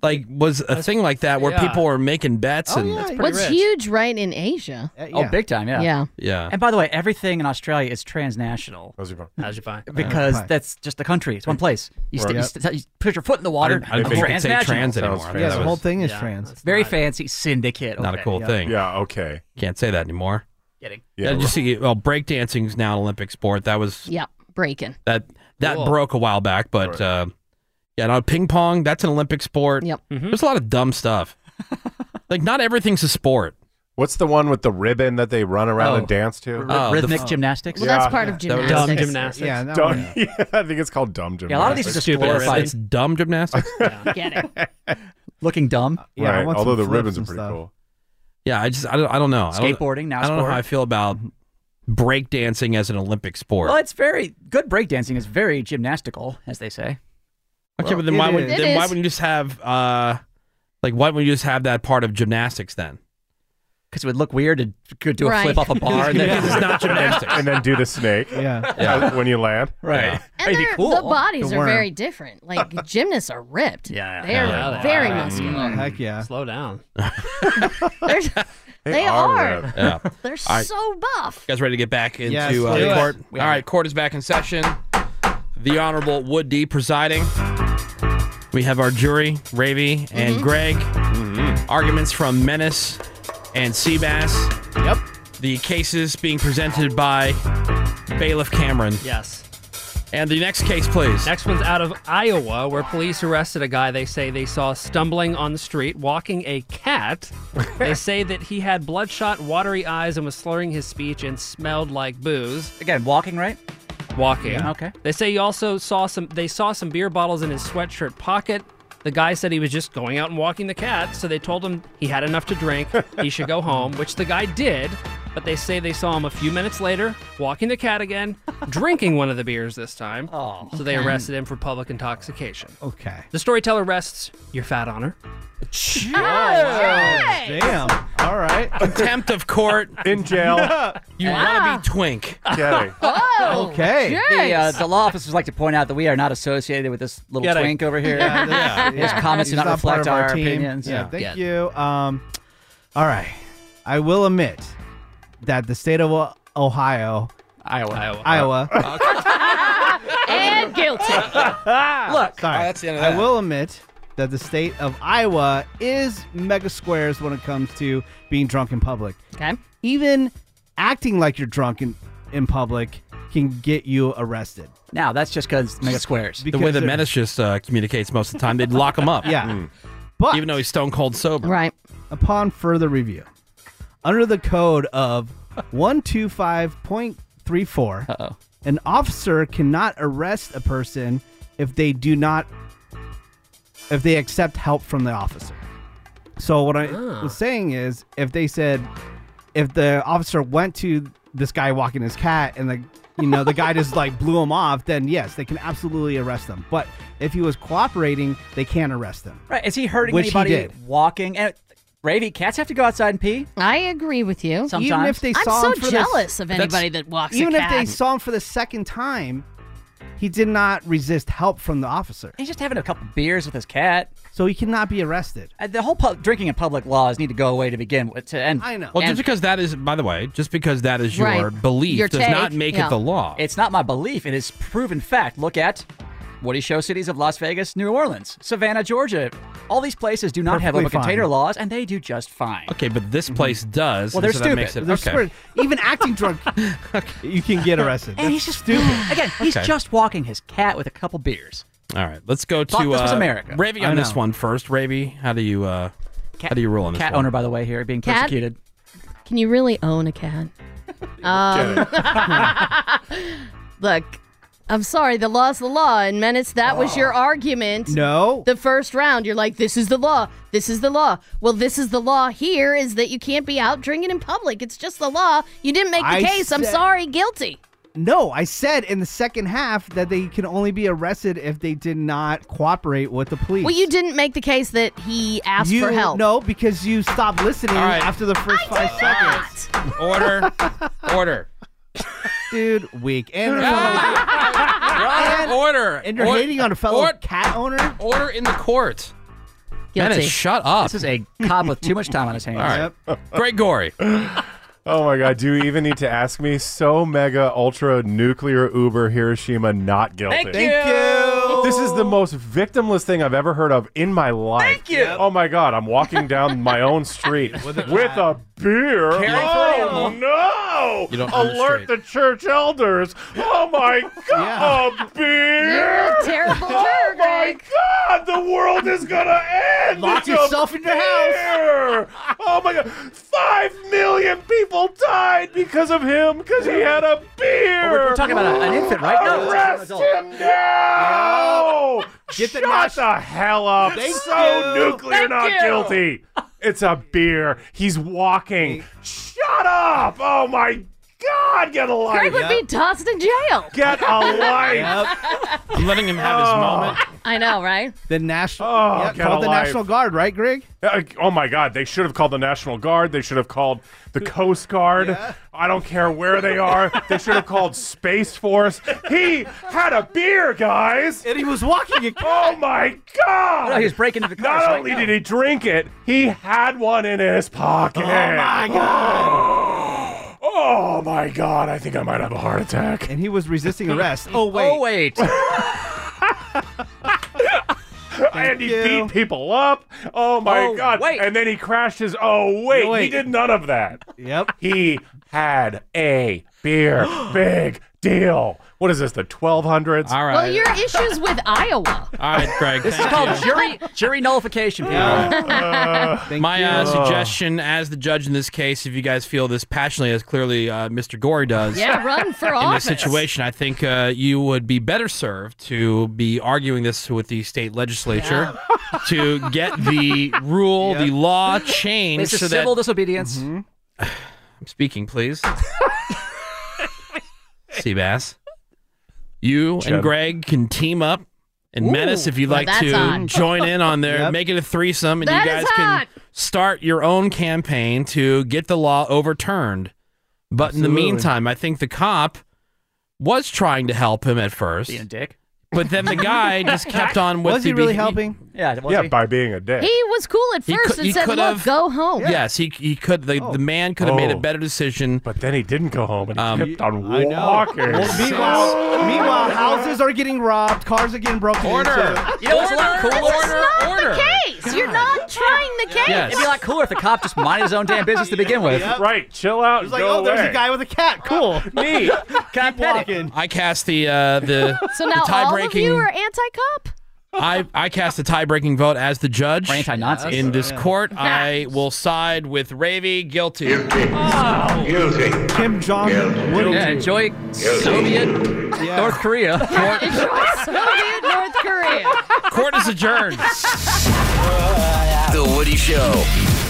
D: Like was a thing like that where
I: yeah.
D: people were making bets and
O: What's huge right in Asia?
L: Oh, big time, yeah.
O: Yeah.
D: Yeah.
L: And by the way, everything in Australia is transnational.
E: How's your
H: How's your fine?
L: Because
D: Uh,
H: How's your pie?
L: that's just the country. It's one place. You,
H: Right.
L: st- you, st- you put your foot in the water.
D: I didn't think you could say trans
L: transnational.
D: anymore. I thought Yeah, the that whole was-
I: thing is trans.
L: Very fancy syndicate.
D: not a
L: Okay.
D: cool thing.
E: Yeah, okay.
D: Can't say that anymore.
L: Getting.
D: Yeah, just see. Well, breakdancing's now an Olympic sport. That was
O: Yeah. Breaking.
D: that that
O: Cool.
D: broke a while back, but uh, yeah, no, ping pong. That's an Olympic sport.
O: Yep.
D: There's a lot of dumb stuff. like not everything's a sport.
E: What's the one with the ribbon that they run around
D: Oh.
E: and dance to?
D: R- Oh, rhythmic the-
L: Uh, gymnastics?
D: Well, that's part of
H: Dumb gymnastics.
I: Yeah, that
E: Dumb-
I: one.
E: yeah, I think it's called dumb gymnastics.
L: Yeah, a lot of these are just glorified.
D: It's dumb gymnastics.
L: Looking dumb.
E: Yeah, I Right, want some although the flips ribbons are and
D: pretty cool. Yeah, I just I don't I don't know. I don't-
L: Skateboarding, now
D: I don't know
L: sport.
D: how I feel about breakdancing as an Olympic sport.
L: Well, it's very good breakdancing is very gymnastical, as they say.
D: Okay, but then
L: It
D: why would
L: is. It
D: then why
L: is.
D: wouldn't you just have uh like why wouldn't you just have that part of gymnastics then?
L: Because it would look weird to go do a
O: Right.
L: flip off a bar. and then,
D: Because it's not gymnastics.
E: and then do the snake. uh,
I: Yeah.
D: Yeah.
E: When you land.
L: Right.
O: And
L: It'd be
O: their-
L: cool.
O: the bodies
E: The
O: are
E: worm.
O: very different. Like gymnasts are ripped.
L: Yeah,
O: they're
H: Yeah, they
O: very
H: are.
O: muscular.
I: Heck yeah.
H: Slow down.
O: They are.
D: Yeah.
O: They're
D: All right.
O: so buff.
D: You guys ready to get back into
O: Yes,
D: uh,
O: let's do it.
D: court?
O: We
D: All right, court is back in session. The Honorable Wood D presiding. We have our jury, Ravy and Greg. Arguments from Menace and Seabass.
I: Yep.
D: The cases being presented by Bailiff Cameron.
H: Yes.
D: And the next case, please.
H: Next one's out of Iowa, where police arrested a guy they say they saw stumbling on the street walking a cat. they say that he had bloodshot, watery eyes and was slurring his speech and smelled like booze.
L: Again, walking, right?
H: Walking.
L: Yeah. Okay.
H: They say he also saw some. They saw some beer bottles in his sweatshirt pocket. The guy said he was just going out and walking the cat, so they told him he had enough to drink. he should go home, which the guy did. But they say they saw him a few minutes later walking the cat again, drinking one of the beers this time. Oh, so they
I: Okay.
H: arrested him for public intoxication.
I: Okay.
H: The storyteller rests your fat honor.
O: Oh,
I: Damn. All right.
D: Contempt of court.
E: In jail.
D: You
J: Ah.
D: want to be twink.
E: Kidding.
L: Oh,
I: okay.
L: The, uh,
I: jeez.
L: the law officers like to point out that we are not associated with this little
I: Kidding.
L: twink over here.
I: Yeah, yeah,
L: His
I: yeah.
L: Uh, comments do
I: He's
L: not,
I: part
L: reflect
I: of our, team.
L: opinions.
I: Yeah, thank you. Um, all right, I will admit that the state of O- Ohio,
L: Iowa,
I: Iowa,
O: and
F: He'll take it.
I: Look,
F: Oh,
I: that's the end of that. I will admit that the state of Iowa is mega squares when it comes to being drunk in public.
F: Okay.
I: Even acting like you're drunk in, in public can get you arrested.
L: Now, that's just because mega squares.
D: the way the menace just uh, communicates most of the time, they'd lock him up. Mm.
I: Yeah. But
D: even though he's stone cold sober.
I: Right. Upon further review, under the code of 125.34, an officer cannot arrest a person if they do not if they accept help from the officer. So what I
B: Ah.
I: was saying is if they said if the officer went to this guy walking his cat and the you know the guy just like blew him off, then yes, they can absolutely arrest them. But if he was cooperating, they can't arrest him.
L: Right? Is he hurting
I: Which he
L: anybody
I: did.
L: walking? And Ravy, cats have to go outside and pee.
O: I agree with you.
L: Sometimes.
I: Even if they
O: I'm
I: saw
O: so
I: him for the-
O: jealous of anybody that walks a
I: Even if they
O: cat.
I: saw him for the second time, he did not resist help from the officer.
L: He's just having a couple beers with his cat, Uh,
I: so he cannot be arrested.
L: The whole pub- drinking in public laws need to go away to begin with. To end, I know.
D: Well, just because that is, by the way, just because that is your
L: Right.
D: belief does not make it the law.
L: It's not my belief. It is proven fact. Look at Woody Show cities of Las Vegas, New Orleans, Savannah, Georgia. All these places do not have
D: Perfectly
L: open container
D: fine.
L: laws, and they do just fine.
D: Okay, but this place does.
L: Well, they're
D: so
L: stupid.
D: That makes it,
L: They're
D: okay.
L: stupid.
I: Even acting drunk, you can get arrested.
L: And he's just stupid. Again, he's
D: Okay.
L: just walking his cat with a couple beers.
D: All right, let's go to
L: Thought this was
D: uh,
L: America.
D: Ravi
L: I
D: on this
L: know.
D: one first. Ravi, how do you uh,
L: cat,
D: how do you rule on this
L: Cat
D: one?
L: owner, by the way, here being
O: Cat?
L: persecuted.
O: Can you really own a cat? Um, look, I'm sorry. The law's the law, and menace. That was your argument.
I: No.
O: The first round, you're like, "This is the law. This is the law." Well, this is the law. Here is that you can't be out drinking in public. It's just the law. You didn't make the
I: I
O: case. I'm
I: said-
O: sorry. Guilty.
I: No, I said in the second half that they can only be arrested if they did not cooperate with the police.
O: Well, you didn't make the case that he asked
I: You-
O: for help.
I: No, because you stopped listening
O: All right.
I: after the first five seconds.
D: Order. Order.
I: Dude, weak. And,
D: Right, order.
I: and you're
D: Order.
I: hating on a fellow
D: Order.
I: cat owner?
D: Order in the court.
L: Guilty.
D: Menace, shut up.
L: This is a cop with too much time on his hands.
E: All right.
D: Greg Gory.
E: Oh my God! Do you even need to ask me? So mega ultra nuclear Uber Hiroshima not guilty.
B: Thank you.
E: This is the most victimless thing I've ever heard of in my life. Thank
B: you.
E: Oh my God! I'm walking down my own street with a, beer. oh no!
B: You don't
E: Alert the church elders! Oh my God! A beer.
B: You're
O: a terrible
E: Oh my God! The world is gonna end.
B: Lock
E: It's a
B: yourself in your house.
E: beer. Oh my God! Five million people died because of him because he had a beer.
B: Well, Oh, we're- we're talking about a- an infant, right? No, it's an
E: Arrest
B: adult.
E: him
J: Oh
E: now! Get the Shut the hell up!
B: Thank
E: so
B: you.
E: nuclear
B: Thank
E: not
B: you.
E: guilty. It's a beer. He's walking. Shut up! Oh my God! Get a life.
O: Greg would be tossed in jail.
E: Get a life.
D: I'm letting him have his moment.
O: I know, right?
I: The national,
E: Oh,
I: yeah,
E: get
I: called
E: a
I: the
E: life.
I: National Guard, right, Greg?
E: Uh, oh my God! They should have called the National Guard. They should have called the Coast Guard. I don't care where they are. They should have called Space Force. He had a beer, guys,
I: and he was walking. A
E: oh my God!
L: No, he was breaking into the cars
E: Not
L: right
E: only
L: now.
E: did he drink it, he had one in his pocket. Oh my God! Oh my God! I think I might have a heart attack.
I: And he was resisting arrest. Oh wait. Oh
L: wait.
E: and he beat people up. Oh my
B: Oh,
E: god!
B: wait.
E: And then he crashed his. Oh wait,
B: No, wait.
E: he did none of that.
I: Yep.
E: He had a beer. Big deal. What is this? The 1200s? All
O: Well, your issues with Iowa.
D: All right, Greg.
L: This is
D: thank
L: called
D: you.
L: jury jury nullification. People.
D: My uh,
L: you.
D: suggestion as the judge in this case, if you guys feel this passionately as clearly uh, Mr. Gory does,
O: Yeah, run for
D: in
O: office.
D: this situation, I think uh, you would be better served to be arguing this with the state legislature to get the rule, the law changed
L: This is
D: so
L: civil
D: that.
L: disobedience.
I: Mm-hmm.
D: I'm speaking, please. Seabass, you
B: Chad.
D: and Greg can team up. And
B: Ooh,
D: Menace, if you'd
B: well,
D: like
B: that's
D: to
B: hot.
D: join in on there,
B: Yep.
D: make it a threesome, and
B: That
D: you
B: is
D: guys can
B: hot.
D: start your own campaign to get the law overturned. But in the
B: Absolutely.
D: meantime, I think the cop was trying to help him at first.
L: Being a dick.
D: But then the guy just kept on with
I: Was he
D: the
I: really
D: beh-
I: helping?
X: Yeah,
E: yeah, by being a dick.
O: He was cool at
D: He
O: first
D: could-
O: and
D: he
O: said,
D: could
O: "Look,
D: have-
O: go home."
D: Oh, Yes, he he could. The, the man could have made a
E: Oh.
D: better decision. Um, But
E: then he didn't go home, and he kept on
D: walking.
I: Well, meanwhile, meanwhile, houses are getting robbed, cars are getting broken into.
X: You know what's a lot
O: Order.
X: cooler?
O: That's not
X: Order.
O: the case. You're not trying the case.
X: It'd be a lot cooler if the cop just minded his own damn business to begin with.
I: Yep.
E: Right, chill out.
I: It's like, oh, there's a guy with a cat. Cool.
E: Me.
I: Keep walking.
D: I cast the uh, the,
O: So
D: the
O: now
D: tie
O: all of you
D: breaking.
O: are anti-cop.
D: I I cast the tie breaking vote as the judge
X: anti-Nazis.
D: in this
X: Yeah.
D: court. I will side with Ravy guilty. Ah.
A: Guilty.
I: Kim Jong
X: Woody. Yeah, enjoy Soviet North Korea.
O: Soviet North Korea.
D: Court is adjourned.
J: The Woody Show.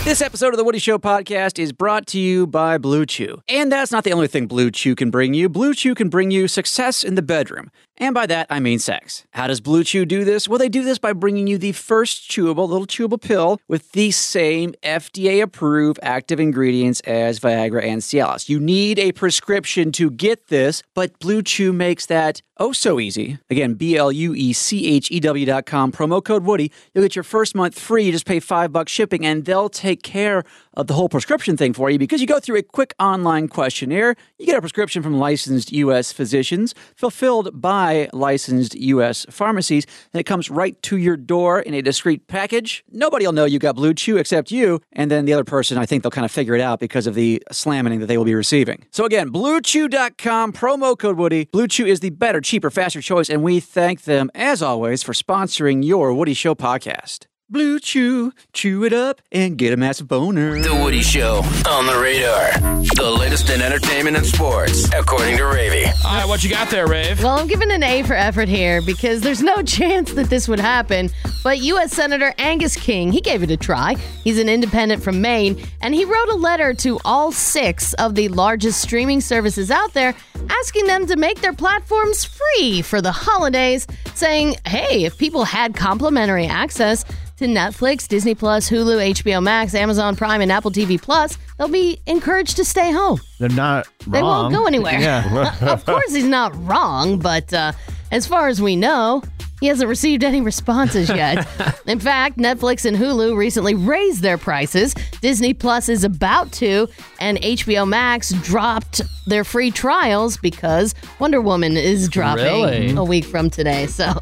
L: This episode of the Woody Show podcast is brought to you by Blue Chew. And that's not the only thing Blue Chew can bring you. Blue Chew can bring you success in the bedroom. And by that, I mean sex. How does Blue Chew do this? Well, they do this by bringing you the first chewable, little chewable pill with the same FDA approved active ingredients as Viagra and Cialis. You need a prescription to get this, but Blue Chew makes that oh so easy. Again, B L U E C H E W dot com, promo code Woody. You'll get your first month free. You just pay five bucks shipping, and they'll take care of the whole prescription thing for you because you go through a quick online questionnaire. You get a prescription from licensed U.S. physicians, fulfilled by licensed U.S. pharmacies, and it comes right to your door in a discreet package. Nobody will know you got Blue Chew except you, and then the other person, I think they'll kind of figure it out because of the slamming that they will be receiving. So again, bluechew.com, promo code Woody. Blue Chew is the better, cheaper, faster choice, and we thank them, as always, for sponsoring your Woody Show podcast. Blue Chew, chew it up and get a massive boner.
J: The Woody Show on the radar. The latest in entertainment and sports, according to Ravy.
D: All right, what you got there, Rave?
O: Well, I'm giving an A for effort here because there's no chance that this would happen. But U.S. Senator Angus King, he gave it a try. He's an independent from Maine, and he wrote a letter to all six of the largest streaming services out there asking them to make their platforms free for the holidays, saying, hey, if people had complimentary access, to Netflix, Disney Plus, Hulu, HBO Max, Amazon Prime, and Apple TV Plus, they'll be encouraged to stay home.
I: They're not wrong.
O: They won't go anywhere. of course, he's not wrong, but uh, as far as we know, he hasn't received any responses yet. In fact, Netflix and Hulu recently raised their prices. Disney Plus is about to, and HBO Max dropped their free trials because Wonder Woman is dropping
I: Really?
O: a week from today. So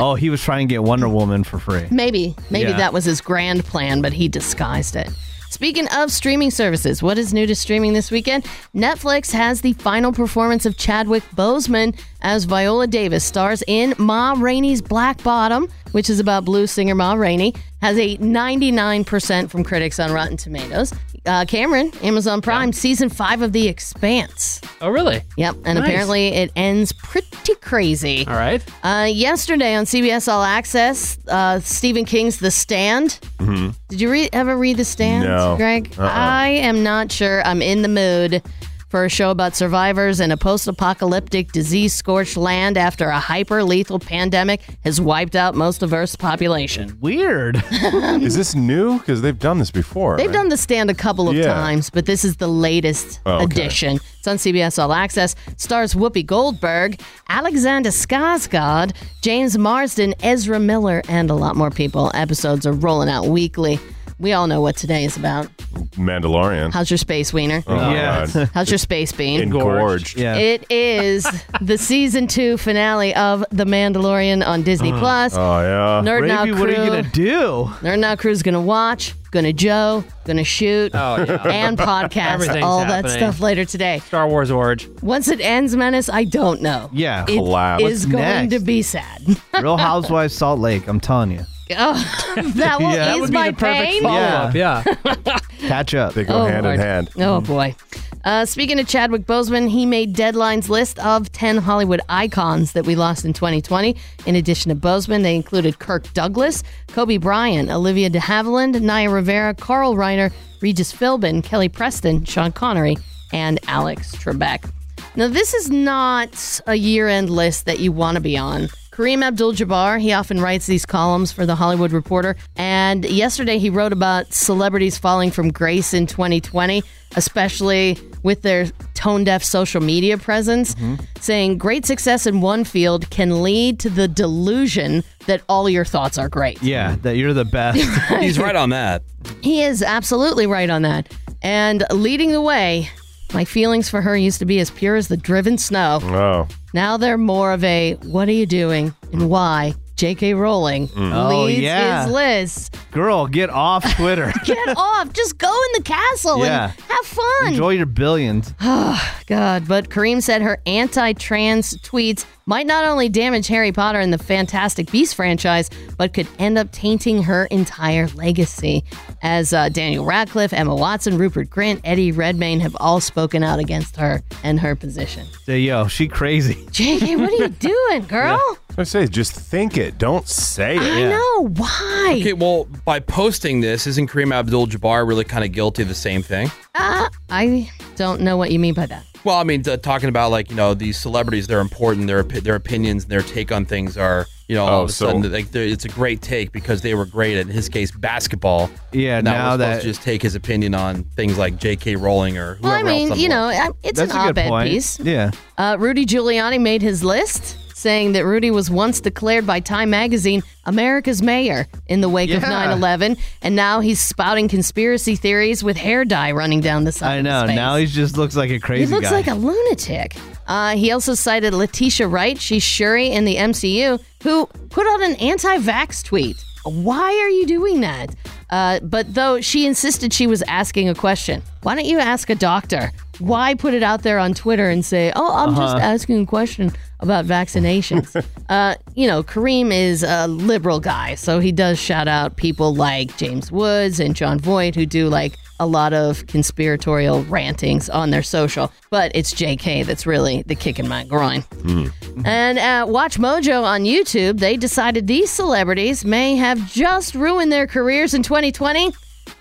I: Oh, he was trying to get Wonder Woman for free.
O: maybe, maybe
I: Yeah.
O: that was his grand plan, but he disguised it. Speaking of streaming services, what is new to streaming this weekend? Netflix has the final performance of Chadwick Boseman as Viola Davis stars in Ma Rainey's Black Bottom, which is about blues singer Ma Rainey. Has a 99% from critics on Rotten Tomatoes. Uh, Cameron, Amazon Prime, season five of The Expanse.
H: Oh, really?
O: Yep, and
H: Nice.
O: apparently it ends pretty crazy.
H: All right.
O: Uh, yesterday on CBS All Access, uh, Stephen King's The Stand.
E: hmm
O: Did you re- ever read The Stand,
E: No.
O: Greg?
E: Uh-uh.
O: I am not sure. I'm in the mood for a show about survivors in a post apocalyptic, disease scorched land after a hyper lethal pandemic has wiped out most of Earth's population.
I: Weird.
E: Is this new? Because they've done this before.
O: They've
E: right?
O: done The Stand a couple of
E: Yeah.
O: times, but this is the latest
E: Oh, okay.
O: edition. It's on CBS All Access. Stars Whoopi Goldberg, Alexander Skarsgård, James Marsden, Ezra Miller, and a lot more people. Episodes are rolling out weekly. We all know what today is about.
E: Mandalorian.
O: How's your space wiener?
E: Oh, Yeah. God.
O: How's your space bean?
E: Engorged.
O: It is the season two finale of The Mandalorian on Disney Plus.
E: Oh yeah.
O: Nerd Now
I: Ravy, Mm. what are you
O: Crew.
I: gonna do?
O: Nerd Now Crew's gonna watch, gonna Joe, gonna shoot,
I: Oh, yeah.
O: and podcast
H: Everything's
O: all that
H: happening.
O: stuff later today.
H: Star Wars Orge.
O: Once it ends, Menace, I don't know.
I: Yeah.
O: it
I: Collapse.
O: is
I: What's
O: going
I: next?
O: to be sad.
I: Real Housewives Salt Lake. I'm telling you.
O: Oh, that will
I: Yeah. That
O: ease
I: would be
O: my
I: the perfect
O: pain.
I: follow-up. Yeah. Catch up. They
O: go Oh, hand in Lord. hand. Oh, boy. Uh, speaking of Chadwick Boseman, he made Deadline's list of 10 Hollywood icons that we lost in 2020. In addition to Boseman, they included Kirk Douglas, Kobe Bryant, Olivia de Havilland, Naya Rivera, Carl Reiner, Regis Philbin, Kelly Preston, Sean Connery, and Alex Trebek. Now, this is not a year end list that you want to be on. Kareem Abdul Jabbar, he often writes these columns for The Hollywood Reporter. And yesterday he wrote about celebrities falling from grace in 2020, especially with their tone deaf social media presence, saying great success in one field can lead to the delusion that all your thoughts are great.
I: Yeah, that you're the best.
D: He's right on that.
O: He is absolutely right on that. And leading the way, my feelings for her used to be as pure as the driven snow.
E: Oh.
O: Now they're more of a what are you doing and why? J.K. Rowling
I: Mm. Oh,
O: leads
I: yeah.
O: his list.
I: Girl, get off Twitter.
O: Get off. Just go in the castle
I: Yeah.
O: and have fun.
I: Enjoy your billions.
O: Oh, God. But Kareem said her anti trans tweets might not only damage Harry Potter and the Fantastic Beasts franchise, but could end up tainting her entire legacy. As uh, Daniel Radcliffe, Emma Watson, Rupert Grint, Eddie Redmayne have all spoken out against her and her position.
I: Say, yo, she crazy.
O: JK, what are you doing, girl?
E: I say, just think it. Don't say it.
O: I know. Why?
D: Okay, well, by posting this, isn't Kareem Abdul Jabbar really kind of guilty of the same thing?
O: Uh, I don't know what you mean by that.
D: Well, I mean, t- talking about like, you know, these celebrities, they're important. Their, opi- their opinions and their take on things are, you know, all
E: Oh,
D: of a
E: so-
D: sudden, like, they're- it's a great take because they were great at, in his case, basketball.
I: Yeah,
D: now,
I: now
D: we're supposed
I: that-
D: to just take his opinion on things like J.K. Rowling or
O: Well,
D: whoever
O: I mean,
D: else.
O: you know, I- it's
D: That's
O: an
D: a good
O: op ed
D: point.
O: piece.
I: Yeah.
O: Uh, Rudy Giuliani made his list, saying that Rudy was once declared by Time Magazine America's mayor in the wake of
I: Yeah.
O: 9 11, and now he's spouting conspiracy theories with hair dye running down the side.
I: I know. Now he just looks like a crazy
O: he looks
I: guy.
O: like a lunatic. Uh, he also cited Letitia Wright, she's Shuri in the MCU, who put out an anti vax tweet. Why are you doing that? Uh, but though she insisted she was asking a question, why don't you ask a doctor? Why put it out there on Twitter and say, oh, I'm just
J: Uh-huh.
O: asking a question about vaccinations? uh, you know, Kareem is a liberal guy, so he does shout out people like James Woods and John Voight who do like a lot of conspiratorial rantings on their social, but it's JK that's really the kick in my groin. And at Watch Mojo on YouTube, they decided these celebrities may have just ruined their careers in 2020.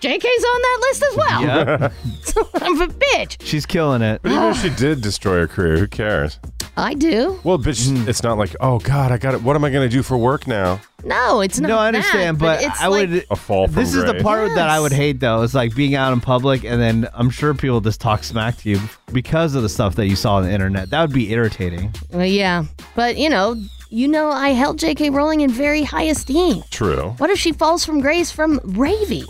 O: JK's on that list as well.
I: Yeah.
O: Son of a bitch.
I: She's killing it.
E: But even if she did destroy her career, who cares?
O: I do.
E: Well, but she- it's
I: Hmm.
E: not like, oh God, I got it. What am I going to do for work now?
O: No, it's not.
I: No, I understand,
O: that,
I: but,
O: it's
I: I
O: like,
I: would.
E: A fall from
I: This is the
E: grace.
I: part that I would
O: Yes.
I: hate, though. Is like being out in public, and then I'm sure people just talk smack to you because of the stuff that you saw on the internet. That would be irritating.
O: Well, yeah, but you know, you know, I held JK Rowling in very high esteem.
E: True.
O: What if she falls from grace from Ravy?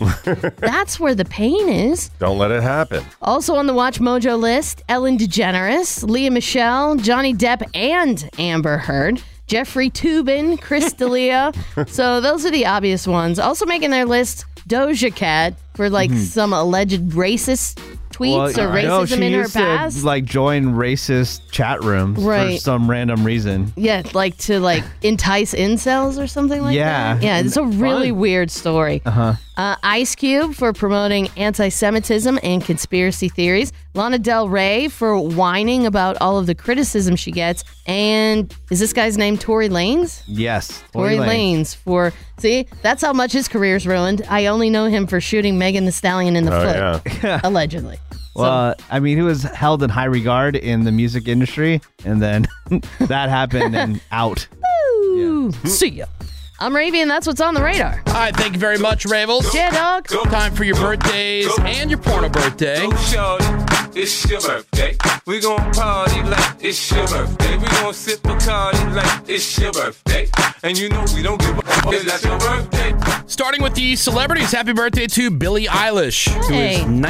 O: That's where the pain is.
E: Don't let it happen.
O: Also on the Watch Mojo list, Ellen DeGeneres, Leah Michelle, Johnny Depp, and Amber Heard. Jeffrey Tubin, Chris D'Elia. so those are the obvious ones. Also making their list, Doja Cat for like
I: Mhm.
O: some alleged racist tweets or
I: no,
O: racism
I: she
O: in her
I: used to,
O: past.
I: like join racist chat rooms for
O: Right.
I: some random reason.
O: yeah, like to like entice incels or something like
I: Yeah.
O: that. Yeah, it's a really weird story.
I: Uh huh.
O: Uh, Ice Cube for promoting anti Semitism and conspiracy theories. Lana Del Rey for whining about all of the criticism she gets. And is this guy's name Tory Lanez?
I: Yes.
O: Tory Lanez. for. See, that's how much his career's ruined. I only know him for shooting Megan the Stallion in the
I: Oh,
O: foot. Allegedly.
I: Well, I mean, he was held in high regard in the music industry, and then that happened and out.
O: Woo! See ya. I'm Ravi, and that's what's on the radar.
D: All right, thank you very much, Ravels.
O: Yeah, dog.
D: Time for your birthdays and your porno birthday.
Y: Shorty, it's your birthday. We gon' party like it's your birthday. We gon' sip a card like it's your birthday. And you know we don't give a fuck if that's your birthday.
D: Starting with the celebrities, happy birthday to Billie Eilish, who is
E: Hey,
D: 19.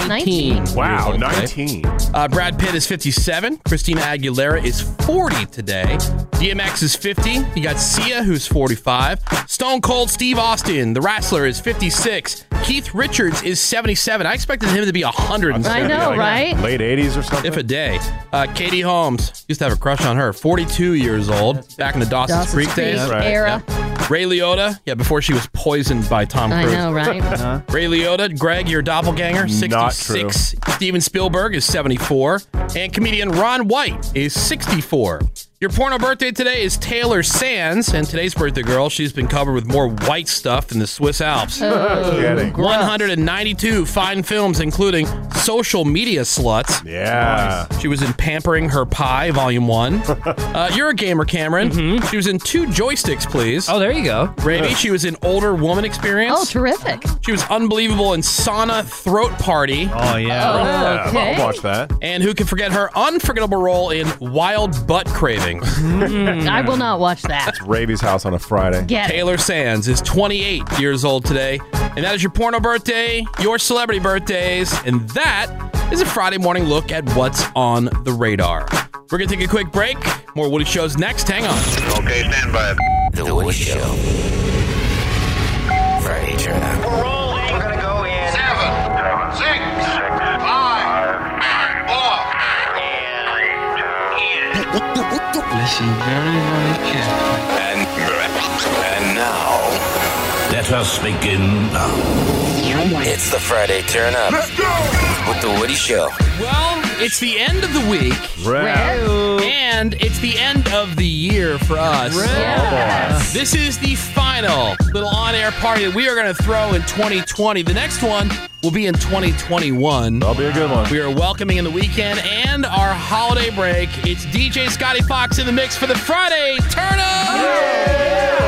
E: 19. Wow,
D: years old today.
E: 19.
D: Uh, Brad Pitt is 57. Christina Aguilera is 40 today. DMX is 50. You got Sia, who's 45. Stone Cold Steve Austin, the wrestler, is 56. Keith Richards is 77. I expected him to be 100. and
O: I know,
D: something.
O: right?
E: Late 80s or something.
D: If a day. Uh, Katie Holmes used to have a crush on her. 42 years old, back in the Dawson's,
O: Dawson's
D: Creek
O: Creek
D: days.
O: era.
D: Yeah. Ray Liotta, yeah, before she was poisoned by Tom
O: I
D: Cruise.
O: know, right? Uh-huh.
D: Ray Liotta, Greg, your doppelganger,
E: Not
D: 66. Steven Spielberg is 74, and comedian Ron White is 64. Your porno birthday today is Taylor Sands, and today's birthday girl, she's been covered with more white stuff than the Swiss Alps.
E: Oh, Kidding. gross.
D: 192 fine films, including Social Media Sluts.
E: Yeah.
D: She was in Pampering Her Pie, Volume 1. Uh, you're a gamer, Cameron. She was in Two Joysticks, Please. Oh,
H: there you go.
D: Raby, she was in Older Woman Experience.
O: Oh, terrific.
D: She was unbelievable in Sauna Throat Party. Uh,
E: Oh, yeah.
O: Oh, Yeah, okay. I'll watch
E: that.
D: And who can forget her unforgettable role in Wild Butt Cravings? Mm.
O: I will not watch that.
E: Raby's house on a Friday.
O: Get it.
D: Taylor Sands is 28 years old today. And that is your porno birthday, your celebrity birthdays, and that is a Friday morning look at what's on the radar. We're going to take a quick break. More Woody shows next. Hang on.
A: Okay, stand by. The Woody Show. Friday turn up. We're rolling. We're gonna go in. Seven. Seven. Six. Six. Five. Nine. Four.
Y: Listen very, very carefully.
A: And, and now, let us begin.
P: It's the Friday Turn Up with the Woody Show.
D: Well, it's the end of the week. And it's the end of the year for us. Oh, This is the final little on air party that we are going to throw in 2020. The next one will be in 2021. That'll
E: be a good one.
D: We are welcoming in the weekend and our holiday break. It's DJ Scotty Fox in the mix for the Friday Turn Up!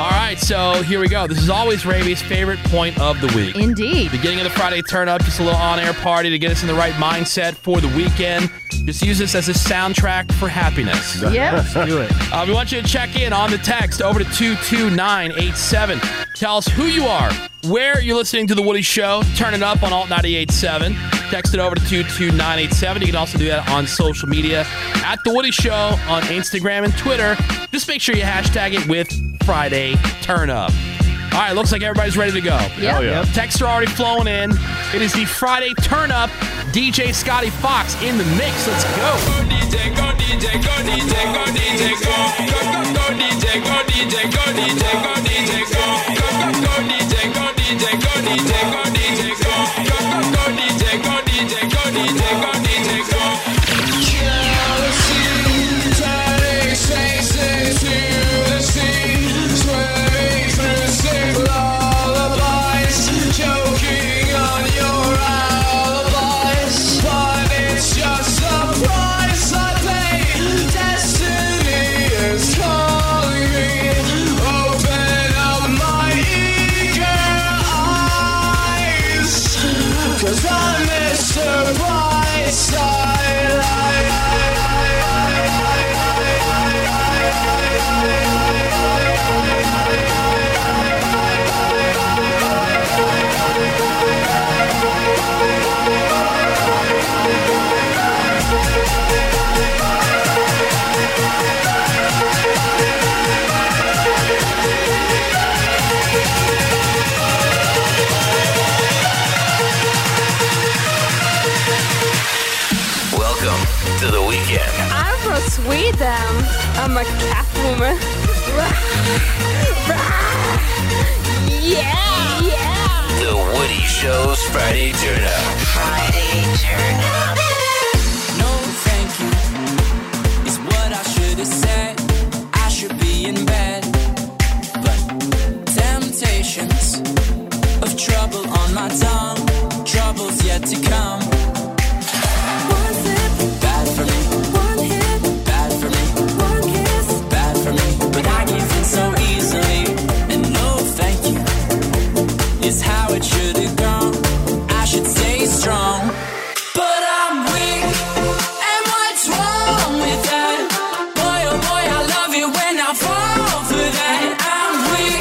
D: All right, so here we go. This is always Raby's favorite point of the week.
O: Indeed.
D: Beginning of the Friday turn up, just a little on air party to get us in the right mindset for the weekend. Just use this as a soundtrack for happiness.
O: Yep. Let's do
D: it. Uh, we want you to check in on the text over to 22987. Tell us who you are, where you're listening to The Woody Show. Turn it up on Alt 987. Text it over to 22987. You can also do that on social media at The Woody Show on Instagram and Twitter. Just make sure you hashtag it with Friday Turn Up. All right, looks like everybody's ready to go.
E: Hell yeah. Yep.
D: Texts are already flowing in. It is the Friday Turn Up. DJ Scotty Fox in the mix. Let's go.
Y: DJ, go DJ, go DJ, go DJ, go. Go, go, go DJ, go DJ, go DJ, go DJ, go. Go, go, go DJ, go DJ, go DJ, go DJ, go. Go, go, go DJ, go DJ, go DJ, go DJ, go. Jealousy, tiny chases to the sea. Sways through sick lullabies, choking on your alibis. But it's just a price I pay. Destiny is calling me. Open up my eager eyes. Cause I'm Mr. Brightside.
P: Welcome to the weekend.
Q: I'm from Sweden. I'm a cat woman. yeah, yeah.
P: The Woody Show's Friday Turn Up. Friday Turn Up.
J: No, thank you. It's what I should have said. I should be in bed. But temptations of trouble on my tongue. Troubles yet to come. One sip, bad for me. One hit, bad for me. One kiss, bad for me. But I give in so easily. And no, thank you. It's how it should have gone. I should stay strong. But I'm weak. And what's wrong with that? Boy, oh boy, I love you when I fall for that. I'm weak.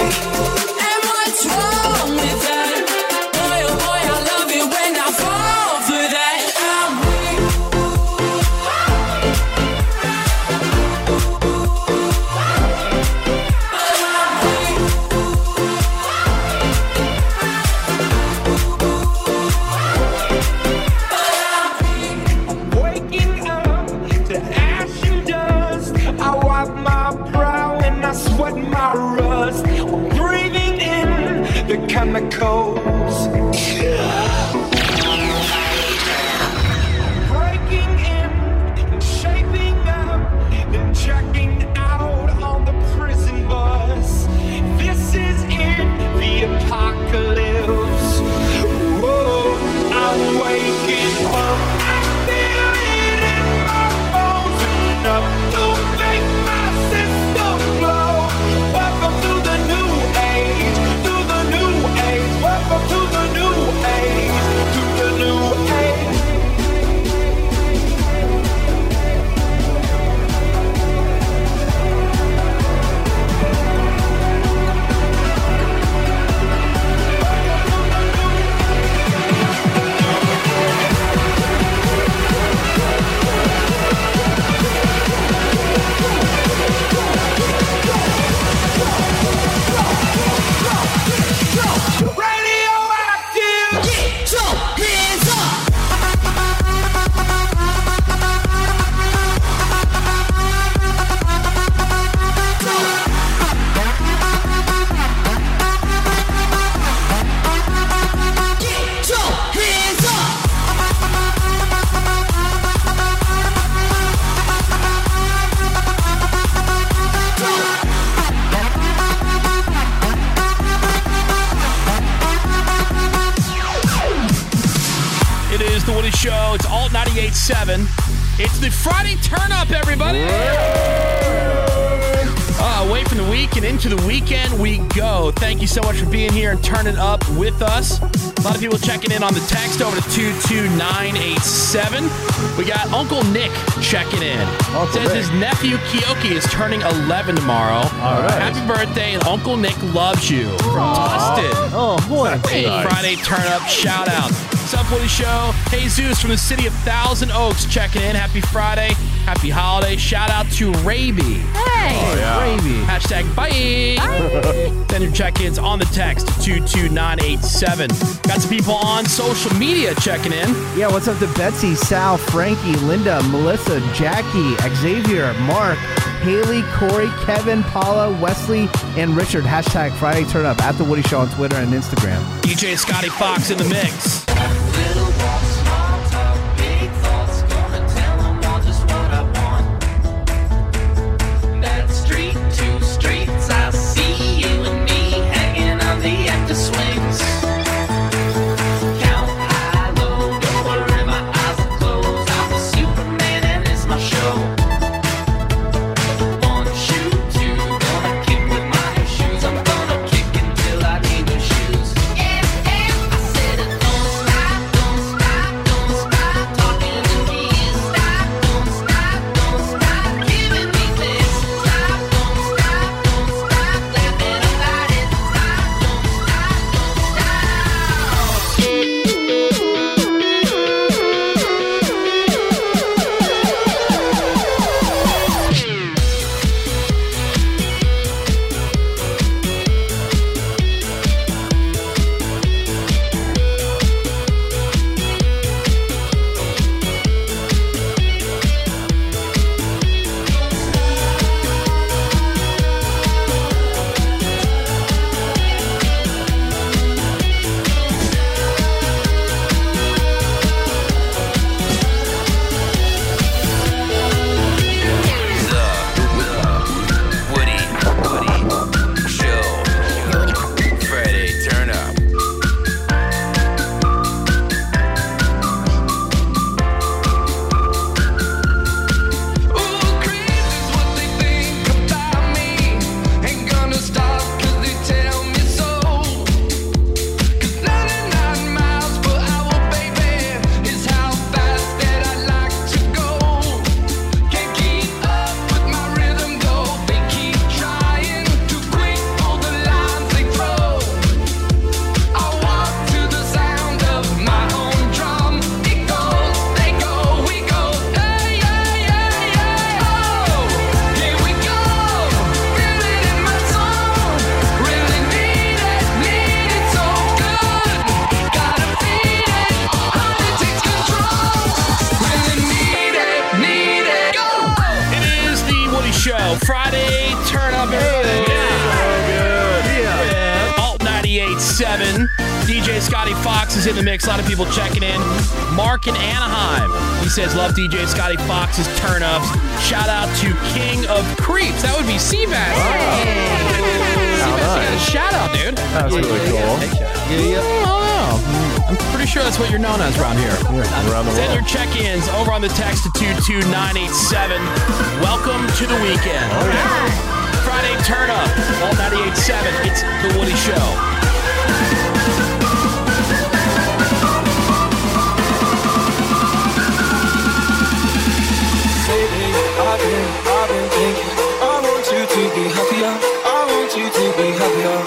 J: And what's wrong with that? Boy, oh boy, I love you when I fall for
D: is The Woody Show. It's Alt 98.7. It's the Friday turn up, everybody. Uh, away from the week and into the weekend we go. Thank you so much for being here and turning up with us. A lot of people checking in on the text over to 22987. We got Uncle Nick checking in. Says his nephew Kioki is turning 11 tomorrow. All
A: right.
D: Happy birthday, and Uncle Nick loves you. From Tustin.
I: Oh, boy.
D: Hey, Friday turn up shout out. Sub Woody Show. Hey Zeus from the city of Thousand Oaks checking in. Happy Friday. Happy holiday. Shout out to Raby. Hey, Raby. Hashtag bye. Send your check ins on the text 22987. Got some people on social media checking in.
I: Yeah, what's up to Betsy, Sal, Frankie, Linda, Melissa, Jackie, Xavier, Mark, Haley, Corey, Kevin, Paula, Wesley, and Richard. Hashtag Friday Turn Up at The Woody Show on Twitter and Instagram.
D: DJ Scotty Fox in the mix.
J: That street, two streets, I see you and me hanging on the after swings. Count high, low, don't worry, my eyes are closed. I'm a Superman and it's my show. One shoe, two, gonna kick with my shoes. I'm gonna kick until I need new shoes. Yeah, yeah, I said it. Don't stop, don't stop, don't stop talking to me. Stop, don't stop, don't stop giving me this. Stop, don't stop, don't stop laughing about it.
P: The Woody, Woody Show. Friday turn up.
J: Ain't gonna stop 'cause they tell me so. 'Cause 99 miles per hour, baby, is how fast that I like to go. Can't keep up with my rhythm though. They keep trying to break all the lines they throw. I walk to the sound of my own drum. It goes, they go, we go, yeah, yeah, yeah, yeah, oh. Here we go.
D: It is the Woody Show. Friday, turn up everything. Yeah. Alt 98.7. DJ Scotty Fox is in the mix. A lot of people checking in. Mark in Anaheim. He says, Love DJ Scotty Fox's turn ups. Shout out to King of Creeps. That would be Seabass. Seabass, you got a shout out, dude. Mm,
E: That's really cool.
D: Oh, I'm pretty sure that's what you're known as around here.
E: around the
D: Send
E: world.
D: your check-ins over on the text to 22987. Welcome to the weekend. Friday turn up, all 98.7. It's The Woody Show.
J: Lately, I've been, I've been thinking. I want you to be happier. I want you to be happier.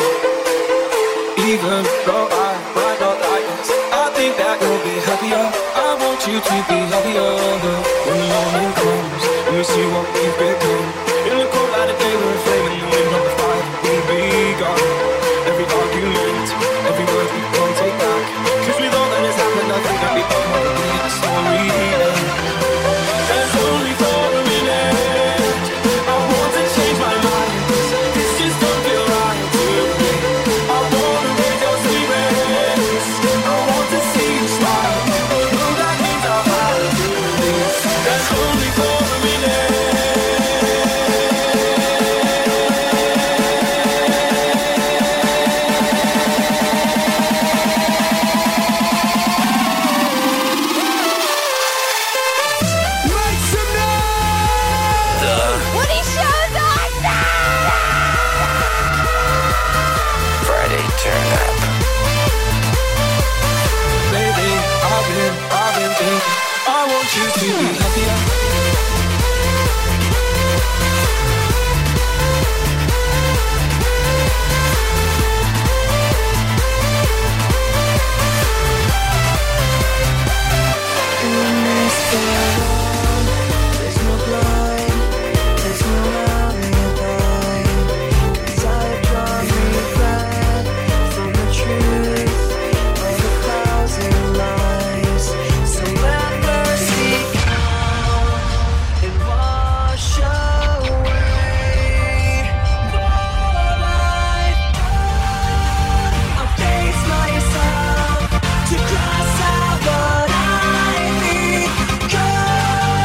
J: Even though I might not like this, I think that you'll be happier. I want you to be happier. When the morning comes, when you see what we've become. In the cold light of day, we're a flame in the wind of the fire. We'll be gone. Every argument, every word we can't take back. Cause with all that has happened, I think that we both know the story ends. That's only for a minute. I want to change my mind. This just don't feel right to me. I want to raise your spirits. I want to see you smile. Although that means I'll have to do this. That's only for a minute.
Y: you to be happier.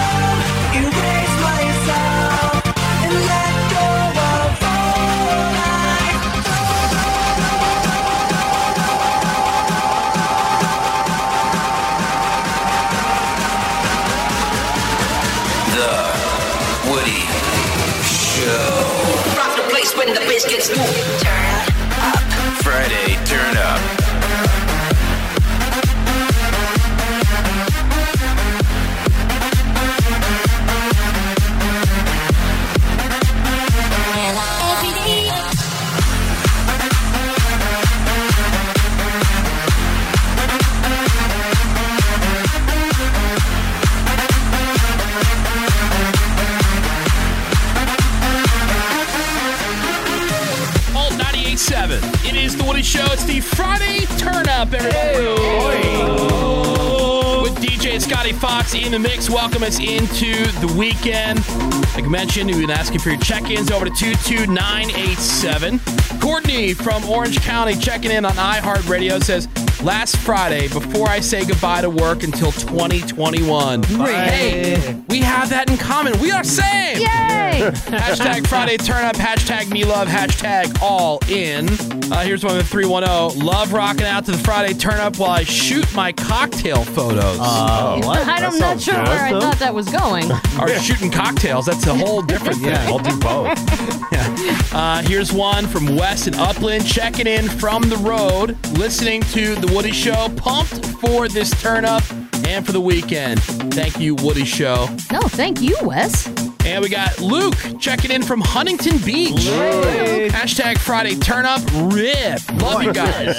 Y: Erase myself and let go of all I
P: The Woody Show.
J: Rock the place when the bass gets moving.
P: Friday Turn Up.
D: Alt 98.7. It is The Woody Show. It's the Friday Turn Up, everybody. With DJ Scotty Fox in the mix. Welcome us into the weekend. Like I mentioned, we've been asking for your check ins over to 22987. Courtney from Orange County checking in on iHeartRadio says, Last Friday, before I say goodbye to work until 2021. Hey, we have that in common. We are same.
O: Yay!
D: hashtag Friday Turn Up, hashtag Me Love, hashtag All In. Uh, here's one with 310. Love rocking out to the Friday Turn Up while I shoot my cocktail photos.
E: Uh,
O: I'm not sure where I thought that was going.
D: Or shooting cocktails. That's a whole different thing.
E: I'll do both.
D: Uh, here's one from Wes and Upland checking in from the road, listening to The Woody Show. Pumped for this turn up and for the weekend. Thank you, Woody Show.
O: No, thank you, Wes.
D: And we got Luke checking in from Huntington Beach. Hashtag Friday Turn Up Rip. Love you guys.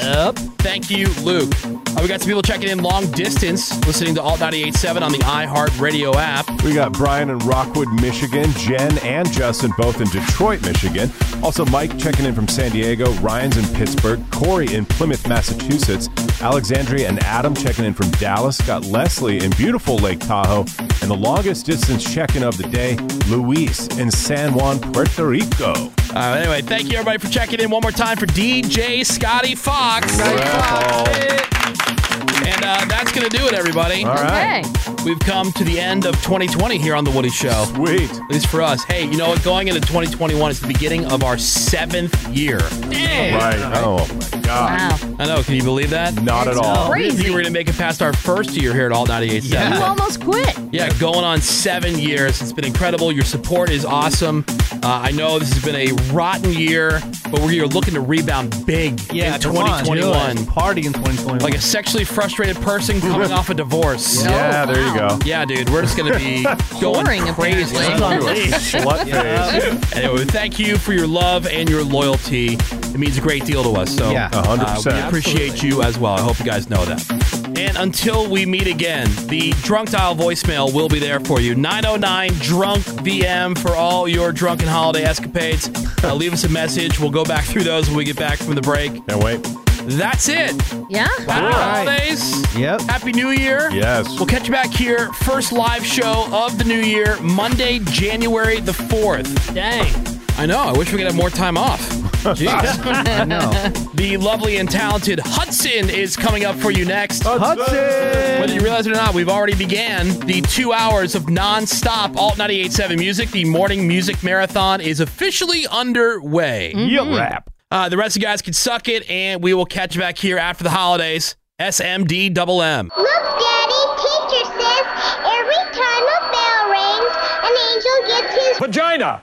D: Thank you, Luke. Uh, we got some people checking in long distance, listening to Alt 98.7 on the iHeart Radio app.
E: We got Brian in Rockwood, Michigan, Jen and Justin both in Detroit, Michigan. Also, Mike checking in from San Diego, Ryan's in Pittsburgh, Corey in Plymouth, Massachusetts, Alexandria and Adam checking in from Dallas, got Leslie in beautiful Lake Tahoe, and the longest distance check in of the day, Luis in San Juan, Puerto Rico.
D: Uh, anyway, thank you everybody for checking in one more time for DJ Scotty Fox. And uh, that's going to do it, everybody.
E: All right.
D: We've come to the end of 2020 here on The Woody Show.
E: Sweet.
D: At least for us. Hey, you know what? Going into 2021 is the beginning of our seventh year.
E: Right. Oh, my God.
D: I know. Can you believe that?
E: Not at all.
O: crazy.
D: We were going to make it past our first year here at All 98.7.
O: You almost quit.
D: Yeah, going on seven years. It's been incredible. Your support is awesome. Uh, I know this has been a rotten year, but we're you're looking to rebound big in 2021.
I: Party in 2021.
D: Like a sexually frustrated person coming off a divorce.
E: Yeah, there you go.
D: Yeah, dude, we're just going to be going
O: Boring,
D: crazy.
O: apparently.
E: Slut face.
D: Anyway, thank you for your love and your loyalty. It means a great deal to us. So
E: Yeah. A hundred
D: uh,
E: percent.
D: we appreciate you as well. I hope you guys know that. And until we meet again, the Drunk Dial voicemail will be there for you. 909 Drunk VM for all your drunken holiday escapades. Uh, leave us a message. We'll go back through those when we get back from the break.
E: Can't wait.
D: That's it.
O: Yeah?
D: Happy holidays.
I: Yep.
D: Happy New Year.
E: Yes.
D: We'll catch you back here. First live show of the new year, Monday, January the 4th. Dang. I know. I wish we could have more time off. Jeez.
I: I know.
D: the lovely and talented Hudson is coming up for you next. Whether
I: Hudson!
D: you realize it or not, we've already began the two hours of non-stop Alt 98.7 music. The morning music marathon is officially underway.
E: You rap.
D: Uh, the rest of you guys can suck it, and we will catch you back here after the holidays. SMD double M.
A: Look, Daddy, teacher says every time a bell rings, an angel gets his
E: Vagina.